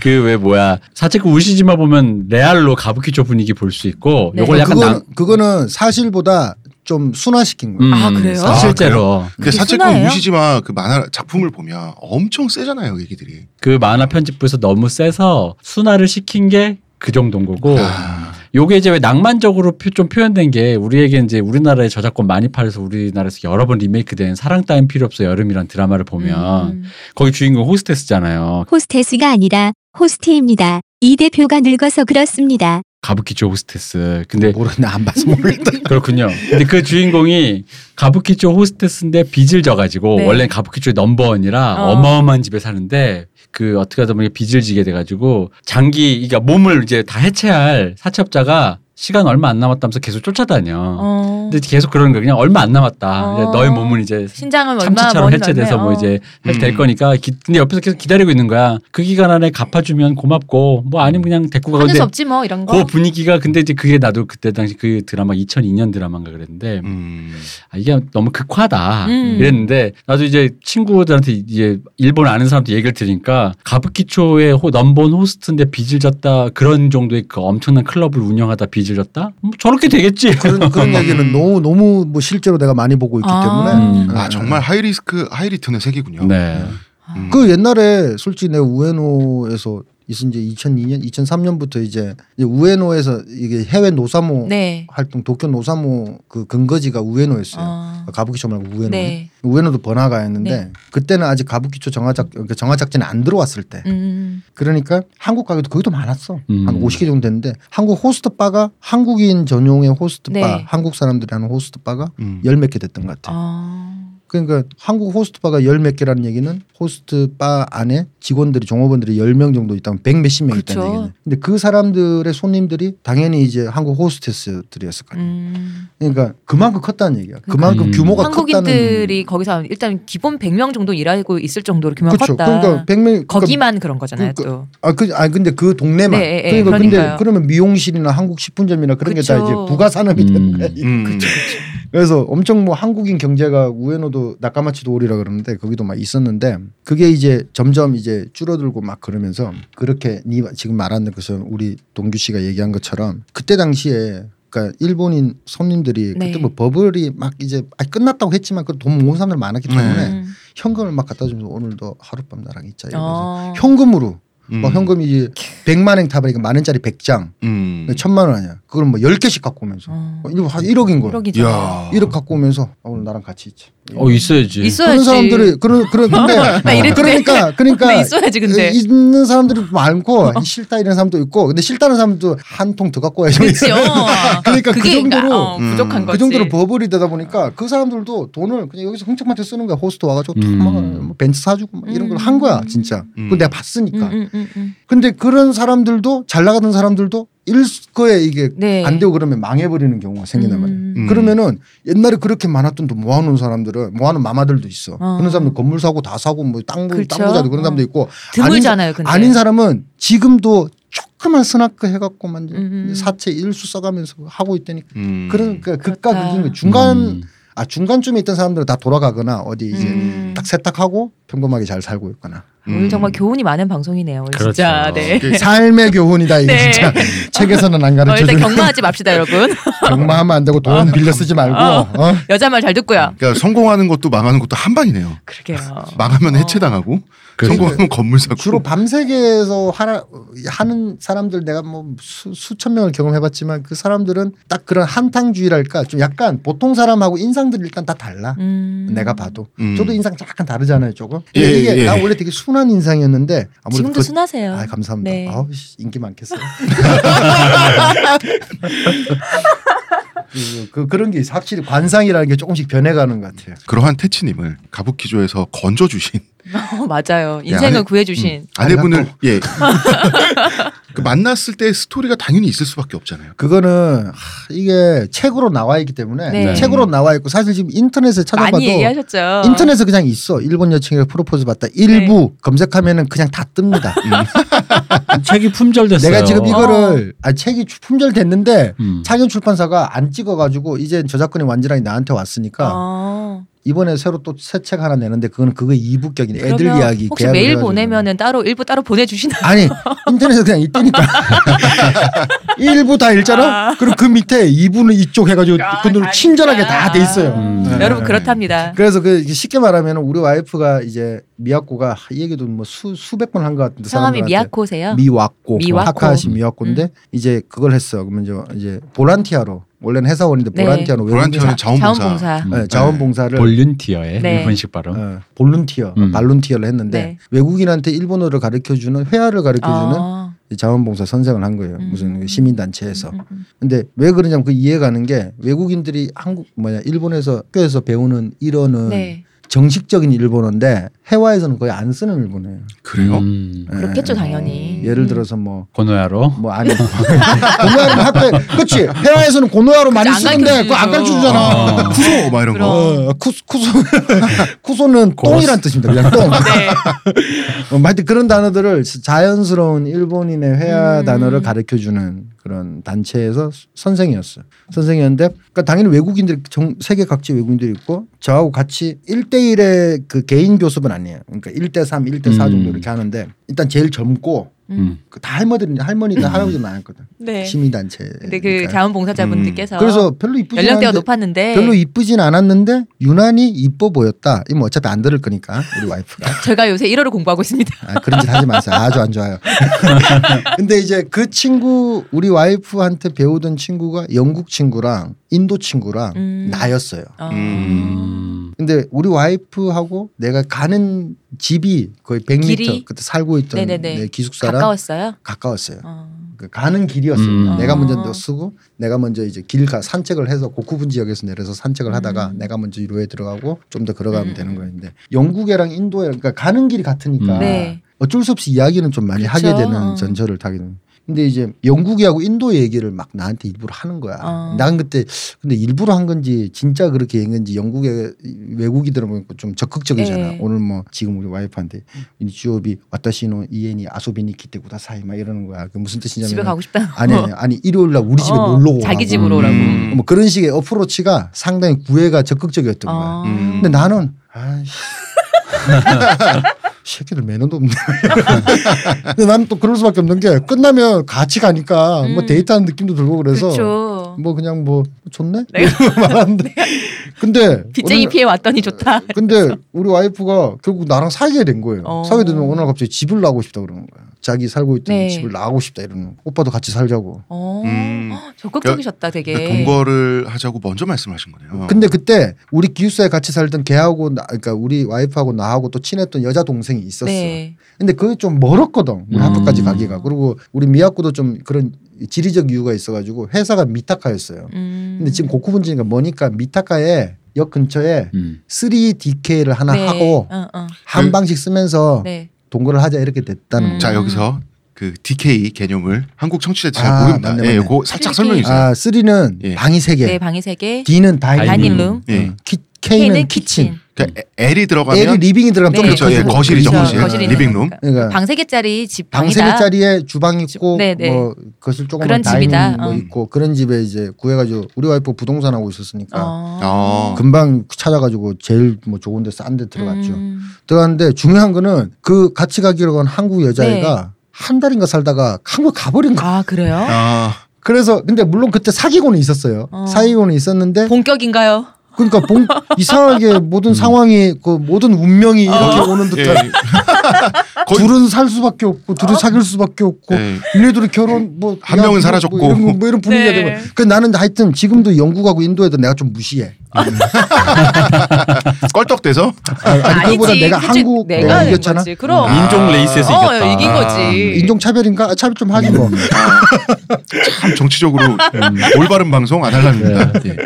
Speaker 2: 그 왜 뭐야 사채크 그 우시지마 보면 레알로 가부키초 분위기 볼 수 있고 (laughs)
Speaker 3: 네.
Speaker 2: 요걸 약간
Speaker 1: 그거는,
Speaker 2: 나,
Speaker 1: 그거는 사실보다 좀 순화시킨 거예요.
Speaker 2: 음,
Speaker 3: 아, 그래요?
Speaker 2: 사- 실제로
Speaker 4: 근데
Speaker 3: 그게
Speaker 4: 사채권
Speaker 3: 순화예요?
Speaker 4: 우시지마 그 만화 작품을 보면 엄청 세잖아요 얘기들이.
Speaker 2: 그 만화 편집부에서 너무 세서 순화를 시킨 게 그 정도인
Speaker 1: 어.
Speaker 2: 거고
Speaker 4: 아,
Speaker 2: 요게 이제 왜 낭만적으로 표- 좀 표현된 게 우리에게 이제 우리나라에 저작권 많이 팔려서 우리나라에서 여러 번 리메이크된 사랑 따윈 필요 없어 여름이란 드라마를 보면
Speaker 3: 음.
Speaker 2: 거기 주인공 호스테스잖아요.
Speaker 6: 호스테스가 아니라 호스트입니다. 이 대표가 늙어서 그렇습니다.
Speaker 2: 가부키초 호스테스. 근데
Speaker 1: 모르겠네 안
Speaker 2: 음.
Speaker 1: 봐서 모르겠다.
Speaker 2: 그렇군요. 근데 그 주인공이 가부키초 호스테스인데 빚을 져가지고
Speaker 3: 네.
Speaker 2: 원래 가부키초의 넘버원이라
Speaker 3: 어.
Speaker 2: 어. 마어마한 집에 사는데 그 어떻게 하다 보니 빚을 지게 돼가지고 장기 그러니까 몸을 이제 다 해체할 사채업자가 시간 얼마 안 남았다면서 계속 쫓아다녀.
Speaker 3: 어.
Speaker 2: 근데 계속 그러는 거야. 그냥 얼마 안 남았다.
Speaker 3: 어.
Speaker 2: 이제 너의 몸은 이제
Speaker 3: 신장은 얼마 어.
Speaker 2: 참치처럼 해체돼서 뭐 이제 될
Speaker 4: 음.
Speaker 2: 거니까 기- 근데 옆에서 계속 기다리고 있는 거야. 그 기간 안에 갚아주면 고맙고 뭐
Speaker 1: 음.
Speaker 2: 아니면 그냥 데리고 가고
Speaker 3: 하는
Speaker 2: 근데
Speaker 3: 수 없지 뭐 이런 거.
Speaker 2: 그 분위기가 근데 이제 그게 나도 그때 당시 그 드라마 2002년 드라마인가 그랬는데
Speaker 4: 음.
Speaker 2: 아, 이게 너무 극화다
Speaker 3: 음.
Speaker 2: 이랬는데 나도 이제 친구들한테 이제 일본 아는 사람한테 얘기를 들으니까 가부키초의 호, 넘버원 호스트인데 빚을 졌다 그런 정도의 그 엄청난 클럽을 운영하다 빚을 졌다 뭐 저렇게 되겠지
Speaker 1: 그런
Speaker 2: 음.
Speaker 1: 그런 얘기는 너무 너무 뭐 실제로 내가 많이 보고 있기
Speaker 3: 아.
Speaker 1: 때문에
Speaker 2: 음.
Speaker 4: 아 정말 하이리스크 하이리턴의 세계군요.
Speaker 2: 네.
Speaker 3: 아,
Speaker 4: 음.
Speaker 1: 그 옛날에 솔직히 내가 우에노에서 이제 2002년, 2003년부터 이제 이제 우에노에서 이게 해외 노사모
Speaker 3: 네.
Speaker 1: 활동 도쿄 노사모 그 근거지가 우에노였어요.
Speaker 3: 어.
Speaker 1: 가부키초 말고 우에노.
Speaker 3: 네.
Speaker 1: 우에노도 번화가였는데
Speaker 3: 네.
Speaker 1: 그때는 아직 가부키초 정화작 그러니까 정화작전이 안 들어왔을 때.
Speaker 3: 음.
Speaker 1: 그러니까 한국 가게도 거기도 많았어.
Speaker 2: 음.
Speaker 1: 한 50개 정도 됐는데 한국 호스트 바가 한국인 전용의 호스트 바,
Speaker 3: 네.
Speaker 1: 한국 사람들이 하는 호스트 바가
Speaker 4: 음.
Speaker 1: 열 몇 개 됐던 것 같아. 요
Speaker 3: 어.
Speaker 1: 그러니까 한국 호스트 바가 열 몇 개라는 얘기는 호스트 바 안에 직원들이 종업원들이 열 명 정도 있다면 백 몇십 명 있다는
Speaker 3: 그쵸.
Speaker 1: 얘기네. 근데 그 사람들의 손님들이 당연히 이제 한국 호스테스들이었을 거야.
Speaker 3: 음. 그러니까
Speaker 1: 그러니까 그만큼 컸다는 얘기야. 그만큼
Speaker 2: 음.
Speaker 1: 규모가 컸다는
Speaker 3: 한국인들이 거기서 일단 기본 100명 정도 일하고 있을 정도로 규모가
Speaker 1: 그렇죠.
Speaker 3: 컸다.
Speaker 1: 그러니까 백 명
Speaker 3: 거기만 그런 거잖아요,
Speaker 1: 그-
Speaker 3: 또.
Speaker 1: 아, 그, 아 근데 그 동네만.
Speaker 3: 네, 예, 예.
Speaker 1: 그러니까 근데
Speaker 3: 그러니까요.
Speaker 1: 그러면 미용실이나 한국 식품점이나 그런 게 다
Speaker 3: 그쵸.
Speaker 1: 이제 부가 산업이 되는
Speaker 2: 음.
Speaker 1: 거야.
Speaker 4: 음.
Speaker 1: 그래서 엄청 뭐 한국인 경제가 우에노도 나카마치도 오리라 그러는데 거기도 막 있었는데 그게 이제 점점 이제 줄어들고 막 그러면서 그렇게 니 지금 말하는 것은 우리 동규 씨가 얘기한 것처럼 그때 당시에 그러니까 일본인 손님들이
Speaker 3: 네.
Speaker 1: 그때 뭐 버블이 막 이제 아 끝났다고 했지만 그돈 모은 사람들 많았기 때문에
Speaker 3: 음.
Speaker 1: 현금을 막 갖다 주면서 오늘도 하룻밤 나랑 있자 이러면서
Speaker 3: 어.
Speaker 1: 현금으로
Speaker 4: 음.
Speaker 1: 막 현금이 이제 100만 엔 타버리니까 만 원짜리 100장
Speaker 4: 음.
Speaker 1: 1000만 원 아니야. 그걸 뭐 10개씩 갖고 오면서
Speaker 3: 어.
Speaker 1: 어, 이거 한 1억인 거야.
Speaker 3: 1억이죠.
Speaker 4: 이야.
Speaker 1: 1억 갖고 오면서 어, 오늘 나랑 같이 있자.
Speaker 2: 어 있어야지.
Speaker 1: 그런
Speaker 3: 있어야지.
Speaker 1: 사람들이 그런 그런
Speaker 3: (laughs) 나
Speaker 1: 근데
Speaker 3: 이랬는데.
Speaker 1: 그러니까
Speaker 3: (laughs)
Speaker 1: 그러니까
Speaker 3: 근데 있어야지 근데. 어.
Speaker 1: 있는 사람들이 많고 싫다 이런 사람도 있고 근데 싫다는 사람도 한 통 더 갖고 와야죠.
Speaker 3: 그렇죠.
Speaker 1: (laughs) 그러니까 그 정도로
Speaker 3: 어,
Speaker 4: 음.
Speaker 3: 부족한 거지.
Speaker 1: 그 정도로 버블이 되다 보니까 그 사람들도 돈을 그냥 여기서 흥청만청 쓰는 거야. 호스트 와가지고
Speaker 2: 음.
Speaker 1: 막 뭐 벤츠 사주고 막 이런 걸 한 거야
Speaker 3: 음.
Speaker 1: 진짜.
Speaker 4: 음.
Speaker 1: 그걸 내가 봤으니까.
Speaker 3: 음, 음, 음, 음.
Speaker 1: 근데 그런 사람들도 잘 나가던 사람들도 일거에 이게
Speaker 3: 네.
Speaker 1: 안 되고 그러면 망해버리는 경우가 생기는 말이야.
Speaker 3: 음.
Speaker 4: 음.
Speaker 1: 그러면은 옛날에 그렇게 많았던 돈 모아놓은 사람들은 모아놓은 마마들도 있어.
Speaker 3: 어.
Speaker 1: 그런 사람들 건물 사고 다 사고 뭐땅
Speaker 3: 그쵸?
Speaker 1: 땅부자도 그런 사람도
Speaker 3: 어.
Speaker 1: 있고
Speaker 3: 드물잖아요, 근데.
Speaker 1: 아닌 사람은 지금도 조그만 스나크 해갖고만 이제
Speaker 3: 음.
Speaker 1: 사채 일수 써가면서 하고 있다니까.
Speaker 4: 음.
Speaker 1: 그러니까 극과
Speaker 3: 그렇다.
Speaker 1: 극인 거 중간
Speaker 2: 음.
Speaker 1: 아 중간쯤에 있던 사람들은 다 돌아가거나 어디 이제
Speaker 3: 음.
Speaker 1: 딱 음. 세탁하고 평범하게 잘 살고 있거나
Speaker 3: 오늘 정말 교훈이 많은 방송이네요. 오늘 진짜.
Speaker 2: 그렇죠.
Speaker 3: 네.
Speaker 4: 음. 이게
Speaker 1: 삶의 교훈이다 이게
Speaker 3: 네.
Speaker 1: 진짜 책에서는 안
Speaker 3: 어,
Speaker 1: 가르쳐
Speaker 3: 일단
Speaker 1: 주는
Speaker 3: 경마하지 맙시다, 여러분.
Speaker 1: (laughs)
Speaker 3: (laughs)
Speaker 1: 경마하면 안 되고
Speaker 3: 아,
Speaker 1: 돈 빌려 쓰지 말고 어?
Speaker 3: 여자 말 잘 듣고요.
Speaker 1: 음.
Speaker 4: 그러니까 성공하는 것도 망하는 것도 한반이네요.
Speaker 3: 그러게요.
Speaker 4: 망하면 해체당하고
Speaker 2: 그래서
Speaker 4: 성공하면 건물 사고
Speaker 1: 어. 그렇죠. 주로 밤세계에서 하라, 하는 사람들 내가 뭐 수, 수천 명을 경험해봤지만 그 사람들은 딱 그런 한탕주의랄까 좀 약간 보통 사람하고 인상들이 일단 다 달라
Speaker 3: 음.
Speaker 1: 내가 봐도
Speaker 4: 음.
Speaker 1: 저도 인상 약간 다르잖아요 조금
Speaker 4: 예,
Speaker 1: 근데 이게
Speaker 4: 예.
Speaker 1: 나 원래 되게 순한 인상이었는데 아무래도
Speaker 3: 지금도
Speaker 1: 그-
Speaker 3: 순하세요.
Speaker 1: 아 감사합니다
Speaker 3: 네.
Speaker 1: 아우 씨, 인기 많겠어요 그, 그- 그런 게 확실히 관상이라는 게 조금씩 변해가는 것 같아요
Speaker 4: 그러한 태치님을 가부키조에서 건져주신
Speaker 3: 어, (laughs) 맞아요. 인생을
Speaker 4: 아니,
Speaker 3: 구해주신.
Speaker 4: 음, 아내분을
Speaker 1: (laughs)
Speaker 4: 예. (laughs) 그 만났을 때 스토리가 당연히 있을 수밖에 없잖아요.
Speaker 1: 그거는 하, 이게 책으로 나와 있기 때문에
Speaker 3: 네.
Speaker 1: 책으로 나와 있고 사실 지금 인터넷에 찾아봐도
Speaker 3: 많이 얘기하셨죠.
Speaker 1: 인터넷에 그냥 있어 일본 여친에게 프로포즈 받다
Speaker 3: 네.
Speaker 1: 일부 검색하면은 그냥 다 뜹니다.
Speaker 2: 아, 책이 품절됐어요.
Speaker 1: 내가 지금 이거를
Speaker 3: 어.
Speaker 1: 아 책이 주- 품절됐는데
Speaker 2: 음.
Speaker 1: 창현 출판사가 안 찍어가지고 이제 저작권이 완전히 나한테 왔으니까
Speaker 3: 아.
Speaker 1: 이번에 새로 또 새 책 하나 내는데 그거는 그거 이북격이네 애들
Speaker 3: 그러면
Speaker 1: 이야기
Speaker 3: 혹시
Speaker 1: 계약을
Speaker 3: 메일
Speaker 1: 해가지고.
Speaker 3: 보내면은 따로 일부 따로 보내주시나요?
Speaker 1: 아니 인터넷에 그냥
Speaker 3: (laughs)
Speaker 1: 있다니까 일부 다 읽잖아 그럼 그 밑에 이부는 이쪽 해가지고
Speaker 3: 아,
Speaker 1: 그대로
Speaker 3: 다
Speaker 1: 친절하게
Speaker 3: 있다.
Speaker 1: 다 돼 있어요
Speaker 2: 음.
Speaker 1: 네.
Speaker 3: 여러분 그렇답니다.
Speaker 1: 그래서 그 이게 쉽게 말하면 우리 와이프가 이제 미야코가 하, 이 얘기도 뭐 수, 수백 번 한 것 같은데 그
Speaker 3: 성함이
Speaker 1: 사람들한테.
Speaker 3: 미야코세요. 음.
Speaker 1: 미와코
Speaker 3: 미와코.
Speaker 1: 하카시 미와코인데 이제 그걸 했어 그러면 이제- 이제 보란티아로 원래는 회사원인데
Speaker 3: 네.
Speaker 1: 보란티아로 외국인
Speaker 4: 보란티아는 자원봉사.
Speaker 3: 자원봉사.
Speaker 2: 음.
Speaker 1: 네, 자원봉사를
Speaker 2: 볼륜티어의
Speaker 3: 네.
Speaker 2: 일본식 발음.
Speaker 1: 어, 볼룬티어
Speaker 2: 음.
Speaker 1: 발룬티어를 했는데
Speaker 3: 네.
Speaker 1: 외국인한테 일본어를 가르쳐주는 회화를 가르쳐주는
Speaker 3: 아.
Speaker 1: 이 자원봉사 선생을 한 거예요
Speaker 3: 음.
Speaker 1: 무슨 그 시민단체에서
Speaker 3: 음, 음,
Speaker 1: 근데 왜 그러냐면 그 이해가 가는 게 외국인들이 한국 뭐냐 일본에서 학교에서 배우는
Speaker 3: 음.
Speaker 1: 일어는
Speaker 3: 네.
Speaker 1: 정식적인 일본어인데 해외에서는 거의 안 쓰는 일본어예요.
Speaker 4: 그래요?
Speaker 2: 음.
Speaker 1: 예.
Speaker 3: 그렇겠죠 당연히. 음.
Speaker 1: 예를 들어서 뭐 뭐
Speaker 2: 고노야로.
Speaker 1: 아니 (laughs) 고노하는 학교 그렇지 해외에서는 고노하로 많이
Speaker 3: 그치, 안
Speaker 1: 쓰는데
Speaker 3: 가르쳐주죠.
Speaker 1: 그거 안 가르쳐
Speaker 3: 어.
Speaker 1: 주잖아.
Speaker 2: 아.
Speaker 4: 쿠소 막 이런 거.
Speaker 3: 그럼.
Speaker 1: 어, 쿠소 쿠소 (laughs) 쿠소는
Speaker 2: 고스.
Speaker 1: 똥이란 뜻입니다. 그냥 똥.
Speaker 3: (laughs) 네.
Speaker 1: (laughs) 어, 하여튼 그런 단어들을 자연스러운 일본인의 회화
Speaker 3: 음.
Speaker 1: 단어를 가르쳐 주는 그런 단체에서 수- 선생이었어요. 선생이었는데 그러니까 당연히 외국인들이 전 세계 각지 외국인들이 있고 저하고 같이 일대 1대1의 그 개인 교습은 아니에요. 그러니까 1대3, 1대4 정도
Speaker 2: 음.
Speaker 1: 이렇게 하는데 일단 제일 젊고
Speaker 2: 음.
Speaker 1: 그다 할머니들 할머니나 할아버지 많았거든.
Speaker 3: 네.
Speaker 1: 시민단체.
Speaker 3: 근데 그
Speaker 1: 그러니까.
Speaker 3: 자원봉사자분들께서
Speaker 1: 음. 그래서 별로 이쁘지
Speaker 3: 연령대가
Speaker 1: 않은데
Speaker 3: 높았는데
Speaker 1: 별로 이쁘진 않았는데 유난히 이뻐 보였다. 이뭐 어차피 안 들을 거니까 우리 와이프가
Speaker 3: 제가 요새 1월을 공부하고 있습니다.
Speaker 1: 아, 그런 짓 하지 마세요. 아주 안 좋아요. (laughs) 근데 이제 그 친구 우리 와이프한테 배우던 친구가 영국 친구랑 인도 친구랑
Speaker 3: 음.
Speaker 1: 나였어요.
Speaker 3: 어.
Speaker 2: 음.
Speaker 1: 근데 우리 와이프하고 내가 가는 집이 거의 100m
Speaker 3: 길이?
Speaker 1: 그때 살고 있던
Speaker 3: 네네네.
Speaker 1: 내 기숙사랑
Speaker 3: 가까웠어요?
Speaker 1: 가까웠... 어요
Speaker 3: 어.
Speaker 1: 가는 길이었어요.
Speaker 2: 음.
Speaker 1: 내가 먼저
Speaker 3: 어.
Speaker 1: 너 쓰고 내가 먼저 이제 길가 산책을 해서 고쿠분 지역에서 내려서 산책을 하다가
Speaker 3: 음.
Speaker 1: 내가 먼저 유로에 들어가고 좀 더 걸어가면
Speaker 3: 음.
Speaker 1: 되는 거였는데 영국애랑 인도애랑 그러니까 가는 길이 같으니까
Speaker 2: 아. 음.
Speaker 3: 네.
Speaker 1: 어쩔 수 없이 이야기는 좀 많이
Speaker 3: 그쵸.
Speaker 1: 하게 되는
Speaker 3: 어.
Speaker 1: 전철을 타게 되는. 근데 이제 영국이하고 인도 얘기를 막 나한테 일부러 하는 거야.
Speaker 3: 어.
Speaker 1: 난 그때 근데 일부러 한 건지 진짜 그렇게 한 건지 영국의 외국인들은 보니까 좀 적극적이잖아.
Speaker 3: 예.
Speaker 1: 오늘 뭐 지금 우리 와이프한테 인치오비 와타시노 이엔이 아소비니 키테 구다사이 막 이러는 거야. 그 무슨 뜻이냐면
Speaker 3: 집에 가고 싶다.
Speaker 1: 아니 아니, 아니 일요일 날 우리 집에
Speaker 3: 어,
Speaker 1: 놀러 오고
Speaker 3: 자기 집으로 오라고. 어.
Speaker 2: 음.
Speaker 1: 뭐 그런 식의 어프로치가 상당히 구애가 적극적이었던 거야.
Speaker 3: 어.
Speaker 4: 음.
Speaker 1: 근데 나는 아이씨 (laughs) 새끼들 매너도 없네. (laughs) 근데 나는 또 그럴 수밖에 없는 게 끝나면 같이 가니까 뭐
Speaker 3: 음.
Speaker 1: 데이트하는 느낌도 들고 그래서
Speaker 3: 그렇죠.
Speaker 1: 뭐 그냥 뭐 좋네
Speaker 3: (laughs) 내가
Speaker 1: 말하는데 근데
Speaker 3: 빚쟁이
Speaker 1: 오늘- 음.
Speaker 3: 피해 왔더니 좋다.
Speaker 1: 근데 우리 와이프가 결국 나랑 사귀게 된 거예요.
Speaker 3: 어.
Speaker 1: 사귀게 되면 어느 날 갑자기 집을 나고 싶다 그러는 거야. 자기 살고 있던
Speaker 3: 네.
Speaker 1: 집을 나가고 싶다 이러는 거야. 오빠도 같이 살자고.
Speaker 3: 어.
Speaker 4: 음.
Speaker 3: 헉, 적극적이셨다 되게.
Speaker 4: 그러니까 동거를 하자고 먼저 말씀하신 거네요.
Speaker 1: 음. 근데 그때 우리 기숙사에 같이 살던 걔하고 나, 그러니까 우리 와이프하고 나하고 또 친했던 여자 동생이 있었어.
Speaker 3: 네.
Speaker 1: 근데 그게 좀 멀었거든 우리
Speaker 2: 음.
Speaker 1: 학교까지 가기가 그리고 우리 미학고도 좀 그런 지리적 이유가 있어가지고 회사가 미타카였어요
Speaker 3: 음.
Speaker 1: 근데 지금 고쿠분지니까 뭐니까 미타카에 역 근처에
Speaker 2: 음.
Speaker 1: 3DK를 하나
Speaker 3: 네.
Speaker 1: 하고
Speaker 3: 어, 어.
Speaker 1: 한 방씩 쓰면서
Speaker 3: 네.
Speaker 1: 동거를 하자 이렇게 됐다는
Speaker 3: 음.
Speaker 1: 거죠
Speaker 4: 자 여기서 그 DK 개념을 한국 청취자들 잘
Speaker 1: 아,
Speaker 4: 모릅니다.
Speaker 1: 맞네,
Speaker 4: 예,
Speaker 1: 맞네.
Speaker 4: 요거 살짝
Speaker 3: DK.
Speaker 4: 설명해 주세요.
Speaker 1: 아 3는
Speaker 4: 예.
Speaker 1: 방이 세개
Speaker 3: 네, 방이 세 개.
Speaker 1: D는 다이닝, 음.
Speaker 2: 다이닝
Speaker 3: 다이닝룸.
Speaker 4: 예.
Speaker 1: 키, K는 키친,
Speaker 4: 그러니까 에- L이 들어가면
Speaker 1: L이 음. 리빙이 들어가면
Speaker 3: 네.
Speaker 1: 좀
Speaker 4: 그렇죠. 예,
Speaker 1: 커지고.
Speaker 4: 거실이죠,
Speaker 1: 그렇죠.
Speaker 4: 거실.
Speaker 1: 거실이
Speaker 4: 리빙.
Speaker 1: 있는
Speaker 4: 리빙룸.
Speaker 1: 그러니까
Speaker 3: 방 세 개짜리 집
Speaker 1: 방
Speaker 3: 방이다.
Speaker 1: 3개짜리에 주방 있고
Speaker 3: 네, 네.
Speaker 1: 뭐 거실 조금
Speaker 3: 그런
Speaker 1: 다이닝
Speaker 3: 집이다.
Speaker 1: 뭐
Speaker 3: 어.
Speaker 1: 있고 그런 집에 이제 구해가지고 우리 와이프 부동산 하고 있었으니까
Speaker 3: 어.
Speaker 4: 어.
Speaker 1: 금방 찾아가지고 제일 뭐 좋은데 싼 데 아, 들어갔죠.
Speaker 3: 음.
Speaker 1: 들어갔는데 중요한 거는 그 같이 가기로 한 한국 여자애가 한 달인가 살다가 한국 가버린 거. 야
Speaker 3: 아 그래요?
Speaker 4: 아,
Speaker 1: 그래서 근데 물론 그때 사귀고는 있었어요.
Speaker 3: 어.
Speaker 1: 사귀고는 있었는데
Speaker 3: 본격인가요?
Speaker 1: 그러니까 봉- 이상하게 모든 상황이 그 모든 운명이 이렇게 오는
Speaker 4: 예.
Speaker 1: 듯한
Speaker 4: 거의 어?
Speaker 1: 둘은 살 수밖에 없고 둘이 사귈 수밖에 없고
Speaker 4: 예.
Speaker 1: 얘네들이 결혼 뭐
Speaker 4: 한
Speaker 1: 야,
Speaker 4: 명은
Speaker 1: 이거
Speaker 4: 사라졌고.
Speaker 1: 뭐 이런, 거, 뭐 이런 분위기가
Speaker 3: 네.
Speaker 1: 되고 그 나는 하여튼 지금도 영국하고 인도에도 내가 좀 무시해
Speaker 4: 껄떡대서 (laughs)
Speaker 1: 아니, 그거보다 내가
Speaker 3: 솔직히
Speaker 1: 한국
Speaker 3: 내가
Speaker 1: 내가
Speaker 3: 된
Speaker 1: 이겼잖아. 아,
Speaker 3: 거지. 그럼.
Speaker 4: 아.
Speaker 2: 인종 레이스에서
Speaker 3: 어,
Speaker 2: 이겼다.
Speaker 3: 이긴
Speaker 4: 예.
Speaker 3: 거지.
Speaker 1: 인종 차별인가 차별 좀 하지
Speaker 4: 음.
Speaker 1: 뭐
Speaker 4: 참 정치적으로
Speaker 1: 음.
Speaker 4: 올바른 방송
Speaker 2: 아,
Speaker 4: 안 할랍니다.
Speaker 2: 네.
Speaker 4: 예.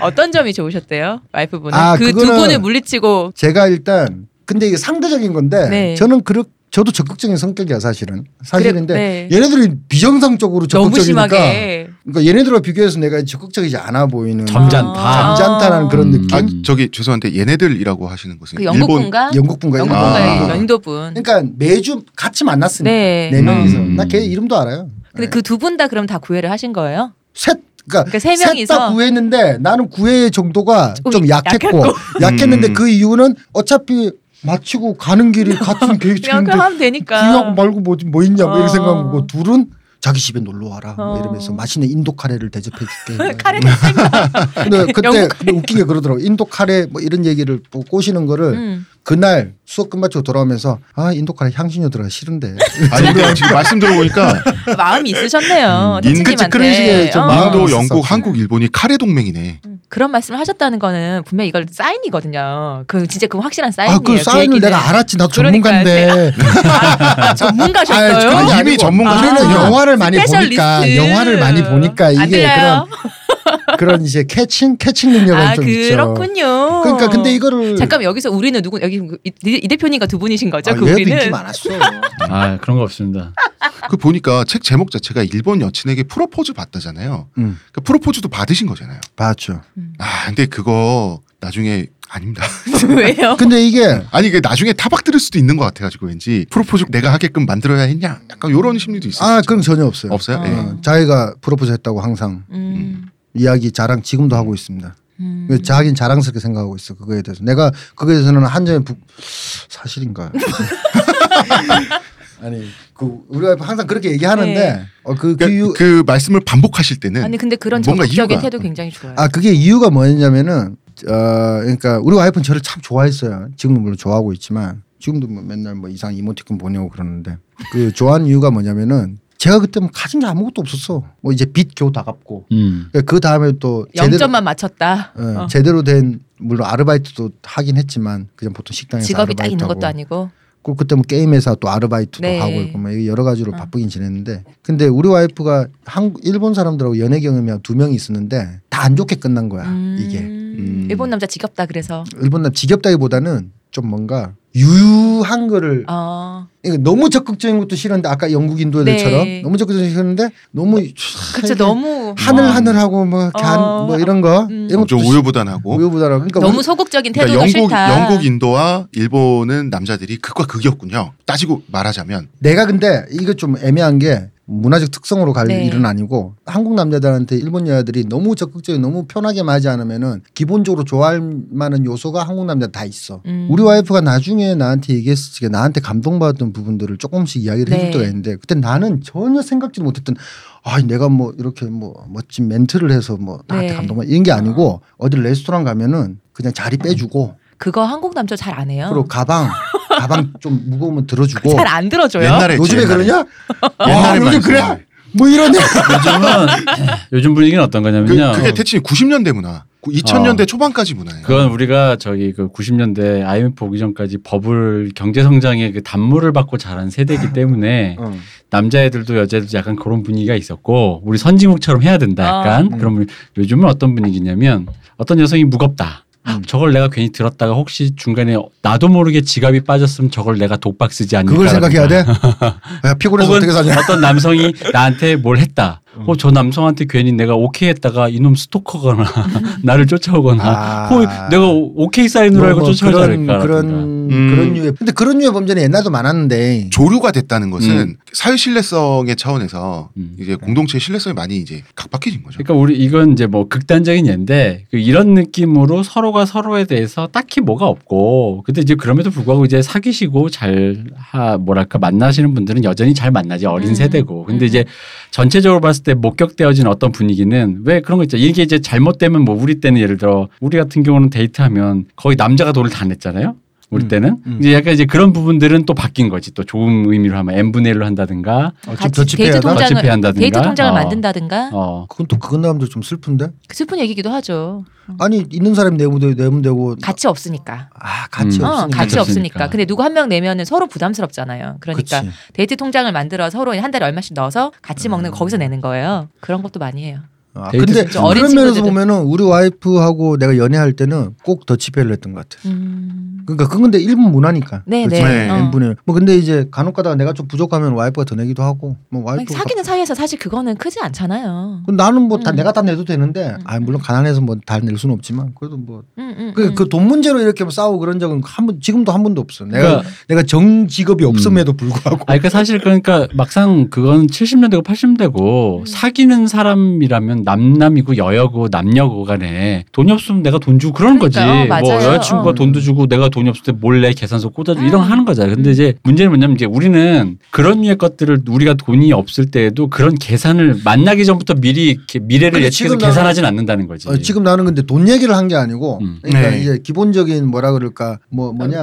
Speaker 3: 어떤 점이 좋으셨대요? 와이프분은
Speaker 1: 아,
Speaker 3: 그 두
Speaker 1: 그거는-
Speaker 3: 분을 물리치고
Speaker 1: 제가 일단 근데 이게 상대적인 건데
Speaker 3: 네.
Speaker 1: 저는 그렇 저도 적극적인 성격이야 사실은 사실인데
Speaker 3: 그래, 네.
Speaker 1: 얘네들이 비정상적으로
Speaker 3: 너무
Speaker 1: 적극적이니까
Speaker 3: 심하게
Speaker 1: 그러니까 얘네들과 비교해서 내가 적극적이지 않아 보이는
Speaker 2: 점잖다.
Speaker 3: 아.
Speaker 1: 잠잔타라는 그런
Speaker 2: 음.
Speaker 1: 느낌
Speaker 4: 아,
Speaker 2: 음.
Speaker 4: 저기 죄송한데 얘네들이라고 하시는 것은
Speaker 3: 그 영국
Speaker 4: 일본
Speaker 3: 분과
Speaker 1: 영국 분과
Speaker 3: 영국
Speaker 1: 일본
Speaker 4: 아.
Speaker 3: 분과
Speaker 1: 분과.
Speaker 3: 영도분.
Speaker 1: 그러니까 매주 같이 만났으니까
Speaker 3: 네.
Speaker 1: 네 명이서
Speaker 2: 음.
Speaker 1: 나 걔 이름도 알아요
Speaker 3: 근데
Speaker 1: 네.
Speaker 3: 그 두 분 다 그럼 다 구애를 하신 거예요?
Speaker 1: 셋 그러니까
Speaker 3: 그러니까 세
Speaker 1: 셋 다
Speaker 3: 명이서
Speaker 1: 구했는데 나는 구애 정도가
Speaker 3: 조금
Speaker 1: 좀 약했고 약했는데
Speaker 4: 음.
Speaker 1: 그 이유는 어차피 마치고 가는
Speaker 3: (laughs)
Speaker 1: 길이 같은
Speaker 3: 그냥
Speaker 1: 계획인데
Speaker 3: 그냥 하면
Speaker 1: 구애하고
Speaker 3: 되니까.
Speaker 1: 말고 뭐, 뭐 있냐고
Speaker 3: 어.
Speaker 1: 이렇게 생각한 거고 둘은 자기 집에 놀러 와라 뭐
Speaker 3: 어.
Speaker 1: 이러면서 맛있는 인도 카레를 대접해 줄게.
Speaker 3: 카레
Speaker 1: (laughs) 근데 그때
Speaker 3: 영국
Speaker 1: 근데 웃긴 게 그러더라고. 인도 카레 뭐 이런 얘기를 뭐 꼬시는 거를
Speaker 3: 음.
Speaker 1: 그날 수업 끝마치고 돌아오면서 아 인도 카레 향신료 들어가 싫은데.
Speaker 4: 아니 근데 지금 말씀 들어보니까
Speaker 3: (laughs) 마음이 있으셨네요.
Speaker 2: 음.
Speaker 3: 태치님한테.
Speaker 1: 그치, 그런
Speaker 3: 어.
Speaker 1: 식의 좀 마음-
Speaker 4: 인도,
Speaker 1: 아,
Speaker 4: 영국,
Speaker 1: 있었어.
Speaker 4: 한국, 일본이 카레 동맹이네.
Speaker 3: 음. 그런 말씀을 하셨다는 거는 분명 히 이걸 사인이거든요. 그 진짜 그 확실한 사인이에요.
Speaker 1: 아그 사인을
Speaker 3: 얘기는.
Speaker 1: 내가 알았지. 나도
Speaker 3: 그러니까
Speaker 1: 전문가인데.
Speaker 3: 아, 전문가셨어요?
Speaker 1: 아니,
Speaker 4: 아,
Speaker 1: 아니고
Speaker 4: 이미 전문가시군요.
Speaker 1: 우리는
Speaker 3: 아,
Speaker 1: 영화를 많이
Speaker 3: 스페셜리스트.
Speaker 1: 보니까 영화를 많이 보니까
Speaker 3: 안
Speaker 1: 이게
Speaker 3: 들려요?
Speaker 1: 그런 그런 이제 캐칭 캐칭 능력은
Speaker 3: 아
Speaker 1: 좀 있죠.
Speaker 3: 그렇군요.
Speaker 1: 그러니까 근데 이거를
Speaker 3: 잠깐 여기서 우리는 누구 여기 그 이, 이 대표님과 두 분이신 거죠?
Speaker 1: 아,
Speaker 3: 그
Speaker 1: 얘도
Speaker 3: 우리는
Speaker 1: 인기 많았어.
Speaker 2: 아 그런 거 없습니다.
Speaker 3: 아.
Speaker 4: 그 보니까 책 제목 자체가 일본 여친에게 프로포즈 받다잖아요.
Speaker 1: 음.
Speaker 4: 그러니까 프로포즈도 받으신 거잖아요.
Speaker 1: 맞죠.
Speaker 4: 아 근데 그거 나중에 아닙니다.
Speaker 3: (laughs)
Speaker 4: (laughs)
Speaker 3: 왜요?
Speaker 1: 근데 이게
Speaker 4: 아니 이게 나중에 타박 들을 수도 있는 것 같아가지고 왠지 프로포즈 내가 하게끔 만들어야 했냐 약간 요런 심리도 있어요.
Speaker 1: 아 그럼 전혀 없어요. 네.
Speaker 4: 없어요?
Speaker 3: 어.
Speaker 4: 예.
Speaker 1: 어, 자기가 프로포즈 했다고 항상
Speaker 3: 음.
Speaker 1: 이야기 자랑 지금도 하고 있습니다.
Speaker 3: 음.
Speaker 1: 왜 자긴 자랑스럽게 생각하고 있어 그거에 대해서 내가 그거에 대해서는 한 점에 부...
Speaker 3: (laughs)
Speaker 1: 사실인가 아니 그 우리가 항상 그렇게 얘기하는데
Speaker 3: 네.
Speaker 1: 어, 그, 그
Speaker 4: 그러니까
Speaker 1: 이유
Speaker 4: 그, 말씀을 반복하실 때는
Speaker 3: 아니 근데 그런
Speaker 4: 뭔가
Speaker 3: 적극적인
Speaker 4: 이유가-
Speaker 3: 태도 굉장히 좋아요.
Speaker 1: 음. 아 그게 이유가 뭐였냐면은 어 그러니까 우리 와이프는 저를 참 좋아했어요. 지금도 물론 좋아하고 있지만 지금도 뭐 맨날 뭐 이상 이모티콘 보내고 그러는데 그 좋아하는 이유가 뭐냐면은 제가 그때 뭐 가진 게 아무것도 없었어. 뭐 이제 빚 겨우 다 갚고
Speaker 2: 음.
Speaker 1: 그 다음에 또 제대로
Speaker 3: 0점만 맞췄다.
Speaker 1: 예,
Speaker 3: 어.
Speaker 1: 제대로 된 물론 아르바이트도 하긴 했지만 그냥 보통 식당에서
Speaker 3: 직업이 딱 있는
Speaker 1: 아르바이트하고
Speaker 3: 것도 아니고.
Speaker 1: 그리고 그때 뭐 게임 회사 또 아르바이트도
Speaker 3: 네.
Speaker 1: 하고 있고 막 여러 가지로
Speaker 3: 어.
Speaker 1: 바쁘긴 지냈는데 근데 우리 와이프가 한국 일본 사람들하고 연애 경험이 한 두 명이 있었는데 다 안 좋게 끝난 거야
Speaker 3: 음.
Speaker 1: 아, 이게
Speaker 4: 음.
Speaker 3: 일본 남자 지겹다 그래서.
Speaker 1: 일본 남 지겹다기보다는 좀 뭔가 유유한 거를
Speaker 3: 어.
Speaker 1: 그러니까 너무 적극적인 것도 싫은데 아까 영국 인도 애들처럼
Speaker 3: 네.
Speaker 1: 너무 적극적인 거 싫은데 너무
Speaker 3: 그쵸 너무
Speaker 1: 하늘하늘하고 뭐, 이렇게 한-
Speaker 3: 어.
Speaker 1: 뭐 이런 거
Speaker 3: 음.
Speaker 1: 이런 것도
Speaker 4: 좀 우유부단하고
Speaker 1: 우유부다라 그러니까
Speaker 3: 너무
Speaker 1: 우리-
Speaker 3: 소극적인 태도가
Speaker 4: 그러니까 영국
Speaker 3: 싫다.
Speaker 4: 영국 인도와 일본은 남자들이 극과 극이었군요. 따지고 말하자면
Speaker 1: 내가 근데 이거 좀 애매한 게 문화적 특성으로 갈
Speaker 3: 네.
Speaker 1: 일은 아니고 한국 남자들한테 일본 여자들이 너무 적극적이고 너무 편하게 맞지 않으면은 기본적으로 좋아할 만한 요소가 한국 남자 다 있어.
Speaker 3: 음.
Speaker 1: 우리 와이프가 나중에 나한테 얘기했을 때 나한테 감동받았던 부분들을 조금씩 이야기를
Speaker 3: 네.
Speaker 1: 해줄 때가 있는데 그때 나는 전혀 생각지 못했던 아 내가 뭐 이렇게 뭐 멋진 멘트를 해서 뭐 나한테
Speaker 3: 네.
Speaker 1: 감동받 이런 게 아니고 어디 레스토랑 가면은 그냥 자리
Speaker 3: 어.
Speaker 1: 빼주고
Speaker 3: 그거 한국 남자 잘 안 해요.
Speaker 1: 그리고 가방 가방 좀 무거우면 들어주고
Speaker 3: 잘 안 들어줘요.
Speaker 4: 옛날에
Speaker 1: 요즘에
Speaker 4: 옛날에.
Speaker 1: 그러냐?
Speaker 4: 옛날에
Speaker 1: 아, 요즘 그래?
Speaker 4: 많이 있었는데.
Speaker 1: 뭐 이러냐?
Speaker 2: 요즘은 요즘 분위기는 어떤 거냐면요.
Speaker 4: 그,
Speaker 2: 그,
Speaker 4: 그게 대체 90년대 문화, 2000년대 초반까지 문화예요.
Speaker 2: 건 우리가 저기 그 90년대 IMF 오기 전까지 버블 경제 성장의 그 단물을 받고 자란 세대이기 때문에
Speaker 1: 어.
Speaker 2: 남자애들도 여자애들도 약간 그런 분위기가 있었고 우리 선진국처럼 해야 된다 약간
Speaker 1: 아.
Speaker 2: 그런 분위- 요즘은 어떤 분위기냐면 어떤 여성이 무겁다 아,
Speaker 1: 음.
Speaker 2: 저걸 내가 괜히 들었다가 혹시 중간에 나도 모르게 지갑이 빠졌으면 저걸 내가 독박 쓰지 않을까
Speaker 1: 그걸 생각해야
Speaker 2: (laughs)
Speaker 1: 돼? 야, 피곤해서
Speaker 2: 혹은
Speaker 1: 어떻게 사냐? (laughs)
Speaker 2: 어떤 남성이 나한테 뭘 했다
Speaker 1: 음.
Speaker 2: 어, 저 남성한테 괜히 내가 오케이 했다가 이놈 스토커거나 (laughs) 나를 (laughs) 쫓아오거나
Speaker 1: 아.
Speaker 2: 어, 내가 오케이 사인으로
Speaker 1: 뭐,
Speaker 2: 알고
Speaker 1: 뭐
Speaker 2: 쫓아오지
Speaker 1: 그런
Speaker 2: 않을까 음.
Speaker 1: 그런 그런 유의 근데 그런 유의 범죄는 옛날도 많았는데
Speaker 4: 조류가 됐다는 것은 사회 신뢰성의 차원에서
Speaker 2: 음.
Speaker 4: 이제 공동체 의 신뢰성이 많이 이제 각박해진 거죠.
Speaker 2: 그러니까 우리 이건 이제 뭐 극단적인 예인데 그 이런 느낌으로 서로가 서로에 대해서 딱히 뭐가 없고 근데 이제 그럼에도 불구하고 이제 사귀시고 잘 하, 뭐랄까 만나시는 분들은 여전히 잘 만나지 어린
Speaker 3: 음.
Speaker 2: 세대고 근데
Speaker 3: 음.
Speaker 2: 이제 전체적으로 봤을 때 목격되어진 어떤 분위기는 왜 그런 거 있죠 이게 이제 잘못되면 뭐 우리 때는 예를 들어 우리 같은 경우는 데이트하면 거의 남자가 돈을 다 냈잖아요. 우리
Speaker 1: 음.
Speaker 2: 때는
Speaker 1: 음.
Speaker 2: 이제 약간 이제 그런 부분들은 또 바뀐 거지 또 좋은 의미로 하면 n 분의 1로 한다든가
Speaker 1: 어, 좀
Speaker 3: 같이
Speaker 1: 더치페이하다?
Speaker 3: 데이트 동장을
Speaker 2: 더치페이 한다든가?
Speaker 3: 데이트 동장을
Speaker 2: 어.
Speaker 3: 만든다든가
Speaker 2: 어
Speaker 1: 그건 또 그건 나름대로 좀 슬픈데
Speaker 3: 그 슬픈 얘기기도 하죠.
Speaker 1: 아니 있는 사람이 내면 되고 내면 되고
Speaker 3: 같이 없으니까.
Speaker 1: 아 같이
Speaker 2: 음.
Speaker 3: 어,
Speaker 1: 없으니까
Speaker 3: 같이
Speaker 2: 없으니까.
Speaker 3: 없으니까. 근데 누구 한 명 내면은 서로 부담스럽잖아요. 그러니까
Speaker 1: 그치.
Speaker 3: 데이트 통장을 만들어 서로 한 달에 얼마씩 넣어서 같이 먹는 거 거기서 내는 거예요. 그런 것도 많이 해요.
Speaker 1: 아,
Speaker 2: 데이트
Speaker 1: 근데
Speaker 2: 진짜
Speaker 3: 어린
Speaker 1: 그런 면에서
Speaker 3: 친구들은-
Speaker 1: 보면은 우리 와이프하고 내가 연애할 때는 꼭 더치페이를 했던 것 같아
Speaker 3: 음.
Speaker 1: 그러니까 그건 근데 일본 문화니까
Speaker 3: 네,
Speaker 1: 그치?
Speaker 3: 네.
Speaker 4: 네,
Speaker 3: 어.
Speaker 1: N분의 뭐 근데 이제 간혹가다가 내가 좀 부족하면 와이프가 더 내기도 하고 뭐
Speaker 3: 아니,
Speaker 1: 와이프
Speaker 3: 사귀는 사이에서 사실 그거는 크지 않잖아요.
Speaker 1: 그 나는 뭐 다
Speaker 3: 음.
Speaker 1: 내가 다 내도 되는데
Speaker 3: 음.
Speaker 1: 아 물론 가난해서 뭐 다 낼 수는 없지만 그래도
Speaker 3: 음, 음,
Speaker 1: 뭐 그
Speaker 3: 음.
Speaker 1: 그 돈 문제로 이렇게 뭐 싸우고 그런 적은 한 번 지금도 한 번도 없어 내가
Speaker 2: 그러니까
Speaker 1: 내가 정 직업이 없음에도 불구하고
Speaker 2: 아, 그러니까 사실 그러니까 막상 그건 70년대고 80년대고
Speaker 3: 음.
Speaker 2: 사귀는 사람이라면 남남이고 여여고 남녀고 간에 돈이 없으면 내가 돈 주고 그런 거지.
Speaker 3: 그러니까요,
Speaker 2: 뭐
Speaker 3: 맞아요.
Speaker 2: 여자친구가
Speaker 1: 어.
Speaker 2: 돈도 주고 내가 돈이 없을 때 몰래 계산서 꽂아주고 이런 거
Speaker 3: 음.
Speaker 2: 하는 거잖아요. 근데
Speaker 3: 음.
Speaker 2: 이제 문제는 뭐냐면 이제 우리는 그런 류의 것들을 우리가 돈이 없을 때에도 그런 계산을 만나기 전부터 미리 이렇게 미래를
Speaker 1: 근데
Speaker 2: 예측해서
Speaker 1: 지금 나는-
Speaker 2: 계산하진 않는다는 거지.
Speaker 1: 어, 지금 나는 근데 돈 얘기를 한 게 아니고
Speaker 2: 음.
Speaker 1: 그러니까
Speaker 4: 네.
Speaker 1: 이제 기본적인 뭐라 그럴까 뭐 뭐냐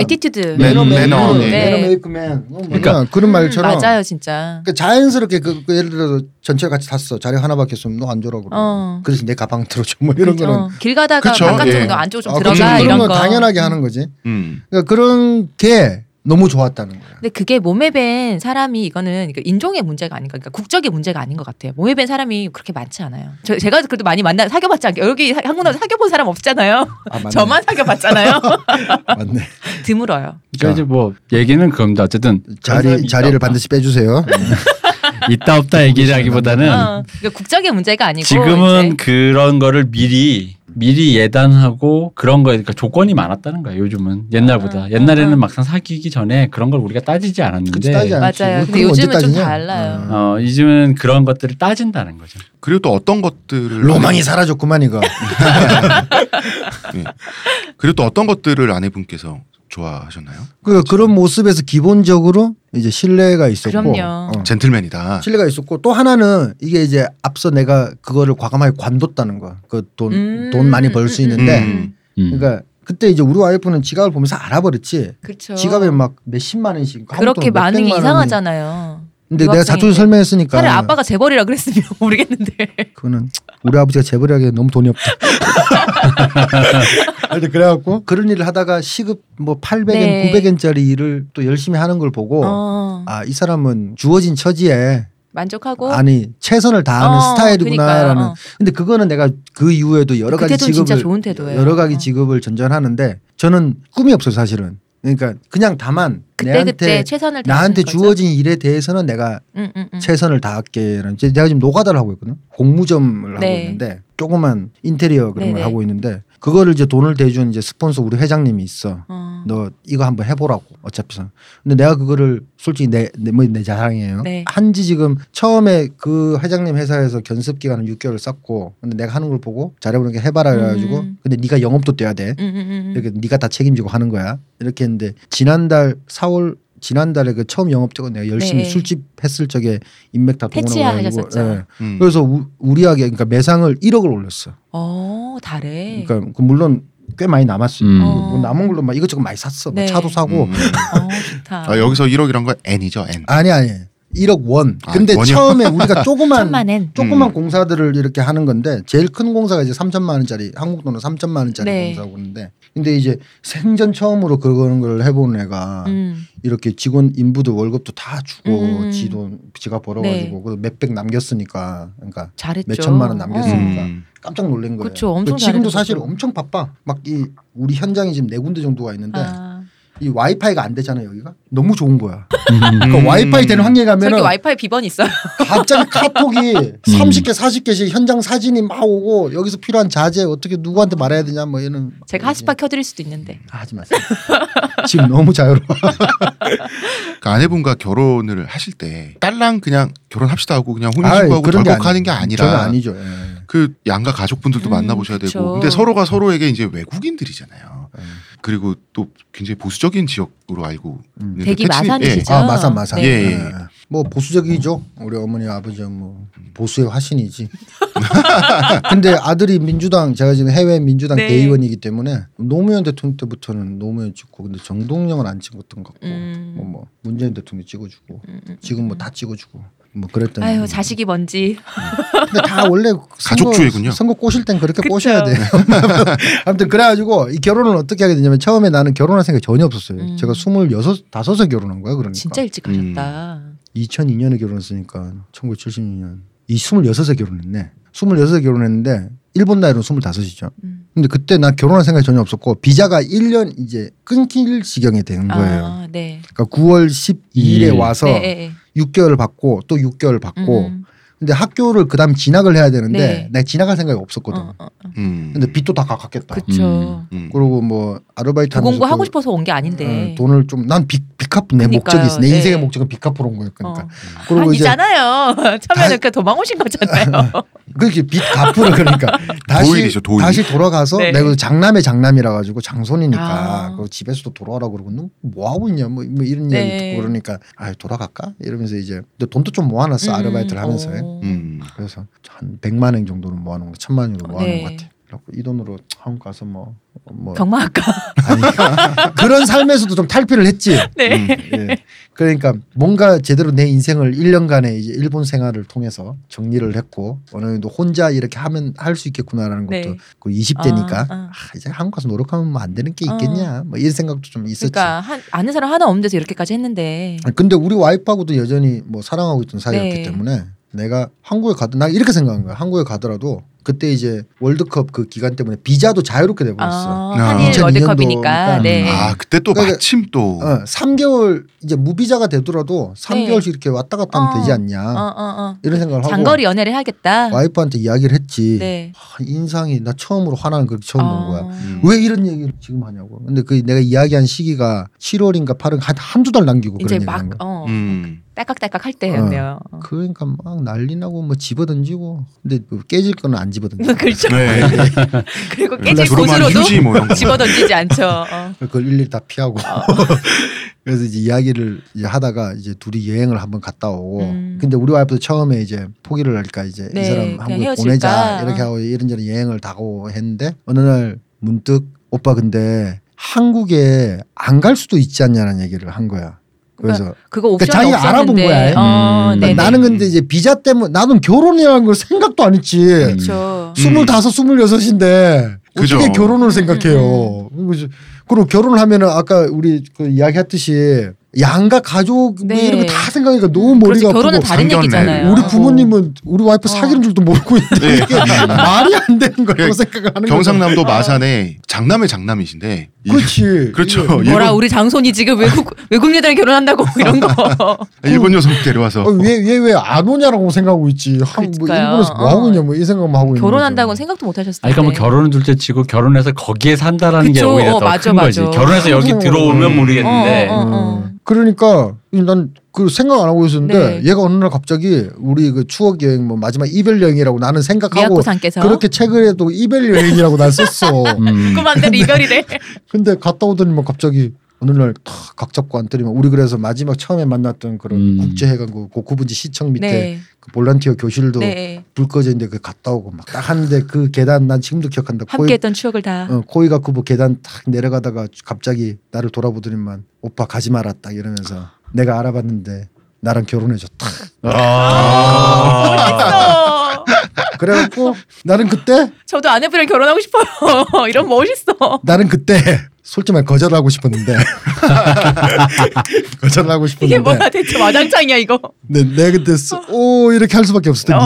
Speaker 2: 네.
Speaker 3: 에티튜드.
Speaker 1: 매너
Speaker 2: 음,
Speaker 1: 메이크맨
Speaker 4: 매너, 네.
Speaker 1: 매너
Speaker 3: 네.
Speaker 1: 메이크맨 뭐
Speaker 2: 그러니까.
Speaker 1: 뭐냐 그런 말처럼
Speaker 3: 음, 맞아요, 진짜.
Speaker 1: 그러니까 자연스럽게 그, 그 예를 들어서 전체 같이 탔어 자리 하나밖에 없으면 너 안 줘라고 그러
Speaker 3: 어.
Speaker 1: 그래서 내 가방 들어줘 뭐 이런
Speaker 3: 그죠.
Speaker 1: 거는
Speaker 3: 길 가다가
Speaker 4: 그쵸,
Speaker 3: 바깥쪽으로
Speaker 4: 예.
Speaker 3: 너 안쪽으로 좀
Speaker 1: 아, 그렇죠.
Speaker 3: 들어가
Speaker 1: 그런
Speaker 3: 이런
Speaker 1: 건
Speaker 3: 거.
Speaker 1: 당연하게 하는 거지
Speaker 4: 음.
Speaker 1: 그러니까 그런 게 너무 좋았다는 거야.
Speaker 3: 근데 그게 몸에 밴 사람이 이거는 그 인종의 문제가 아닌가, 그러니까 국적의 문제가 아닌 것 같아요. 몸에 밴 사람이 그렇게 많지 않아요. 저, 제가 그래도 많이 만나 사귀어봤지 않게 여기 사- 한국 남자 사귀어본 사람 없잖아요.
Speaker 1: 아, 맞네.
Speaker 3: 저만
Speaker 1: (laughs)
Speaker 3: 사귀어봤잖아요. (laughs)
Speaker 1: 맞네.
Speaker 3: 드물어요.
Speaker 2: 그러니까 이제 뭐 얘기는 그겁니다. 네. 어쨌든
Speaker 1: 자리 자리를 반드시 빼주세요. 네.
Speaker 2: 있다
Speaker 1: 음.
Speaker 2: 없다 얘기라기보다는
Speaker 1: 아.
Speaker 3: 어, 그러니까 국적의 문제가 아니고
Speaker 2: 지금은
Speaker 3: 이제
Speaker 2: 그런 거를 미리 미리 예단하고 그런 거에 그러니까 조건이 많았다는 거예요. 요즘은 옛날보다
Speaker 3: 아,
Speaker 2: 옛날에는
Speaker 3: 아.
Speaker 2: 막상 사귀기 전에 그런 걸 우리가 따지지 않았는데
Speaker 1: 그치, 따지지 않지.
Speaker 3: 맞아요.
Speaker 1: 우리
Speaker 3: 근데
Speaker 1: 그거 언제
Speaker 3: 요즘은 좀
Speaker 1: 따지냐?
Speaker 3: 달라요.
Speaker 1: 어.
Speaker 2: 어, 요즘은 그런 것들을 따진다는 거죠.
Speaker 4: 그리고 또 어떤 것들을
Speaker 1: 로망이 사라졌구만 이거.
Speaker 4: 예. 그리고 또 어떤 것들을 아내분께서 좋아하셨나요?
Speaker 1: 그 그런 모습에서 기본적으로 이제 신뢰가 있었고
Speaker 3: 그럼요.
Speaker 1: 어.
Speaker 4: 젠틀맨이다.
Speaker 1: 신뢰가 있었고 또 하나는 이게 이제 앞서 내가 그거를 과감하게 관뒀다는 거야. 그 돈 돈
Speaker 3: 음,
Speaker 1: 많이 벌 수
Speaker 3: 음,
Speaker 1: 있는데
Speaker 4: 음.
Speaker 2: 음.
Speaker 1: 그러니까 그때 이제 우리 와이프는 지갑을 보면서 알아버렸지.
Speaker 3: 그렇죠.
Speaker 1: 지갑에 막 몇십만 원씩
Speaker 3: 그렇게
Speaker 1: 아무튼
Speaker 3: 반응이
Speaker 1: 몇백만 원이. 그러니까
Speaker 3: 이상하잖아요.
Speaker 1: 근데 내가 자투리
Speaker 3: 유학생인데.
Speaker 1: 설명했으니까
Speaker 3: 차라리 아빠가 재벌이라 그랬으면 (laughs) 모르겠는데.
Speaker 1: 그거는 우리 아버지가 재벌하기에 너무 돈이 (laughs) 없다. 근데 그래갖고 그런 일을 하다가 시급 뭐 800엔,
Speaker 3: 네.
Speaker 1: 900엔짜리 일을 또 열심히 하는 걸 보고
Speaker 3: 어,
Speaker 1: 아 이 사람은 주어진 처지에
Speaker 3: 만족하고.
Speaker 1: 아니 최선을 다하는
Speaker 3: 어,
Speaker 1: 스타일이구나라는.
Speaker 3: 그러니까요. 어.
Speaker 1: 근데 그거는 내가 그 이후에도 여러 가지
Speaker 3: 그 태도는 진짜
Speaker 1: 직업을
Speaker 3: 좋은 태도예요.
Speaker 1: 여러 가지
Speaker 3: 어.
Speaker 1: 직업을 전전하는데 저는 꿈이 없어 요 사실은. 그러니까 그냥 다만
Speaker 3: 그때
Speaker 1: 내한테
Speaker 3: 그때 최선을 다하는
Speaker 1: 나한테
Speaker 3: 거죠. 음,
Speaker 1: 주어진 일에 대해서는 내가
Speaker 3: 응, 응, 응.
Speaker 1: 최선을 다할게라는 이제 내가 지금 노가다를 하고 있거든 공무점을 하고
Speaker 3: 네.
Speaker 1: 있는데 조그만 인테리어 그런 걸
Speaker 3: 네네.
Speaker 1: 하고 있는데 그거를 이제 돈을 대준 이제 스폰서 우리 회장님이 있어
Speaker 3: 어.
Speaker 1: 너 이거 한번 해보라고 어차피 선 근데 내가 그거를 솔직히 내내내 뭐, 내 자랑이에요
Speaker 3: 네.
Speaker 1: 한지 지금 처음에 그 회장님 회사에서 견습 기간은 6개월 썼고 근데 내가 하는 걸 보고 잘해보는 게 해봐라 그래가지고
Speaker 3: 음.
Speaker 1: 근데 네가 영업도 돼야 돼
Speaker 3: 응, 응, 응, 응.
Speaker 1: 이렇게 네가 다 책임지고 하는 거야. 이렇게 했는데 지난달 4월 지난달에 그 처음 영업 적은 내가 열심히
Speaker 3: 네.
Speaker 1: 술집 했을 적에 인맥 다
Speaker 3: 패치야
Speaker 1: 동원하고 가지고,
Speaker 3: 하셨었죠.
Speaker 1: 예.
Speaker 4: 음.
Speaker 1: 그래서 우, 우리하게 그러니까 매상을 1억을 올렸어.
Speaker 3: 어, 다래.
Speaker 1: 그러니까 그 물론 꽤 많이 남았어요.
Speaker 2: 음.
Speaker 3: 어.
Speaker 1: 뭐 남은 걸로 막 이것저것 많이 샀어. 막
Speaker 3: 네.
Speaker 1: 차도 사고.
Speaker 4: 음.
Speaker 3: 어, 좋다.
Speaker 4: 아, 여기서 1억이란 건 N이죠 N.
Speaker 1: 아니 아니. 1억 원.
Speaker 4: 아,
Speaker 1: 근데
Speaker 4: 원이요?
Speaker 1: 처음에
Speaker 3: (laughs)
Speaker 1: 우리가 조그만
Speaker 3: 천만엔.
Speaker 1: 조그만
Speaker 4: 음.
Speaker 1: 공사들을 이렇게 하는 건데 제일 큰 공사가 이제 3천만 원짜리 한국 돈으로 3천만 원짜리
Speaker 3: 네.
Speaker 1: 공사고 있는데 근데 이제 생전 처음으로 그런 걸 해본 애가
Speaker 3: 음.
Speaker 1: 이렇게 직원 인부도 월급도 다 주고
Speaker 3: 음.
Speaker 1: 지돈 지가 벌어가지고
Speaker 3: 네.
Speaker 1: 그래서 몇백 남겼으니까 그러니까
Speaker 3: 잘했죠.
Speaker 1: 몇 천만 원 남겼으니까.
Speaker 3: 어.
Speaker 4: 음.
Speaker 1: 깜짝 놀란 거예요.
Speaker 3: 그쵸, 엄청
Speaker 1: 그래서 지금도
Speaker 3: 잘해줬죠.
Speaker 1: 사실 엄청 바빠. 막 이 우리 현장이 지금 네 군데 정도가 있는데
Speaker 3: 아.
Speaker 1: 이 와이파이가 안 되잖아요 여기가 너무 좋은 거야.
Speaker 2: 음.
Speaker 1: 그러니까
Speaker 4: 음.
Speaker 1: 와이파이 되는 환경에 가면은
Speaker 3: 저렇게 와이파이 비번 있어요. (laughs)
Speaker 1: 갑자기 카톡이
Speaker 4: 음.
Speaker 1: 30개 40개씩 현장 사진이 막 오고 여기서 필요한 자재 어떻게 누구한테 말해야 되냐 뭐 이런
Speaker 3: 제가 핫스팟 켜드릴 수도 있는데.
Speaker 1: 아, 하지 마세요. 지금 너무 자유로워.
Speaker 4: 그 아내분과 결혼을 하실 때 딸랑 그냥 결혼합시다 하고 그냥
Speaker 1: 아이,
Speaker 4: 혼인신고하고
Speaker 1: 그런 게
Speaker 4: 절곡하는 게
Speaker 1: 아니-
Speaker 4: 아니라
Speaker 1: 저는 아니죠. 예.
Speaker 4: 그 양가 가족분들도
Speaker 3: 음,
Speaker 4: 만나보셔야 되고
Speaker 3: 그쵸.
Speaker 4: 근데 서로가 서로에게 이제 외국인들이잖아요.
Speaker 1: 음.
Speaker 4: 그리고 또 굉장히 보수적인 지역으로 알고
Speaker 1: 음.
Speaker 4: 있는데
Speaker 3: 대기
Speaker 4: 태치님-
Speaker 3: 마산이시죠? 네.
Speaker 1: 아, 마산, 마산.
Speaker 4: 예, 예.
Speaker 1: 예. 뭐 보수적이죠. 우리 어머니 아버지 뭐 보수의
Speaker 3: (laughs)
Speaker 1: 화신이지. 근데 아들이 민주당 제가 지금 해외 민주당
Speaker 3: 네.
Speaker 1: 대의원이기 때문에 노무현 대통령 때부터는 노무현 찍고 근데 정동영은 안 찍었던 것 같고
Speaker 3: 음.
Speaker 1: 뭐, 뭐 문재인 대통령 찍어주고
Speaker 3: 음, 음,
Speaker 1: 지금
Speaker 3: 음.
Speaker 1: 뭐 다 찍어주고 뭐 그랬던.
Speaker 3: 아유 자식이 뭔지
Speaker 1: 그러니까. 근데 다
Speaker 3: (laughs)
Speaker 1: 원래 선거-
Speaker 4: 가족주의군요.
Speaker 1: 선거 꼬실 땐 그렇게
Speaker 3: 그쵸.
Speaker 1: 꼬셔야
Speaker 3: (laughs)
Speaker 1: 돼요. (laughs) 아무튼 그래가지고 이 결혼을 어떻게 하게 되냐면 처음에 나는 결혼할 생각이 전혀 없었어요.
Speaker 3: 음.
Speaker 1: 제가 스물여섯 다섯에 결혼한 거야 그러니까.
Speaker 3: 진짜 일찍
Speaker 4: 음.
Speaker 3: 가셨다.
Speaker 1: 2002년에 결혼했으니까 1976년 이 26에 결혼했네. 26에 결혼했는데 일본 나이로는 25이죠.
Speaker 3: 음.
Speaker 1: 근데 그때 나 결혼할 생각이 전혀 없었고 비자가 1년 이제 끊길 지경이 되는 거예요.
Speaker 3: 아, 네.
Speaker 1: 그러니까 9월 12일에
Speaker 2: 일.
Speaker 1: 와서
Speaker 3: 네, 네, 네.
Speaker 1: 6개월 받고 또 6개월 받고
Speaker 3: 음.
Speaker 1: 근데 학교를 그다음 진학을 해야 되는데
Speaker 3: 네.
Speaker 1: 내가 진학할 생각이 없었거든.
Speaker 3: 어, 어, 어.
Speaker 4: 음.
Speaker 1: 근데 빚도 다 갚았겠다.
Speaker 3: 그쵸.
Speaker 4: 음.
Speaker 1: 그리고 뭐 아르바이트 하면서
Speaker 3: 부공부 하고
Speaker 1: 그,
Speaker 3: 싶어서 온 게 아닌데.
Speaker 1: 어, 돈을 좀난빚빚 갚은 내 목적이 있어. 내
Speaker 3: 그러니까요.
Speaker 1: 인생의
Speaker 3: 네.
Speaker 1: 목적은 빚 갚으러 온 거였으니까.
Speaker 3: 어.
Speaker 1: 그리고 이제
Speaker 3: 아니잖아요. (laughs) 처음에는 그 도망오신 거잖아요.
Speaker 1: 그렇게 빚 갚으러
Speaker 4: (laughs)
Speaker 1: 그러니까 다시
Speaker 4: 도일이죠, 도일.
Speaker 1: 다시 돌아가서
Speaker 3: 네.
Speaker 1: 내가 장남의 장남이라 가지고 장손이니까
Speaker 3: 아.
Speaker 1: 그거 집에서도 돌아오라 그러고 너뭐 하고 있냐 뭐, 뭐 이런
Speaker 3: 네.
Speaker 1: 얘기 듣고 그러니까 아 돌아갈까 이러면서 이제 근데 돈도 좀 모아놨어 아르바이트를 하면서
Speaker 3: 어.
Speaker 4: 음.
Speaker 1: 그래서 한 100만 원 정도는 모아놓은 거 천만 원 정도 모아놓은
Speaker 3: 네.
Speaker 1: 것 같아 그래갖고 이 돈으로 한국 가서 뭐, 뭐
Speaker 3: 경마학과. (laughs)
Speaker 1: 아니, 그런 삶에서도 좀 탈피를 했지
Speaker 3: 네.
Speaker 4: 음.
Speaker 1: 예. 그러니까 뭔가 제대로 내 인생을 1년간의 이제 일본 생활을 통해서 정리를 했고 어느 정도 혼자 이렇게 하면 할 수 있겠구나라는 것도
Speaker 3: 네.
Speaker 1: 그 20대니까 아,
Speaker 3: 아, 아.
Speaker 1: 이제 한국 가서 노력하면 뭐안 되는 게 있겠냐 뭐 이런 생각도 좀 있었지.
Speaker 3: 그러니까 한, 아는 사람 하나 없는 데서 이렇게까지 했는데.
Speaker 1: 아니, 근데 우리 와이프하고도 여전히 뭐 사랑하고 있던 사이였기
Speaker 3: 네.
Speaker 1: 때문에 내가 한국에 가도 나 이렇게 생각한 거야. 한국에 가더라도 그때 이제 월드컵 그 기간 때문에 비자도 자유롭게 돼버렸어.
Speaker 3: 아,
Speaker 4: 아.
Speaker 3: 한일
Speaker 1: 2002년도
Speaker 3: 월드컵이니까. 네.
Speaker 1: 음.
Speaker 4: 아 그때 또
Speaker 1: 그러니까-
Speaker 4: 마침 또
Speaker 1: 어, 3개월 이제 무비자가 되더라도
Speaker 3: 네.
Speaker 1: 3개월씩 이렇게 왔다 갔다 하면
Speaker 3: 어.
Speaker 1: 되지
Speaker 3: 어,
Speaker 1: 않냐
Speaker 3: 어, 어.
Speaker 1: 이런 생각을 아. 하고
Speaker 3: 장거리 연애를 하겠다.
Speaker 1: 와이프한테 이야기를 했지.
Speaker 3: 네. 아. 어.
Speaker 1: 아, 인상이 나 처음으로 화나는 걸 처음 본 거야.
Speaker 4: 음.
Speaker 1: 왜 이런 얘기를 지금 하냐고. 근데 그 내가 이야기한 시기가 7월인가 8월 한 한두 달 남기고 그런
Speaker 3: 이제
Speaker 1: 얘기
Speaker 3: 막
Speaker 1: 한 거야.
Speaker 3: 어,
Speaker 4: 음.
Speaker 3: 딸깍딸깍 할 때였네요. 어.
Speaker 1: 그러니까 막 난리 나고 뭐 집어던지고 근데 그 깨질 거는 안 집어던져.
Speaker 3: (laughs) 그렇죠.
Speaker 4: 네.
Speaker 3: 그리고 깨질
Speaker 4: 주로 많이
Speaker 3: 곳으로도
Speaker 4: 휴지 뭐 이런
Speaker 3: (laughs)
Speaker 4: 거.
Speaker 3: 집어던지지 않죠. 어.
Speaker 1: 그걸 일일이 다 피하고.
Speaker 3: 아.
Speaker 1: (laughs) 그래서 이제 이야기를 이제 하다가 이제 둘이 여행을 한번 갔다 오고.
Speaker 3: 음.
Speaker 1: 근데 우리 와이프도 처음에 이제 포기를 할까 이제
Speaker 3: 네,
Speaker 1: 이 사람
Speaker 3: 그냥
Speaker 1: 한국에
Speaker 3: 헤어질까?
Speaker 1: 보내자 이렇게 하고 이런저런 여행을 다 가고 했는데 어느 날 문득 오빠 근데 한국에 안 갈 수도 있지 않냐는 얘기를 한 거야. 그래서
Speaker 3: 그거 옵션이
Speaker 1: 그러니까 자기가 알아본
Speaker 3: 없었는데.
Speaker 1: 거야, 얘.
Speaker 3: 어,
Speaker 2: 음.
Speaker 3: 네네.
Speaker 1: 나는 근데 이제 비자 때문에 나는 결혼이라는 걸 생각도 안 했지.
Speaker 3: 그렇죠.
Speaker 1: 스물다섯, 스물여섯인데
Speaker 4: 그죠.
Speaker 1: 어떻게 결혼을 생각해요?
Speaker 3: 음,
Speaker 1: 그리고- 그리고 결혼을 하면은 아까 우리 그 이야기했듯이 양가 가족 뭐
Speaker 3: 네.
Speaker 1: 이런 거 다 생각하니까 너무 머리가
Speaker 3: 그렇지,
Speaker 1: 아프고
Speaker 3: 결혼은 다른
Speaker 4: 상견례.
Speaker 3: 얘기잖아요.
Speaker 1: 음, 우리 부모님은 우리 와이프
Speaker 3: 어.
Speaker 1: 사귀는 줄도 모르고 있는데
Speaker 4: 네.
Speaker 1: 이게 말이 안 되는 거라고
Speaker 4: 그러니까
Speaker 1: 생각을 하는 거죠.
Speaker 3: 어.
Speaker 4: 경상남도 마산에 장남의 장남이신데 이-
Speaker 1: 그렇지.
Speaker 4: 그렇죠.
Speaker 1: 이게
Speaker 3: 뭐라
Speaker 4: 일본-
Speaker 3: 우리 장손이 지금 외국 외국
Speaker 1: (laughs)
Speaker 3: 여자랑 결혼한다고 이런 거.
Speaker 4: 일본 여성 데려와서 그러니까
Speaker 1: 어, 왜왜 안 오냐라고 생각하고 있지. 한, 뭐
Speaker 3: 그러니까요. 어.
Speaker 1: 일본에서 뭐 하고 있냐 뭐 이 생각만 하고 있는
Speaker 3: 결혼한다고는
Speaker 1: 거죠.
Speaker 3: 생각도 못 하셨을
Speaker 2: (laughs)
Speaker 3: 텐데.
Speaker 2: 아니, 그러니까 뭐 결혼은 둘째 치고 결혼해서 거기에 산다라는 게
Speaker 3: 네. 그쵸.
Speaker 2: 오히려
Speaker 3: 어,
Speaker 2: 더
Speaker 3: 맞아,
Speaker 2: 큰 거지.
Speaker 3: 맞아.
Speaker 2: 결혼해서 여기
Speaker 1: 음.
Speaker 2: 들어오면
Speaker 4: 음.
Speaker 2: 모르겠는데
Speaker 3: 어, 어, 어.
Speaker 1: 음. 그러니까 난 그 생각 안 하고 있었는데
Speaker 3: 네.
Speaker 1: 얘가 어느 날 갑자기 우리 그 추억 여행 뭐 마지막 이별 여행이라고 나는 생각하고
Speaker 3: 미야코상께서
Speaker 1: 그렇게 책을해도 이별 여행이라고 난 썼어. (laughs)
Speaker 2: 음.
Speaker 3: 그만대로 이별이래.
Speaker 1: 근데 갔다 오더니만 뭐 갑자기 어느 날탁각 잡고 안 때리면 우리 그래서 마지막 처음에 만났던 그런
Speaker 2: 음.
Speaker 1: 국제해관 그 고쿠분지 시청 (laughs) 밑에
Speaker 3: 네.
Speaker 1: 그 볼란티어 교실도
Speaker 3: 네.
Speaker 1: 불 꺼져 있는데 그 갔다 오고 막 딱 하는데 그 계단 난 지금도 기억한다. 코이,
Speaker 3: 함께했던 추억을 다.
Speaker 1: 어, 코이가 쿠보 계단 탁 내려가다가 갑자기 나를 돌아보더니만 오빠 가지 마라 딱 이러면서 내가 알아봤는데 나랑 결혼해줬다. 아.
Speaker 3: 멋있어. (laughs)
Speaker 1: 그래갖고 나는 그때
Speaker 3: 저도 아내분이랑 결혼하고 싶어요. (laughs) 이런 멋있어.
Speaker 1: 나는 그때 솔직히 말 거절하고
Speaker 3: (laughs)
Speaker 1: 싶었는데 거절하고
Speaker 3: 이게
Speaker 1: 싶었는데
Speaker 3: 뭐야 대체 와장창이야 이거. (laughs)
Speaker 1: 네, 내가 그때 쓰- 오 이렇게 할 수밖에 없었던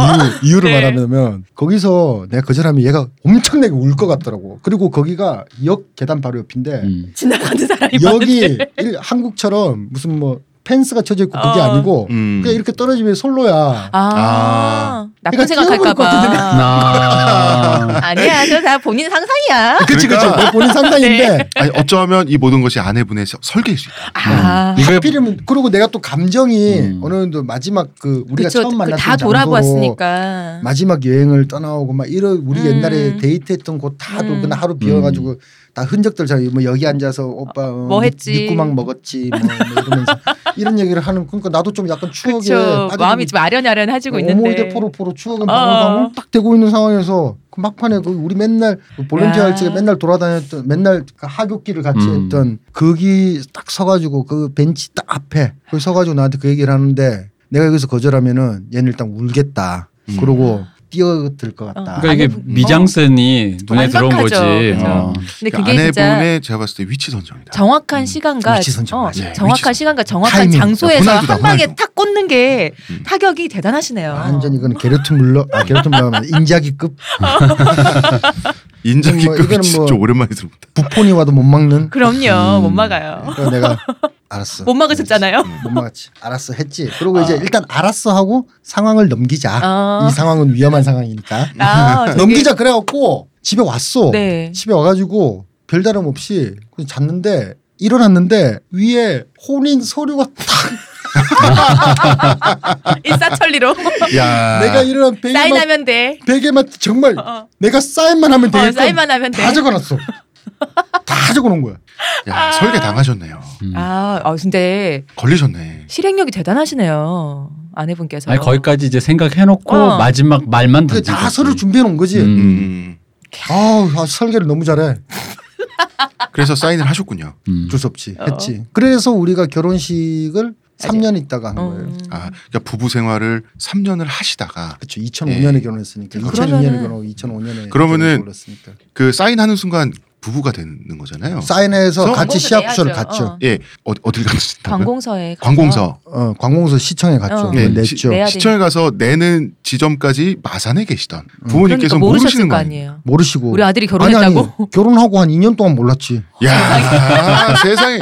Speaker 1: 이유, 이유를
Speaker 3: 네.
Speaker 1: 말하면 거기서 내가 거절하면 얘가 엄청나게 울 것 같더라고. 그리고 거기가 역 계단 바로 옆인데
Speaker 2: 음.
Speaker 3: 지나가는 사람이
Speaker 1: 여기
Speaker 3: 많은데.
Speaker 1: 일- 한국처럼 무슨 뭐 펜스가 쳐져 있고 그게
Speaker 3: 어.
Speaker 1: 아니고
Speaker 4: 음.
Speaker 1: 그냥 이렇게 떨어지면 솔로야.
Speaker 3: 아,
Speaker 4: 아.
Speaker 3: 나쁜
Speaker 1: 그러니까 뛰어볼 것
Speaker 3: 생각할까봐.
Speaker 2: 나
Speaker 3: 아니야, 저 다 본인 상상이야.
Speaker 1: 그치 그치
Speaker 4: 그러니까-
Speaker 1: 내 본인 상당인데
Speaker 3: (laughs)
Speaker 4: 아니 어쩌면 이 모든 것이 아내분의 서- 설계일 수 있다.
Speaker 3: 아,
Speaker 2: 음. 이거
Speaker 1: 하필이면 그리고 내가 또 감정이
Speaker 2: 음.
Speaker 1: 어느 정도 마지막 그 우리가
Speaker 3: 그쵸.
Speaker 1: 처음
Speaker 3: 그
Speaker 1: 만났던
Speaker 3: 다
Speaker 1: 장소로
Speaker 3: 돌아보았으니까.
Speaker 1: 마지막 여행을 떠나오고 막 이런 우리
Speaker 3: 음.
Speaker 1: 옛날에 데이트했던 곳 다도
Speaker 3: 음.
Speaker 1: 그냥 하루 비워가지고 다 흔적들 자기 뭐 여기 앉아서 오빠 어,
Speaker 3: 뭐
Speaker 1: 미-
Speaker 3: 했지?
Speaker 1: 미꾸막 먹었지 뭐, 뭐 이러면서 이런 얘기를 하는 그러니까 나도 좀 약간 추억에
Speaker 3: 그쵸.
Speaker 1: 빠져서
Speaker 3: 마음이 좀 아련아련해지고
Speaker 1: 어, 오몰대
Speaker 3: 있는데.
Speaker 1: 포로포로 추억은
Speaker 3: 어.
Speaker 1: 방울방울 딱 되고 있는 상황에서 그 막판에 그 우리 맨날 볼런티어
Speaker 3: 야.
Speaker 1: 할지 맨날 돌아다녔던 맨날 그 하교길을 같이
Speaker 2: 음.
Speaker 1: 했던 거기 딱 서가지고 그 벤치 딱 앞에 거기 서가지고 나한테 그 얘기를 하는데 내가 여기서 거절하면은 얘는 일단 울겠다
Speaker 4: 음.
Speaker 1: 그러고 뛰어들 것 같다
Speaker 2: 그러니까 이게
Speaker 3: 아내분- 뭐.
Speaker 2: 미장센이 눈에 들어온
Speaker 3: 완벽하죠.
Speaker 2: 거지.
Speaker 3: 그죠.
Speaker 2: 어.
Speaker 1: 아,
Speaker 3: 근데
Speaker 4: 그러니까
Speaker 3: 그게 진짜
Speaker 4: 아내분의 제가 봤을 때 위치 선정이다.
Speaker 3: 정확한
Speaker 4: 음,
Speaker 3: 시간과
Speaker 1: 위치 선정,
Speaker 3: 어,
Speaker 1: 맞아요.
Speaker 4: 위치
Speaker 3: 정확한 시간과 정확한
Speaker 1: 타이밍.
Speaker 3: 장소에서
Speaker 4: 호날두다,
Speaker 3: 한 방에
Speaker 4: 호날두.
Speaker 3: 탁 꽂는 게
Speaker 4: 음.
Speaker 3: 타격이 대단하시네요.
Speaker 1: 완전 이건 게르트 물러 아 게르트 물러면 인자기급 뭐
Speaker 4: 인정기급
Speaker 1: 이거는
Speaker 4: 진짜
Speaker 1: 뭐-
Speaker 4: 오랜만에
Speaker 3: (laughs)
Speaker 4: 들어본다.
Speaker 1: 부폰이 와도 못 막는
Speaker 3: 그럼요,
Speaker 2: 음.
Speaker 3: 못 막아요.
Speaker 1: 그래서
Speaker 3: (laughs)
Speaker 1: 내가 알았어
Speaker 3: 못 막으셨잖아요.
Speaker 4: 음.
Speaker 1: 못
Speaker 3: (laughs)
Speaker 1: 막았지 알았어 했지 그리고 이제 일단 알았어 하고 상황을 넘기자
Speaker 3: 어.
Speaker 1: 이 상황은 위험한 상황이니까
Speaker 3: 아, 되게-
Speaker 1: (laughs) 넘기자 그래갖고 집에 왔어.
Speaker 3: 네.
Speaker 1: 집에 와가지고 별다름 없이 그냥 잤는데 일어났는데 위에 혼인 서류가 탁
Speaker 3: (laughs) 일사천리로
Speaker 4: 야,
Speaker 1: 내가 일어난 베개만
Speaker 3: 아. 사인하면 돼.
Speaker 1: 베개만 정말
Speaker 3: 어, 어,
Speaker 1: 내가 사인만 하면
Speaker 3: 어,
Speaker 1: 되겠다.
Speaker 3: 사인만 하면 돼.
Speaker 1: 다 적어놨어.
Speaker 3: (laughs)
Speaker 1: 다 적어놓은 거야.
Speaker 4: 야, 설계 당하셨네요.
Speaker 2: 음.
Speaker 3: 아, 어, 근데
Speaker 4: 걸리셨네.
Speaker 3: 실행력이 대단하시네요. 아내분께서.
Speaker 2: 아니 거기까지 이제 생각해놓고
Speaker 3: 어.
Speaker 2: 마지막 말만
Speaker 1: 그게
Speaker 2: 던진
Speaker 1: 다
Speaker 2: 거지.
Speaker 1: 서류 준비해 놓은 거지.
Speaker 2: 음.
Speaker 4: 음.
Speaker 1: 아우 아, 설계를 너무 잘해.
Speaker 3: 음.
Speaker 4: 그래서 사인을 하셨군요.
Speaker 2: 음.
Speaker 1: 줄 수 없지.
Speaker 3: 어.
Speaker 1: 했지. 그래서 우리가 결혼식을
Speaker 3: 아직-
Speaker 1: 3년 있다가 한 거예요.
Speaker 3: 음.
Speaker 4: 아, 그러니까 부부 생활을 3년을 하시다가
Speaker 1: 그렇죠. 2005년에
Speaker 4: 예.
Speaker 1: 결혼했으니까
Speaker 3: 그러면은-
Speaker 1: 2002년에 결혼하고 2005년에
Speaker 4: 그러면은
Speaker 1: 결혼했으니까.
Speaker 4: 그 사인하는 순간 부부가 되는 거잖아요.
Speaker 1: 사인해서
Speaker 4: 그래서
Speaker 1: 같이
Speaker 3: 광고도
Speaker 1: 시합구쇼를
Speaker 3: 내야죠.
Speaker 1: 갔죠.
Speaker 3: 어.
Speaker 4: 예, 어, 어딜 갔다고요?
Speaker 3: 관공서에 가서
Speaker 4: 관공서.
Speaker 1: 어. 관공서 시청에 갔죠.
Speaker 3: 어.
Speaker 4: 예,
Speaker 1: 그걸 냈죠.
Speaker 3: 내야
Speaker 4: 시청에 가서 내는 지점까지 마산에 계시던 부모님께서
Speaker 3: 그러니까 모르셨을
Speaker 4: 모르시는
Speaker 3: 거
Speaker 4: 거 아니에요.
Speaker 3: 아니에요.
Speaker 1: 모르시고
Speaker 3: 우리 아들이
Speaker 1: 아니, 아니,
Speaker 3: 결혼했다고?
Speaker 1: 결혼하고 한 2년 동안 몰랐지.
Speaker 4: 야 (laughs) 세상에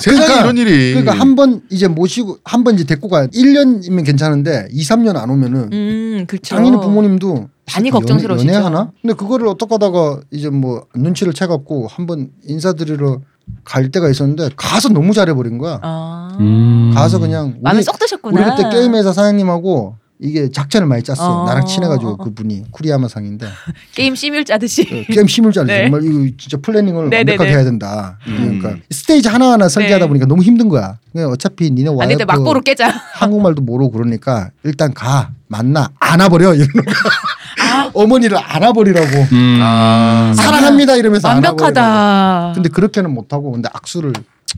Speaker 4: 세상에
Speaker 1: 그러니까-
Speaker 4: 이런
Speaker 3: 예.
Speaker 4: 일이
Speaker 1: 그러니까 한 번 이제 모시고 한 번 이제 데리고 가야 1년이면 괜찮은데 2, 3년 안 오면은
Speaker 3: 음, 그렇죠.
Speaker 1: 당연히 부모님도
Speaker 3: 많이
Speaker 1: 연애-
Speaker 3: 걱정스러우시죠.
Speaker 1: 연애하나? 근데 그거를 어떡하다가 이제 뭐 눈치를 채 갖고 한 번 인사드리러 갈 때가 있었는데 가서 너무 잘해 버린 거야.
Speaker 3: 아.
Speaker 2: 음.
Speaker 1: 가서 그냥
Speaker 3: 마음에
Speaker 1: 우리,
Speaker 3: 쏙 드셨구나.
Speaker 1: 우리 그때 게임회사 사장님하고 이게 작전을 많이 짰어.
Speaker 3: 어.
Speaker 1: 나랑 친해가지고 그분이 쿠리야마
Speaker 3: (laughs)
Speaker 1: 상인데
Speaker 3: 게임 시뮬 짜듯이.
Speaker 1: 그 게임 힘을 잘
Speaker 3: 네.
Speaker 1: 정말 이거 진짜 플래닝을
Speaker 3: 네, 네,
Speaker 1: 완벽하게
Speaker 3: 네.
Speaker 1: 해야 된다.
Speaker 4: 음.
Speaker 1: 그러니까 스테이지 하나하나 설계하다
Speaker 3: 네.
Speaker 1: 보니까 너무 힘든 거야. 그냥 어차피 니네 와이프
Speaker 3: (laughs) 아니 근데 막보로 깨자.
Speaker 1: 한국말도 모르고 그러니까 일단 가 만나 안아버려 이러는 거야.
Speaker 3: (laughs) 아.
Speaker 1: 어머니를 안아버리라고
Speaker 2: 음.
Speaker 4: 아,
Speaker 1: 사랑합니다 이러면서 안아버리라고.
Speaker 3: 완벽하다.
Speaker 1: 근데 그렇게는 못하고 근데 악수를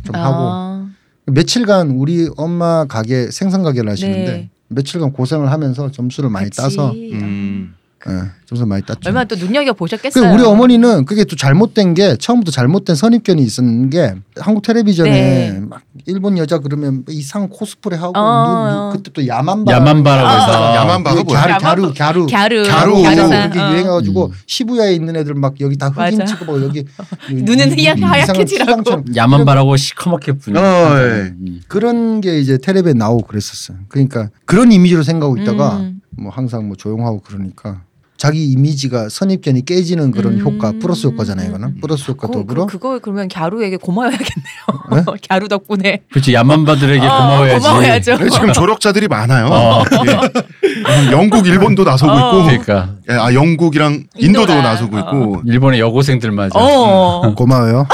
Speaker 1: 좀 하고
Speaker 3: 아,
Speaker 1: 며칠간 우리 엄마 가게 생선 가게를 하시는데
Speaker 3: 네.
Speaker 1: 며칠간 고생을 하면서 점수를 많이
Speaker 3: 그치.
Speaker 1: 따서
Speaker 4: 음,
Speaker 1: 예, 점수를 많이 땄죠.
Speaker 3: 얼마나 또 눈여겨 보셨겠어요.
Speaker 1: 그 우리 어머니는 그게 또 잘못된 게 처음부터 잘못된 선입견이 있었는 게 한국 텔레비전에
Speaker 3: 네.
Speaker 1: 막 일본 여자 그러면 뭐 이상 코스프레 하고
Speaker 3: 어, 어.
Speaker 1: 그때 또 야만바
Speaker 2: 음. 야만바라고
Speaker 3: 아,
Speaker 2: 해서
Speaker 4: 아, 야만바.
Speaker 1: 그
Speaker 4: 뭐야?
Speaker 1: 갸루 갸루 갸루
Speaker 3: 갸루.
Speaker 4: 갸루.
Speaker 3: 갸루상.
Speaker 1: 그게
Speaker 3: 어.
Speaker 1: 유행해가지고
Speaker 2: 음.
Speaker 1: 시부야에 있는 애들 막 여기 다 흑인
Speaker 3: 맞아.
Speaker 1: 취급하고 뭐 여기
Speaker 3: (laughs) 눈은
Speaker 1: 이-
Speaker 3: 하얗-
Speaker 1: 이-
Speaker 3: 하얗게
Speaker 1: 이상한
Speaker 3: 지라고.
Speaker 1: 추상처럼.
Speaker 2: 야만바라고 시커멓게 부는.
Speaker 4: 어, 예.
Speaker 2: 음.
Speaker 1: 그런 게 이제 텔레비에 나오고 그랬었어요. 그러니까 그런 이미지로 생각하고 있다가
Speaker 3: 음.
Speaker 1: 뭐 항상 뭐 조용하고 그러니까 자기 이미지가 선입견이 깨지는 그런
Speaker 3: 음.
Speaker 1: 효과 플러스 효과잖아요. 이거는 플러스 효과
Speaker 3: 그,
Speaker 1: 더불어
Speaker 3: 그, 그거 그러면 갸루에게 고마워야겠네요. (laughs) 갸루 덕분에.
Speaker 2: 그렇죠. 야만바들에게
Speaker 3: 어,
Speaker 2: 고마워야지.
Speaker 3: 고마워야죠.
Speaker 4: 그래, 지금 조력자들이 많아요.
Speaker 2: 어.
Speaker 4: 예. 영국, 일본도 나서고
Speaker 3: 어.
Speaker 4: 있고,
Speaker 2: 그러니까
Speaker 4: 예, 아 영국이랑 인도도
Speaker 3: 인도랑,
Speaker 4: 나서고 있고.
Speaker 2: 일본의 여고생들 맞아.
Speaker 1: 음.
Speaker 3: 어. (laughs)
Speaker 1: 고마워요.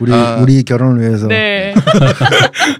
Speaker 1: 우리
Speaker 4: 아.
Speaker 1: 우리 결혼을 위해서
Speaker 3: 네.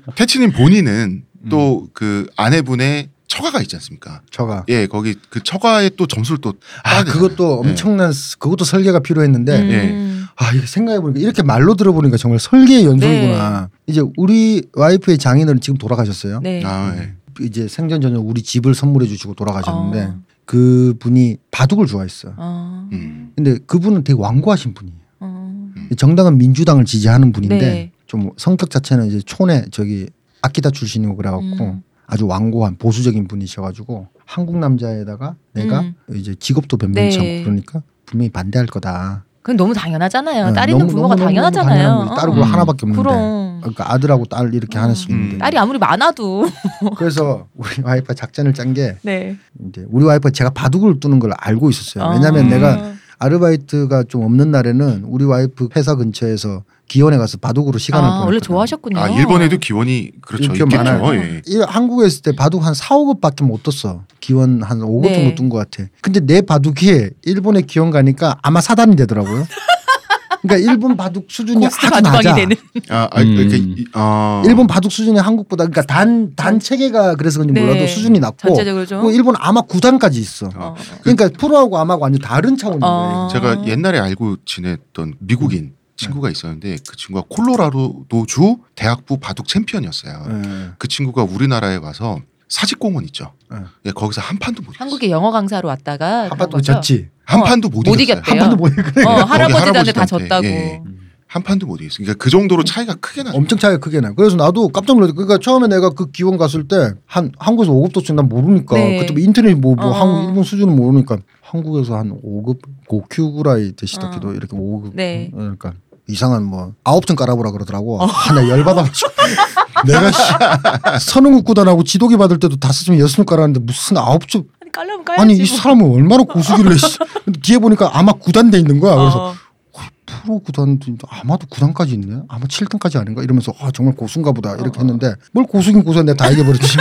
Speaker 3: 어.
Speaker 4: 태치님 본인은
Speaker 1: 음.
Speaker 4: 또 그 아내분의 처가가 있지 않습니까?
Speaker 1: 저가
Speaker 4: 예, 거기 그 처가에 또 점수를 또 따야
Speaker 1: 아
Speaker 4: 되잖아요.
Speaker 1: 그것도
Speaker 4: 예.
Speaker 1: 엄청난 스- 그것도 설계가 필요했는데
Speaker 3: 음.
Speaker 1: 아 이거 생각해보니까 이렇게 말로 들어보니까 정말 설계의 연속이구나. 이제 우리 와이프의 장인어른 지금 돌아가셨어요.
Speaker 3: 네.
Speaker 4: 아, 예.
Speaker 1: 이제 생전 저녁 우리 집을 선물해 주시고 돌아가셨는데
Speaker 3: 어.
Speaker 1: 그분이 바둑을 좋아했어요.
Speaker 3: 어.
Speaker 4: 음.
Speaker 1: 근데 그분은 되게 완고하신 분이에요.
Speaker 3: 어.
Speaker 1: 정당은 민주당을 지지하는 분인데
Speaker 3: 네.
Speaker 1: 좀 성격 자체는 이제 촌에 저기 아키다 출신이고 그래갖고
Speaker 3: 음.
Speaker 1: 아주 완고한 보수적인 분이셔가지고 한국 남자에다가 내가
Speaker 3: 음.
Speaker 1: 이제 직업도 변변치
Speaker 3: 네.
Speaker 1: 않고 그러니까 분명히 반대할 거다.
Speaker 3: 그건 너무 당연하잖아요.
Speaker 1: 응,
Speaker 3: 딸 있는
Speaker 1: 네, 너무-
Speaker 3: 부모가
Speaker 1: 너무- 너무- 너무
Speaker 3: 당연하잖아요. 음.
Speaker 1: 당연한 거지. 딸은
Speaker 2: 어.
Speaker 1: 물론 하나밖에 없는데.
Speaker 3: 그럼.
Speaker 1: 그러니까 아들하고 딸 이렇게
Speaker 3: 어.
Speaker 1: 하나씩 있는데.
Speaker 4: 음.
Speaker 3: 딸이 아무리 많아도.
Speaker 1: 그래서 우리 와이프 작전을 짠 게
Speaker 3: 네.
Speaker 1: 이제 우리 와이프 가 제가 바둑을 두는 걸 알고 있었어요. 네, 왜냐하면
Speaker 3: 아.
Speaker 1: 내가 아르바이트가 좀 없는 날에는 우리 와이프 회사 근처에서 기원에 가서 바둑으로 시간을
Speaker 3: 아,
Speaker 1: 보냈거든요.
Speaker 3: 원래 좋아하셨군요.
Speaker 4: 아 일본에도 기원이 그렇죠.
Speaker 1: 인기가
Speaker 4: 있겠죠.
Speaker 1: 많아요.
Speaker 4: 예.
Speaker 1: 이 한국에 있을 때 바둑 한 4, 5급밖에 못 떴어. 기원 한 5급
Speaker 3: 네.
Speaker 1: 정도 뜬 것 같아. 근데 내 바둑이 일본에 기원 가니까 아마 사단이 되더라고요. 그러니까 일본 바둑 수준이
Speaker 3: (laughs) 고스트
Speaker 1: 아주
Speaker 3: 바둑왕이
Speaker 1: 낮아. 어.
Speaker 3: 되는.
Speaker 4: 아, 아
Speaker 2: 음.
Speaker 4: 이렇게 이- 아.
Speaker 1: 일본 바둑 수준이 한국보다 그러니까 단, 단 체계가 그래서 그런지 몰라도
Speaker 3: 음. 네.
Speaker 1: 수준이 낮고
Speaker 3: 전체적으로 좀.
Speaker 1: 그 일본 아마 9단까지 있어.
Speaker 4: 어.
Speaker 3: 어.
Speaker 1: 그러니까 프로하고 아마하고 완전 다른 차원인 거예요.
Speaker 3: 어.
Speaker 4: 제가 옛날에 알고 지냈던
Speaker 1: 음.
Speaker 4: 미국인 친구가 있었는데 그 친구가 콜로라도주 대학부 바둑 챔피언이었어요.
Speaker 1: 예.
Speaker 4: 그 친구가 우리나라에 와서 사직공원 있죠.
Speaker 1: 네.
Speaker 4: 예, 거기서 한 판도 못 이겼어요.
Speaker 3: 한국에 영어 강사로 왔다가
Speaker 1: 아빠
Speaker 3: 네, 그런
Speaker 1: 또
Speaker 3: 거죠?
Speaker 1: 졌지.
Speaker 4: 한 판도 못,
Speaker 3: 못
Speaker 4: 이겼어요.
Speaker 3: 이겼대요.
Speaker 1: 아빠도 뭐 그래.
Speaker 3: 어, 할아버지한테 다
Speaker 4: 할아버지한테.
Speaker 3: 졌다고.
Speaker 4: 예. 한 판도 못 이겼어요. 그러니까 그 정도로 차이가 크게 나요.
Speaker 1: 엄청 차이가 크게 나요. 그래서 나도 깜짝 놀랐어. 그러니까 처음에 내가 그 기원 갔을 때 한 한국에서 5급 도수는 난 모르니까
Speaker 3: 네.
Speaker 1: 그때 뭐 인터넷 뭐, 뭐
Speaker 3: 어.
Speaker 1: 한국 일본 수준은 모르니까 한국에서 한 5급 고큐구라이 데시다키도
Speaker 3: 어.
Speaker 1: 이렇게 5급
Speaker 3: 네. 어.
Speaker 1: 그러니까 이상한 뭐 아홉 점 깔아보라 그러더라고. 하나 열받아가지고 (laughs) 내가 씨, 선흥국 구단하고 지도기 받을 때도 다섯 점 여섯 점 깔았는데 무슨 아홉 점
Speaker 3: 아니 깔려면
Speaker 1: 아니
Speaker 3: 깔야지. 뭐.
Speaker 1: 이 사람은 얼마나 고수길래 씨. 근데 뒤에 보니까 아마 구단돼 있는 거야.
Speaker 3: 어.
Speaker 1: 그래서 그러니까 프로 구단도 있는데 아마도 구단까지 있네. 아마 7등까지 아닌가 이러면서 아 정말 고수인가 보다
Speaker 3: 어,
Speaker 1: 이렇게 했는데 뭘 고수긴 고수야 내가 다
Speaker 3: (laughs)
Speaker 1: 이겨버렸지.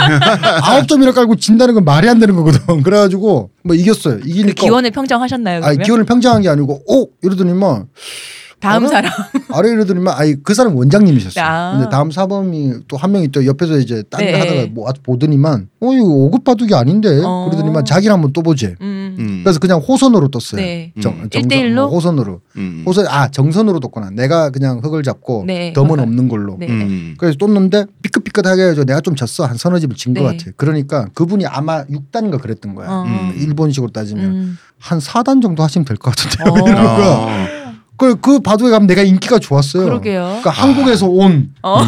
Speaker 1: 아홉 점이나 깔고 진다는 건 말이 안 되는 거거든. (laughs) 그래가지고 뭐 이겼어요.
Speaker 3: 그
Speaker 1: 이기니까
Speaker 3: 기원을 평정하셨나요?
Speaker 1: 아
Speaker 3: 그러면?
Speaker 1: 기원을 평정한 게 아니고 오 이러더니만
Speaker 3: 다음
Speaker 1: 저는-
Speaker 3: 사람.
Speaker 1: 아래로 들으면 아이 그 사람 원장님이셨어요.
Speaker 3: 아.
Speaker 1: 근데 다음 사범이 또 한 명이 또 옆에서 이제 딴
Speaker 3: 네.
Speaker 1: 일 하다가 뭐 와서 보더니만 어 이거 오급 바둑이 아닌데
Speaker 3: 어.
Speaker 1: 그러더니만 자기를 한번 또 보지.
Speaker 3: 음.
Speaker 4: 음.
Speaker 1: 그래서 그냥 호선으로 떴어요.
Speaker 3: 네.
Speaker 1: 정,
Speaker 4: 음.
Speaker 1: 정선,
Speaker 3: 일대일로?
Speaker 1: 뭐 호선으로
Speaker 4: 음.
Speaker 1: 호선 아 정선으로 떴구나. 내가 그냥 흙을 잡고
Speaker 3: 네.
Speaker 1: 덤은
Speaker 3: 맞아요.
Speaker 1: 없는 걸로.
Speaker 3: 네.
Speaker 4: 음.
Speaker 1: 그래서 떴는데 삐끗삐끗하게 해서 내가 좀 졌어 한 서너 집을 진 것
Speaker 3: 네.
Speaker 1: 같아. 그러니까 그분이 아마 6단인가 그랬던 거야.
Speaker 3: 어.
Speaker 4: 음.
Speaker 1: 일본식으로 따지면
Speaker 3: 음.
Speaker 1: 한 4단 정도 하시면 될 것 같은데.
Speaker 3: 어.
Speaker 1: 왜냐면 (laughs) 그-
Speaker 4: 아.
Speaker 1: 그, 그 바둑에 가면 내가 인기가 좋았어요.
Speaker 3: 그러게요.
Speaker 1: 그러니까
Speaker 4: 아.
Speaker 1: 음. 한국에서 온
Speaker 3: 어.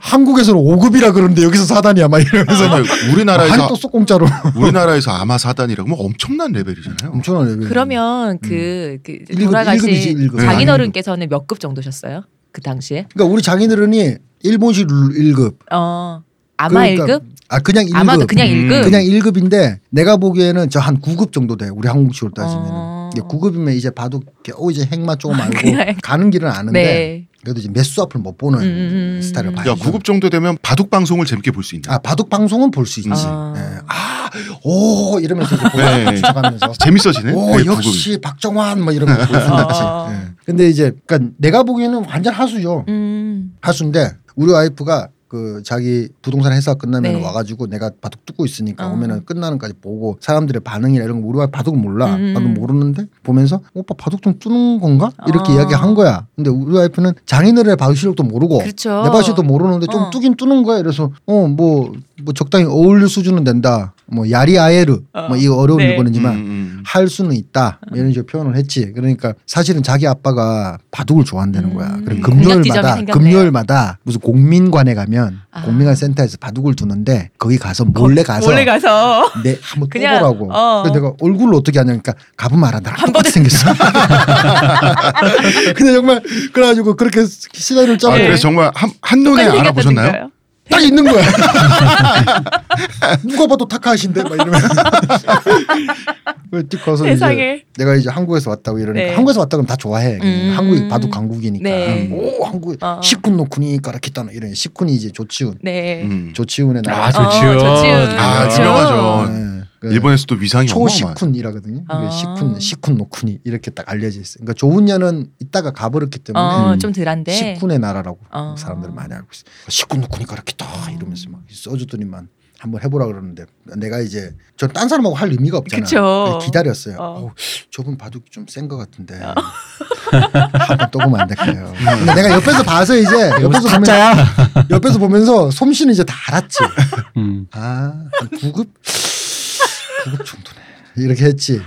Speaker 1: 한국에서는 5급이라 그러는데 여기서 4단이야 막 이러면서
Speaker 4: 그래서
Speaker 1: 아니
Speaker 4: 우리나라에서
Speaker 1: 또 쏙공짜로 (laughs)
Speaker 4: 우리나라에서 아마 사단이라고 하면 엄청난 레벨이잖아요.
Speaker 1: 엄청난 레벨.
Speaker 3: 그러면 그, 그
Speaker 1: 음. 일급, 일급이지, 네,
Speaker 3: 돌아가신
Speaker 1: 일급.
Speaker 3: 장인어른께서는 몇 급 정도셨어요? 그 당시에?
Speaker 1: 그러니까 우리 장인어른이 일본식 룰 1급.
Speaker 3: 어. 아마
Speaker 1: 그러니까
Speaker 3: 일급
Speaker 1: 아 그냥 1급.
Speaker 3: 아마도 그냥
Speaker 4: 음.
Speaker 3: 일급
Speaker 1: 그냥 1급인데 내가 보기에는 저 한 9급 정도 돼. 우리 한국식으로 따지면.
Speaker 3: 어. 아,
Speaker 1: 은 9급이면 이제 바둑 겨우 이제 행마 조금 알고
Speaker 3: 그냥-
Speaker 1: 가는 길은 아는데
Speaker 3: 네.
Speaker 1: 그래도 이제 매수 앞을 못 보는
Speaker 3: 음.
Speaker 1: 스타일을
Speaker 4: 야,
Speaker 1: 봐야죠.
Speaker 4: 9급 정도 되면 바둑 방송을 재밌게 볼 수 있는.
Speaker 1: 아 바둑 방송은 볼 수 있지.
Speaker 3: 아.
Speaker 1: 예. 아, 오 이러면서 이제
Speaker 4: 네.
Speaker 1: 보면서 가면서
Speaker 4: (laughs) 재밌어지네.
Speaker 1: 그렇죠. 오
Speaker 4: 그게
Speaker 1: 역시 박정환 뭐 이러면서 볼수 있지.
Speaker 3: 어.
Speaker 1: 예. 근데 이제 그러니까 내가 보기에는 완전 하수죠.
Speaker 3: 음.
Speaker 1: 하수인데 우리 와이프가 그 자기 부동산 회사 끝나면
Speaker 3: 네.
Speaker 1: 와가지고 내가 바둑 두고 있으니까
Speaker 3: 어.
Speaker 1: 오면은 끝나는까지 보고 사람들의 반응이나 이런 거 우리 와이프 바둑을 몰라
Speaker 3: 음.
Speaker 1: 나도 모르는데 보면서 오빠 바둑 좀 뜨는 건가 이렇게
Speaker 3: 어.
Speaker 1: 이야기한 거야 근데 우리 와이프는 장인어른의 바둑 실력도 모르고
Speaker 3: 그렇죠.
Speaker 1: 내 바둑도 모르는데 뭐 좀
Speaker 3: 어.
Speaker 1: 뜨긴 뜨는 거야 이래서 어 뭐 뭐 적당히 어울릴 수준은 된다 뭐 야리 아예르
Speaker 3: 어.
Speaker 1: 뭐 이 어려운
Speaker 3: 네.
Speaker 4: 음,
Speaker 1: 일본이지만
Speaker 4: 음.
Speaker 1: 할 수는 있다 이런 식으로 표현을 했지 그러니까 사실은 자기 아빠가 바둑을 좋아한다는 거야
Speaker 3: 음.
Speaker 1: 그래서
Speaker 3: 공략지점이
Speaker 1: 금요일마다
Speaker 3: 생겼네요.
Speaker 1: 금요일마다 무슨 공민관에 가면
Speaker 3: 아.
Speaker 1: 공민관 센터에서 바둑을 두는데 거기 가서 몰래 가서
Speaker 3: 몰래 가서
Speaker 1: 내 한번
Speaker 3: 그냥,
Speaker 1: 떠보라고
Speaker 3: 어.
Speaker 1: 그래서 내가 얼굴로 어떻게 하냐니까 그러니까 가보면 알아 나랑 똑같이
Speaker 3: (laughs)
Speaker 1: 생겼어 근데 정말 그래가지고 그렇게 시간을 짜고
Speaker 4: 아,
Speaker 3: 네.
Speaker 4: 그래서 정말 한, 한눈에
Speaker 3: (laughs)
Speaker 4: 알아보셨나요?
Speaker 3: 생겼다니까요.
Speaker 1: 딱 있는 거야 (laughs) 누가 봐도 타카하신데 막
Speaker 3: (laughs)
Speaker 1: 이러면서 그래서 가서 이제
Speaker 3: 세상에.
Speaker 1: 내가 이제 한국에서 왔다고 이러니까
Speaker 3: 네.
Speaker 1: 한국에서 왔다 그러면 다 좋아해.
Speaker 3: 음.
Speaker 1: 한국이 바둑 강국이니까. 음.
Speaker 3: 네.
Speaker 1: 오 한국
Speaker 3: 어.
Speaker 1: 시쿤 노 군이니까 이렇게 따나 이런 시쿤이 이제 조치훈.
Speaker 3: 네.
Speaker 4: 음.
Speaker 1: 조치훈의
Speaker 2: 아
Speaker 1: 나라.
Speaker 2: 좋지요.
Speaker 3: 어, 좋지요.
Speaker 4: 아,
Speaker 3: 그렇죠.
Speaker 4: 유명하죠.
Speaker 1: 네. 그
Speaker 4: 일본에서도 위상이 어마어마한.
Speaker 1: 초시쿤이라거든요.
Speaker 3: 아.
Speaker 1: 시쿤 시쿤 노 군이 이렇게 딱 알려져 있어요. 그러니까 조훈녀는 이따가 가버렸기 때문에
Speaker 3: 어,
Speaker 2: 음.
Speaker 3: 좀 덜한데.
Speaker 1: 시쿤의 나라라고
Speaker 3: 어.
Speaker 1: 사람들이 많이 알고 있어요. 시쿤 노 군이니까 이렇게 딱 이러면서 막 써주더니만. 한번 해보라 그러는데 내가 이제 전 딴 사람하고 할 의미가 없잖아.
Speaker 3: 그쵸.
Speaker 1: 그래서 기다렸어요.
Speaker 3: 어.
Speaker 1: 어우, 저분 바둑이 좀 센 것 같은데 (laughs) 한번 떠보면 안
Speaker 3: (laughs)
Speaker 1: 될까요? 근데 내가 옆에서 봐서 이제 옆에서 보면 (laughs) 옆에서 보면서 솜씨는 이제 다 알았지.
Speaker 2: 음.
Speaker 1: 아한 9급 9급 정도네 이렇게 했지.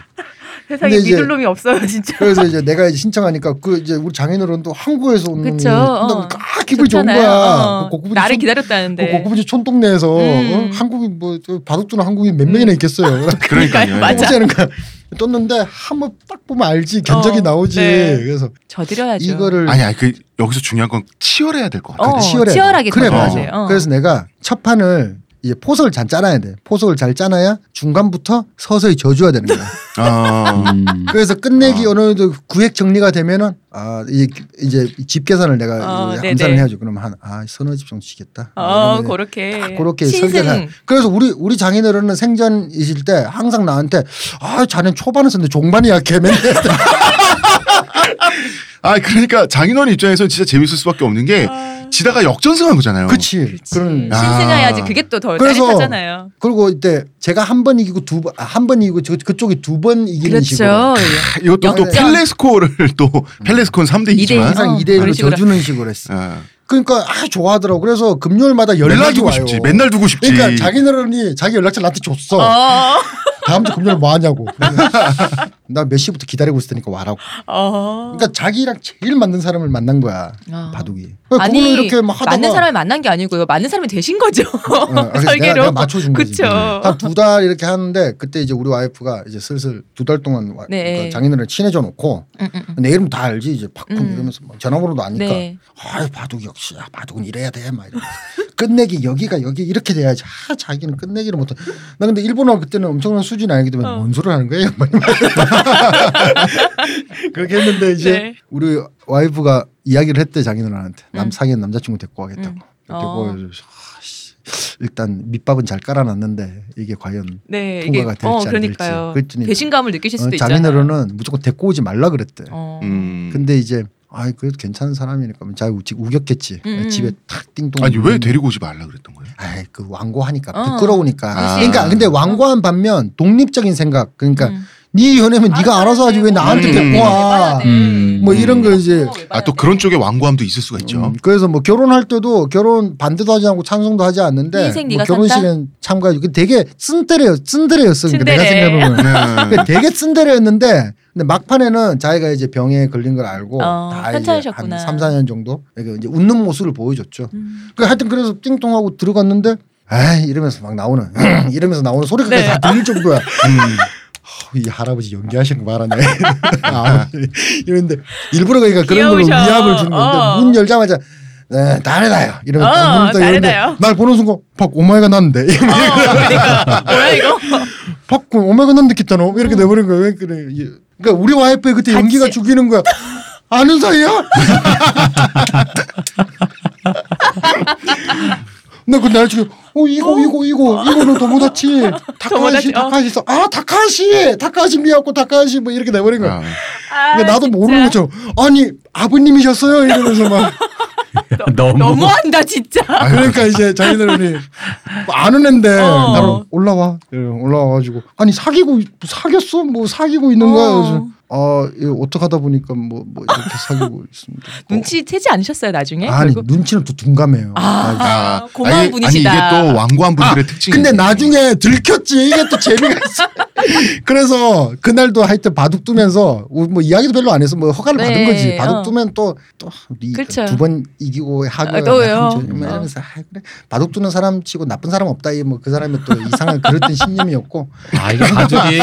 Speaker 3: 세상에
Speaker 1: 근데 이제-
Speaker 3: 믿을 놈이 없어요, 진짜.
Speaker 1: 그래서 이제 내가 이제 신청하니까 그 이제 우리 장인어른 또 한국에서 온 놈이
Speaker 3: 그쵸. 어.
Speaker 1: 한다니까 아, 기분이 좋은
Speaker 3: 좋잖아요.
Speaker 1: 거야.
Speaker 3: 어.
Speaker 1: 그 고급진
Speaker 3: 나를
Speaker 1: 촌- 그
Speaker 3: 기다렸다는데.
Speaker 1: 고급진 촌동네에서
Speaker 3: 음.
Speaker 1: 어? 한국인 뭐저 바둑두는 한국인 몇 명이나 있겠어요. (laughs)
Speaker 3: (laughs)
Speaker 4: 그러니까요.
Speaker 3: 맞아.
Speaker 1: 는 거야. 떴는데 한번 딱 보면 알지 견적이
Speaker 3: 어,
Speaker 1: 나오지.
Speaker 3: 네.
Speaker 1: 그래서
Speaker 3: 저드려야죠.
Speaker 1: 이거를
Speaker 4: 아니, 아니, 그 여기서 중요한 건 치열해야 될 것 같아요.
Speaker 3: 어,
Speaker 1: 치열해.
Speaker 3: 치열하게
Speaker 1: 그래
Speaker 4: 던져야
Speaker 1: 맞아.
Speaker 4: 돼요.
Speaker 3: 어.
Speaker 1: 그래서 내가 첫 판을 이제 포석을 잘 짜놔야 돼. 포석을 잘 짜놔야 중간부터 서서히 져줘야 되는 거야.
Speaker 4: 아,
Speaker 2: 음.
Speaker 1: 그래서 끝내기
Speaker 4: 아.
Speaker 1: 어느 정도 구획 정리가 되면은 아 이제 이제 집 계산을 내가
Speaker 3: 어,
Speaker 1: 이제
Speaker 3: 네네.
Speaker 1: 암산을 해야죠. 그러면 한아 서너 집 정도 지겠다. 아,
Speaker 3: 어,
Speaker 1: 이러면은
Speaker 3: 그렇게.
Speaker 1: 네. 그렇게
Speaker 3: 신승.
Speaker 1: 설계를 해. 그래서 우리 우리 장인어른은 생전이실 때 항상 나한테 아 자네 초반에서인데 종반이 약해 맨날
Speaker 4: 아, 그러니까 장인원 입장에서 진짜 재밌을 수밖에 없는 게
Speaker 3: 아.
Speaker 4: 지다가 역전승한 거잖아요.
Speaker 1: 그치
Speaker 3: 그치.
Speaker 1: 그런 아.
Speaker 4: 야.
Speaker 3: 신승해야지 그게 또 더
Speaker 1: 그래서-
Speaker 3: 짜릿하잖아요.
Speaker 1: 그리고 이때 제가 한 번 이기고 두 번 아, 한 번 이기고 저, 그쪽이 두 번 이기는 식으로
Speaker 3: 그렇죠.
Speaker 4: 이것도 또
Speaker 3: 역전.
Speaker 4: 펠레스코를 또 펠레스코는 3대
Speaker 3: 이대 일.
Speaker 4: 2지만
Speaker 1: 항상
Speaker 3: 어,
Speaker 1: 이대1로
Speaker 3: 그런 식으로.
Speaker 1: 져주는 식으로 했어.
Speaker 4: 아,
Speaker 1: 그러니까 아 좋아하더라고. 그래서 금요일마다
Speaker 4: 맨날
Speaker 1: 연락이
Speaker 4: 두고
Speaker 1: 와요.
Speaker 4: 싶지. 맨날 두고 싶지.
Speaker 1: 그러니까 자기네들이 자기 연락처 나한테 줬어.
Speaker 3: 어.
Speaker 1: 다음 주 금요일 뭐 하냐고. 나 몇 시부터 기다리고 있을 테니까 와라고.
Speaker 3: 어.
Speaker 1: 그러니까 자기랑 제일 맞는 사람을 만난 거야.
Speaker 3: 어.
Speaker 1: 바둑이.
Speaker 3: 아니
Speaker 1: 그걸로 이렇게 막 하다가
Speaker 3: 맞는 사람을 만난 게 아니고요. 맞는 사람이 되신 거죠. (laughs)
Speaker 1: 어, 그래서 내가,
Speaker 3: 설계로.
Speaker 1: 내가 맞춰준 거지.
Speaker 3: 그쵸.
Speaker 1: 한두 달 이렇게 하는데 그때 이제 우리 와이프가 이제 슬슬 두 달 동안 와-
Speaker 3: 네.
Speaker 1: 그러니까 장인어른 친해져 놓고
Speaker 3: 음, 음, 음.
Speaker 1: 내 이름 다 알지 이제 박훈
Speaker 3: 음.
Speaker 1: 이러면서 막 전화번호도 아니까
Speaker 3: 네.
Speaker 1: 아이 바둑 역시 아, 바둑은 이래야 돼막 이러면서 (laughs) 끝내기 여기가 여기 이렇게 돼야지 아 자기는 끝내기를 못해 나 근데 일본어 그때는 엄청난 수준이 아니기 때문에
Speaker 3: 어.
Speaker 1: 뭔 소리를 하는 거예요 막 이러면서. (laughs) 그렇게 했는데 이제
Speaker 3: 네.
Speaker 1: 우리 와이프가 이야기를 했대 자기들한테 남
Speaker 3: 음.
Speaker 1: 사귄 남자친구 데리고 가겠다고
Speaker 3: 음.
Speaker 1: 데리고
Speaker 3: 어.
Speaker 1: 가서 아씨 일단 밑밥은 잘 깔아놨는데 이게 과연
Speaker 3: 네, 이게
Speaker 1: 통과가 될지
Speaker 3: 어,
Speaker 1: 안
Speaker 3: 그러니까요.
Speaker 1: 될지 그랬더니
Speaker 3: 배신감을 느끼실 수도
Speaker 1: 어,
Speaker 3: 있잖아요.
Speaker 1: 장인어른은 무조건 데리고 오지 말라 그랬대
Speaker 3: 어.
Speaker 4: 음.
Speaker 1: 근데 이제 아이 그래도 괜찮은 사람이니까 뭐 잘 우- 우겼겠지.
Speaker 3: 음, 음.
Speaker 1: 집에 탁 띵동.
Speaker 4: 아니 왜 데리고 오지 말라 그랬던 거예요?
Speaker 1: 아이 그 완고하니까
Speaker 3: 어.
Speaker 1: 부끄러우니까.
Speaker 4: 아.
Speaker 1: 그러니까 근데 완고한 반면 독립적인 생각. 그러니까
Speaker 3: 음.
Speaker 1: 네 연애면 네가 알아서
Speaker 3: 알아서
Speaker 1: 하지 왜
Speaker 3: 되고.
Speaker 1: 나한테
Speaker 4: 음.
Speaker 1: 배포와.
Speaker 2: 음.
Speaker 1: 뭐 이런 거 이제
Speaker 4: 아
Speaker 3: 음.
Speaker 4: 또 그런 쪽에 완고함도 있을 수가 있죠.
Speaker 1: 음, 그래서 뭐 결혼할 때도 결혼 반대도 하지 않고 찬성도 하지
Speaker 3: 네
Speaker 1: 않는데
Speaker 3: 인생
Speaker 1: 뭐
Speaker 3: 네가
Speaker 1: 결혼식엔 참가해주고 되게 쓴데레요 쓴데레였어 그러니까 내가
Speaker 3: 츤데레.
Speaker 1: 생각해보면
Speaker 4: 네.
Speaker 1: 그러니까 되게 쓴데레였는데 근데 막판에는 자기가 이제 병에 걸린 걸 알고
Speaker 3: 어,
Speaker 1: 다 이제 한
Speaker 3: 편찮으셨구나.
Speaker 1: 3, 4년 정도 이렇게 이제 웃는 모습을 보여줬죠
Speaker 3: 음.
Speaker 1: 그 하여튼 그래서 띵통하고 들어갔는데 에이 이러면서 막 나오는 (clears throat) 이러면서 나오는 소리까지
Speaker 3: 네.
Speaker 1: 다 들릴 정도야
Speaker 4: 음.
Speaker 1: 어, 이 할아버지 연기하시는 거 말하네. (laughs) 아버지 이런데 일부러 그러니까 그런 걸로
Speaker 3: 귀여우셔.
Speaker 1: 위압을 주는 건데
Speaker 3: 어.
Speaker 1: 문 열자마자 네, 다르다요. 이러면서
Speaker 3: 어,
Speaker 1: 딱 문을 딱 열었는데
Speaker 3: 다르다요.
Speaker 1: 날 보는 순간 팍 오마이가 났는데
Speaker 3: 어, 그러니까 뭐야
Speaker 1: 아,
Speaker 3: 이거?
Speaker 1: 팍 오마이가 났는데 기타노 이렇게 내버린 거야. 왜 그래? 이- 그러니까 우리 와이프의 그때
Speaker 3: 어. 같이.
Speaker 1: 연기가 죽이는 거야. 아는 사이야? 나그 날 지금 어 이거 이거 이거 이거는 도모다치
Speaker 3: (laughs)
Speaker 1: 다카시
Speaker 3: 도모다치, 어.
Speaker 1: 다카시 있어 아 다카시 다카시 미야코 다카시 뭐 이렇게 내버린 거야.
Speaker 4: 아,
Speaker 3: 아,
Speaker 1: 근데 그러니까 나도
Speaker 3: 진짜.
Speaker 1: 모르는 거죠. 아니 아버님이셨어요 이러면서 막
Speaker 2: 너무.
Speaker 3: (laughs) 너무한다 진짜.
Speaker 1: 그러니까 이제 자기들이 뭐 아는 앤데
Speaker 3: 어.
Speaker 1: 바로 올라와 이러고 올라와가지고 아니 사귀고 사귀었어 뭐 사귀고 있는 거야. 그래서 아 이거 어떻게 하다 보니까 뭐 뭐 이렇게 사귀고 있습니다. 뭐.
Speaker 3: 눈치 채지 않으셨어요 나중에?
Speaker 1: 아니
Speaker 3: 결국?
Speaker 1: 눈치를 또 둔감해요. 아,
Speaker 4: 아,
Speaker 3: 고마운
Speaker 4: 아니,
Speaker 3: 분이시다.
Speaker 4: 아니 이게 또 완고한 분들의 특징이.
Speaker 1: 근데 나중에 들켰지 이게 또 재미가
Speaker 4: (laughs)
Speaker 1: 있어. 그래서 그날도 하여튼 바둑 두면서 우- 뭐 이야기도 별로 안 해서 뭐 허가를
Speaker 3: 네,
Speaker 1: 받은 거지. 바둑
Speaker 3: 어.
Speaker 1: 두면
Speaker 3: 그쵸.
Speaker 1: 또또두 번 이기고 하고
Speaker 3: 아, 또요?
Speaker 1: 이러면서 아, 그래 바둑 두는 사람 치고 나쁜 사람 없다 이 뭐 그 사람의 또 이상한 그럴듯 신념이었고
Speaker 2: 아, 이게 가족이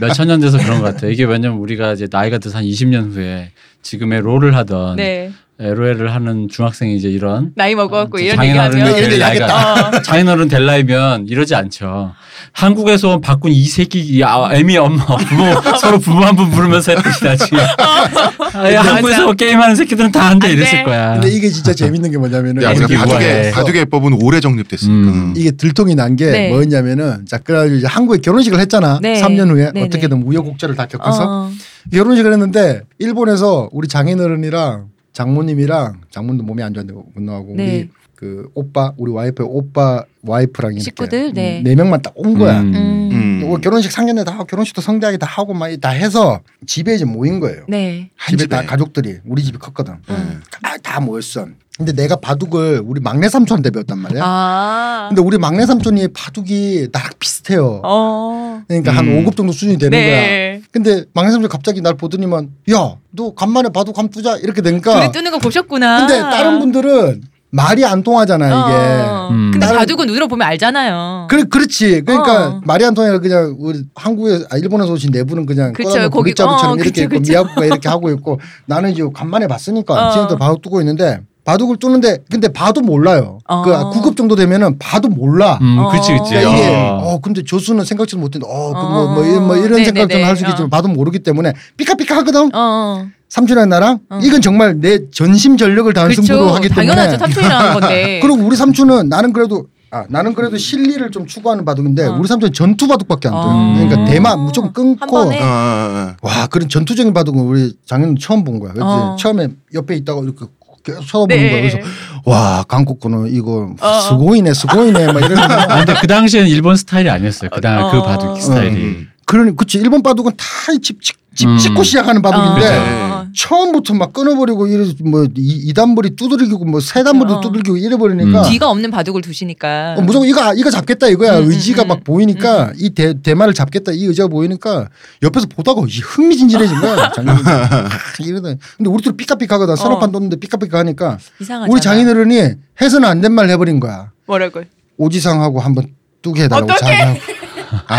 Speaker 2: 몇천 년 돼서 그런 것 같아요. 이게 왜냐면 우리가 이제 나이가 들어서 한 20년 후에 지금의 롤을
Speaker 1: 음.
Speaker 2: 하던
Speaker 3: 네
Speaker 2: LOL을 하는 중학생이 이제 이런
Speaker 3: 나이 먹었고
Speaker 2: 아,
Speaker 3: 뭐 이런
Speaker 2: 장인어른의
Speaker 3: 얘기하면
Speaker 1: 얘기를
Speaker 2: 나이가- (laughs) 장인어른 될 나이면 이러지 않죠. 한국에서 온 박군 이 새끼 이 아, 애미 엄마 부모 (laughs) 서로 부모 한 분 부르면서 했듯이 나지.
Speaker 3: (laughs)
Speaker 2: 아, 야, 한국에서 게임하는 새끼들은 다 한다
Speaker 3: 안
Speaker 2: 이랬을
Speaker 3: 돼.
Speaker 2: 거야.
Speaker 1: 근데 이게 진짜 재밌는 게 뭐냐면은
Speaker 4: 아. 야,
Speaker 2: 그렇게
Speaker 4: 근데 바둑의
Speaker 1: 네.
Speaker 2: 우아해.
Speaker 4: 바둑의 법은 오래 정립됐으니까.
Speaker 2: 음.
Speaker 1: 이게 들통이 난 게
Speaker 3: 네.
Speaker 1: 뭐였냐면은 자 그래가지고 이제 한국에 결혼식을 했잖아
Speaker 3: 네.
Speaker 1: 3년 후에
Speaker 3: 네,
Speaker 1: 어떻게든 우여곡절을 다 겪어서 음.
Speaker 3: 어.
Speaker 1: 결혼식을 했는데 일본에서 우리 장인어른이랑 장모님이랑 장모님도 몸이 안 좋은데 못 나오고
Speaker 3: 네.
Speaker 1: 우리 그 오빠 우리 와이프의 오빠 와이프랑 이렇게
Speaker 3: 식구들? 네.
Speaker 1: 음, 네 명만 딱 온 거야.
Speaker 2: 음.
Speaker 3: 음.
Speaker 4: 음.
Speaker 1: 이거 뭐 결혼식 3년에 다 하고 결혼식도 성대하게 다 하고 막 다 해서 집에 이제 모인 거예요.
Speaker 3: 네.
Speaker 1: 집에
Speaker 4: 집에.
Speaker 1: 다 가족들이 우리 집이 컸거든.
Speaker 4: 네.
Speaker 3: 음.
Speaker 1: 다, 다 모였어. 근데 내가 바둑을 우리 막내 삼촌한테 배웠단 말이야.
Speaker 3: 아.
Speaker 1: 네? 근데 우리 막내 삼촌이 바둑이 나랑 비슷해요.
Speaker 3: 어.
Speaker 1: 그러니까 한
Speaker 4: 음.
Speaker 1: 5급 정도 수준이 되는 거야.
Speaker 3: 네.
Speaker 1: 근데 망상삼촌 갑자기 날 보더니만 야 너 간만에 바둑 한번 두자 이렇게
Speaker 3: 둘이
Speaker 1: 되니까
Speaker 3: 뜨는 거 보셨구나.
Speaker 1: 아. 근데 다른 분들은 말이 안 통하잖아 이게
Speaker 3: 어.
Speaker 2: 음.
Speaker 3: 근데
Speaker 1: 다른-
Speaker 3: 바둑은 눈으로 보면 알잖아요.
Speaker 1: 그래 그렇지 그러니까
Speaker 3: 어.
Speaker 1: 말이 안 통해서 그냥 우리 한국에 아, 일본에서 오신 내부는 그냥
Speaker 3: 그쵸,
Speaker 1: 꺼다놓은
Speaker 3: 거기-
Speaker 1: 고깃자루처럼
Speaker 3: 어,
Speaker 1: 이렇게
Speaker 3: 그쵸,
Speaker 1: 있고
Speaker 3: 그쵸.
Speaker 1: 미야구가 이렇게 하고
Speaker 3: (laughs)
Speaker 1: 있고 나는 이제 간만에 봤으니까
Speaker 3: 어.
Speaker 1: 지금도 바둑 두고 있는데 바둑을 두는데 근데 봐도 몰라요
Speaker 3: 어.
Speaker 1: 그 9급 정도 되면은 봐도 몰라
Speaker 2: 음,
Speaker 3: 어.
Speaker 2: 그치, 그치.
Speaker 1: 그러니까 이게
Speaker 2: 어.
Speaker 1: 어 근데 조수는 생각지도 못했는데
Speaker 3: 어.
Speaker 1: 어뭐 뭐, 이- 뭐 이런
Speaker 3: 네네네.
Speaker 1: 생각 저는 할 수 있겠지만
Speaker 3: 어.
Speaker 1: 봐도 모르기 때문에 삐까삐까 하거든
Speaker 3: 어, 어.
Speaker 1: 삼촌이랑 나랑
Speaker 3: 어.
Speaker 1: 이건 정말 내 전심 전력을 다한 승부로
Speaker 3: 그렇죠.
Speaker 1: 하기 때문에
Speaker 3: 당연하죠. 삼촌이라는 건데.
Speaker 1: (laughs) 그리고 우리 삼촌은 나는 그래도 아 나는 그래도 실리를 좀 추구하는 바둑인데
Speaker 3: 어.
Speaker 1: 우리 삼촌 은 전투 바둑밖에 안 돼.
Speaker 3: 아.
Speaker 1: 요 그러니까 대만
Speaker 3: 음.
Speaker 1: 무조건
Speaker 3: 한
Speaker 1: 끊고
Speaker 3: 번에?
Speaker 4: 어, 어, 어.
Speaker 1: 와 그런 전투적인 바둑은 우리 장인 처음 본 거야. 그래서
Speaker 3: 어.
Speaker 1: 처음에 옆에 있다가 이렇게 계속 쳐다보는 거야.
Speaker 3: 네.
Speaker 1: 그래서 와 한국 거는 이거
Speaker 3: 어.
Speaker 1: 스고이네 스고이네 막 이러면서
Speaker 3: (laughs)
Speaker 2: 아, 근데 그 당시에는 일본 스타일이 아니었어요. 그, 당, 그
Speaker 3: 어.
Speaker 2: 바둑
Speaker 1: 네.
Speaker 2: 스타일이.
Speaker 4: 음.
Speaker 1: 그러니 그치 일본 바둑은 다집집
Speaker 2: 음.
Speaker 1: 짓고 시작하는
Speaker 3: 아, 네.
Speaker 1: 바둑인데
Speaker 4: 어.
Speaker 1: 처음부터 막 끊어버리고 이래 뭐 이, 이 단벌이 두들기고 뭐 세 단벌이
Speaker 3: 어.
Speaker 1: 두들기고 이래버리니까
Speaker 2: 음.
Speaker 3: 뒤가 없는 바둑을 두시니까.
Speaker 1: 아. 어, 무조건 이거 이거 잡겠다 이거야
Speaker 3: 음, 음,
Speaker 1: 의지가
Speaker 3: 음.
Speaker 1: 막 보이니까 이 대, 대마를 잡겠다 이 의지가 보이니까 옆에서 보다가 이 흥미진진해진
Speaker 3: (laughs)
Speaker 1: 거야 장인어른 아, 이러다 근데 우리 둘이 삐까삐까하거든 서랍판
Speaker 3: 어.
Speaker 1: 뒀는데 삐까삐까 하니까
Speaker 3: 이상하잖아.
Speaker 1: 우리 장인어른이 해서는 안 된 말 해버린 거야
Speaker 3: 뭐라고?
Speaker 1: 오지상하고 한번 뚜게 해달라고
Speaker 3: 어떡해?
Speaker 1: 장인하고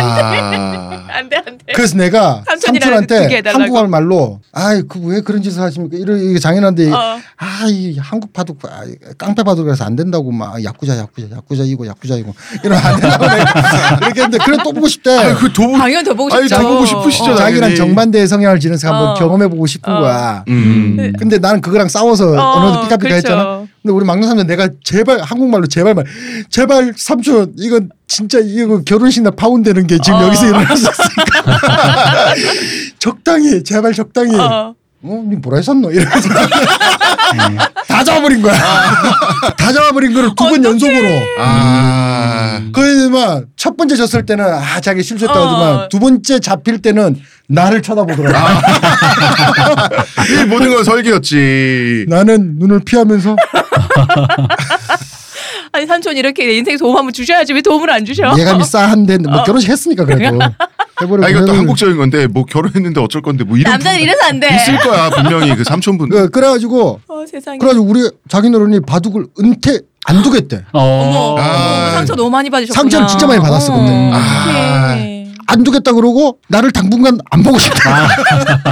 Speaker 4: 아.
Speaker 3: 안돼 안돼.
Speaker 1: 그래서 내가
Speaker 3: 삼촌이랑 그 두게
Speaker 1: 삼촌한테
Speaker 3: 해달라고.
Speaker 1: 한국말 말로 아이 그 왜 그런 짓을 하십니까 이러 장인한테
Speaker 3: 어.
Speaker 1: 아 이 한국 바둑 아, 깡패 바둑이라서 안 된다고 막 아, 야쿠자 야쿠자 야쿠자 이고 야쿠자 이고 이런 안 된다고 내가 이렇게 했는데 그래 또 보고 싶대.
Speaker 4: 아, 그 도움.
Speaker 3: 당연 더 보고 싶죠.
Speaker 4: 아니, 더 보고 싶으시죠,
Speaker 1: 어,
Speaker 3: 어.
Speaker 1: 자기랑
Speaker 4: 당연히.
Speaker 1: 정반대의 성향을 지닌 사람 한번
Speaker 3: 어.
Speaker 1: 경험해 보고 싶은
Speaker 3: 어.
Speaker 1: 거야.
Speaker 4: 음.
Speaker 2: 음.
Speaker 1: 근데 나는 그거랑 싸워서
Speaker 3: 어,
Speaker 1: 어, 느느 삐까삐까
Speaker 3: 그렇죠.
Speaker 1: 했잖아. 근데 우리 막내 삼촌 내가 제발 한국말로 제발 말 제발 삼촌 이건 진짜 이거 결혼식 날 파혼되는 게 지금
Speaker 3: 어. (laughs)
Speaker 1: 여기서 일어날 수 있으니까 적당히 제발 적당히
Speaker 3: 어.
Speaker 1: 어, 니 뭐라 했었노? 이러면서 다 잡아버린 거야. 다 잡아버린 거를 두 번 연속으로.
Speaker 4: 아.
Speaker 1: 그만 첫 번째 졌을 때는 아 자기 실수했다
Speaker 3: 어.
Speaker 1: 하지만 두 번째 잡힐 때는 나를 쳐다보더라. 고
Speaker 4: 이 모든 건 설계였지.
Speaker 1: 나는 눈을 피하면서
Speaker 3: 아니 삼촌 이렇게 내 인생 도움 한번 주셔야지 왜 도움을 안 주셔? (laughs)
Speaker 1: 예감이 싸한데 뭐
Speaker 3: 어.
Speaker 1: 결혼식 했으니까 그래도 해보려고
Speaker 4: 아 이것도
Speaker 1: 했는데
Speaker 4: 한국적인 건데 뭐 결혼했는데 어쩔 건데 뭐 이런
Speaker 3: 남자는
Speaker 4: 분-
Speaker 3: 이래서 안 돼.
Speaker 4: 있을 거야 분명히 그 삼촌분.
Speaker 1: 그- 그래가지고
Speaker 3: 어 세상에.
Speaker 1: 그래가지고 우리 자기 노른이 바둑을 은퇴 안 두겠대.
Speaker 2: 어.
Speaker 3: 그 어머,
Speaker 4: 아.
Speaker 3: 어머, 상처 너무 많이 받으셨구나.
Speaker 1: 상처를 진짜 많이 받았어, 근데.
Speaker 4: 아.
Speaker 3: 어떡해.
Speaker 1: 안 두겠다 그러고 나를 당분간 안 보고
Speaker 4: 아.
Speaker 1: 싶다. (laughs)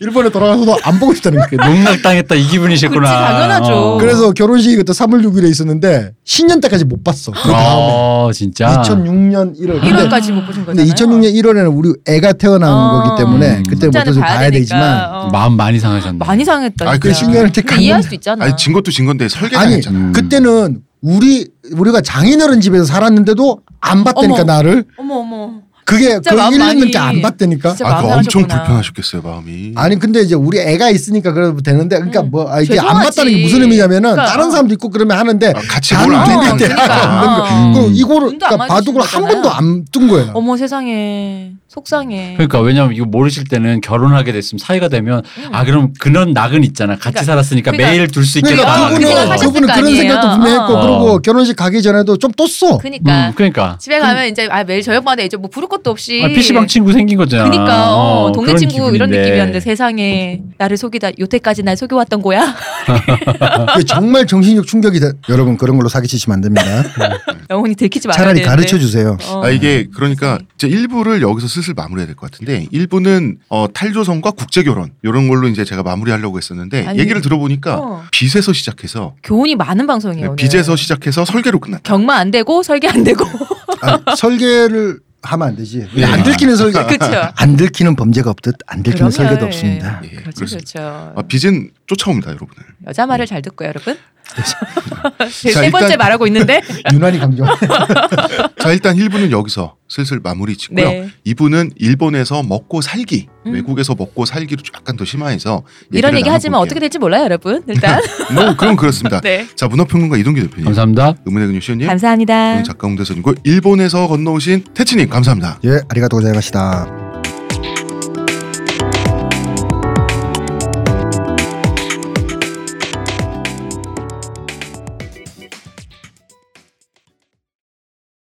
Speaker 1: 일본에 돌아가서도 안 보고 싶다는 거야.
Speaker 2: 그 농락당했다 이 기분이셨구나.
Speaker 3: 그치, 당연하죠.
Speaker 2: 어.
Speaker 1: 그래서 결혼식이 그때 3월 6일에 있었는데 신년 때까지 못 봤어. 그
Speaker 4: 아.
Speaker 1: 다음에
Speaker 2: 어, 진짜.
Speaker 1: 2006년 1월. 근데
Speaker 3: 1월까지 못 보신
Speaker 1: 근데
Speaker 3: 거잖아요.
Speaker 1: 2006년 1월에는 우리 애가 태어난
Speaker 3: 어.
Speaker 1: 거기 때문에
Speaker 2: 음.
Speaker 1: 그때부터 뭐 좀 봐야, 되지만
Speaker 2: 마음 많이 상하셨네.
Speaker 3: 많이 상했다.
Speaker 4: 아,
Speaker 1: 그
Speaker 3: 진짜.
Speaker 4: 그치.
Speaker 1: 신년을
Speaker 3: 근데
Speaker 1: 택한
Speaker 3: 이해할
Speaker 1: 건
Speaker 3: 수 있잖아.
Speaker 4: 아니 진 것도 진 건데 설계가
Speaker 1: 아니,
Speaker 4: 했잖아.
Speaker 2: 음.
Speaker 1: 그때는 우리 우리가 장인어른 집에서 살았는데도 안 봤다니까
Speaker 3: 어머.
Speaker 1: 나를
Speaker 3: 어머 어머.
Speaker 1: 그게
Speaker 3: 진짜
Speaker 1: 그
Speaker 3: 마음
Speaker 1: 1, 2년
Speaker 3: 많이-
Speaker 1: 때안 봤다니까
Speaker 3: 진짜
Speaker 4: 아,
Speaker 3: 마음
Speaker 4: 그 엄청
Speaker 3: 상하셨구나.
Speaker 4: 불편하셨겠어요 마음이.
Speaker 1: 아니 근데 이제 우리 애가 있으니까 그래도 되는데 그러니까
Speaker 3: 음.
Speaker 1: 뭐 아, 이게 안
Speaker 3: 죄송하지.
Speaker 1: 맞다는 게 무슨 의미냐면은
Speaker 3: 그러니까.
Speaker 1: 다른 사람도 있고 그러면 하는데
Speaker 4: 아, 같이
Speaker 1: 나는
Speaker 4: 몰라.
Speaker 1: 되게
Speaker 3: 어, 그러니까.
Speaker 1: (laughs)
Speaker 4: 아,
Speaker 1: 없는 거.
Speaker 3: 어.
Speaker 1: 그 이거를
Speaker 3: 눈도 안
Speaker 1: 그러니까 바둑을
Speaker 3: 마주치는
Speaker 1: 한
Speaker 3: 거잖아요.
Speaker 1: 번도 안 뜬 거예요.
Speaker 3: 어머 세상에 속상해.
Speaker 2: 그러니까 왜냐면 이거 모르실 때는 결혼하게 됐으면 사이가 되면 아 그럼 그런 낙은 있잖아. 같이
Speaker 3: 음. 그러니까-
Speaker 2: 살았으니까
Speaker 3: 그러니까-
Speaker 2: 매일 둘 수
Speaker 3: 그러니까
Speaker 2: 있겠다.
Speaker 3: 그 생각
Speaker 1: 그분은
Speaker 3: 하셨을
Speaker 1: 그분은
Speaker 3: 거
Speaker 1: 그런
Speaker 3: 아니에요?
Speaker 1: 생각도 분명히 했고
Speaker 2: 어.
Speaker 1: 그리고 결혼식 가기 전에도 좀 떴어.
Speaker 3: 그러니까.
Speaker 2: 음, 그러니까.
Speaker 3: 집에 가면 이제 아 매일 저녁마다 이제 뭐 부를 것도 없이
Speaker 2: 아, PC방 친구 생긴 거잖아.
Speaker 3: 그러니까 어,
Speaker 2: 어,
Speaker 3: 동네
Speaker 2: 그런
Speaker 3: 친구 이런
Speaker 2: 기분인데.
Speaker 3: 느낌이었는데 세상에 나를 속이다 요때까지 날 속여왔던 거야 (laughs)
Speaker 1: 그게 정말 정신적 충격이다. 여러분 그런 걸로 사기치시면 안
Speaker 3: (laughs)
Speaker 1: 됩니다.
Speaker 3: 영원히 들키지 말아야
Speaker 1: 차라리
Speaker 3: 되는데.
Speaker 1: 가르쳐 주세요.
Speaker 3: 어.
Speaker 4: 아 이게 그러니까 이제 1부를 여기서 슬슬 마무리해야 될 것 같은데 1부는 어, 탈조선과 국제 결혼 이런 걸로 이제 제가 마무리하려고 했었는데
Speaker 3: 아니,
Speaker 4: 얘기를 들어보니까
Speaker 3: 어.
Speaker 4: 빚에서 시작해서
Speaker 3: 교훈이 많은 방송이에요. 오늘.
Speaker 4: 네, 빚에서 시작해서 설계로 끝났다.
Speaker 3: 경마 안 되고 설계 안 되고 (laughs)
Speaker 1: 아, 설계를 하면 안 되지.
Speaker 4: 예.
Speaker 1: 안 들키는 설계.
Speaker 3: 그렇죠.
Speaker 1: 안 들키는 범죄가 없듯 안 들키는
Speaker 3: 그럼요,
Speaker 1: 설계도
Speaker 3: 예.
Speaker 1: 없습니다.
Speaker 4: 예,
Speaker 3: 그렇죠,
Speaker 4: 그렇습니다.
Speaker 3: 그렇죠.
Speaker 4: 아, 빚은 쫓아옵니다, 여러분을.
Speaker 3: 여자 말을 잘 듣고 여러분. 세
Speaker 4: 자, 일단-
Speaker 3: 번째 말하고 있는데.
Speaker 1: 유난히 강조.
Speaker 4: 자, 일단 1부는 여기서 슬슬 마무리 짓고요.
Speaker 3: 네.
Speaker 4: 2부는 일본에서 먹고 살기,
Speaker 3: 음.
Speaker 4: 외국에서 먹고 살기로 약간 더 심화해서
Speaker 3: 이런 얘기 하지만 어떻게 될지 몰라요, 여러분. 일단.
Speaker 4: 어떻게 뭐 그럼
Speaker 3: (laughs)
Speaker 4: 그렇습니다.
Speaker 3: 네.
Speaker 4: 자, 문화평론가 이동규 대표님,
Speaker 2: 감사합니다.
Speaker 4: 음원의 근육 시원님,
Speaker 3: 감사합니다.
Speaker 4: 작가 홍대선이고 일본에서 건너오신 태치님 감사합니다.
Speaker 1: 예, 아리가또 고자이마시다.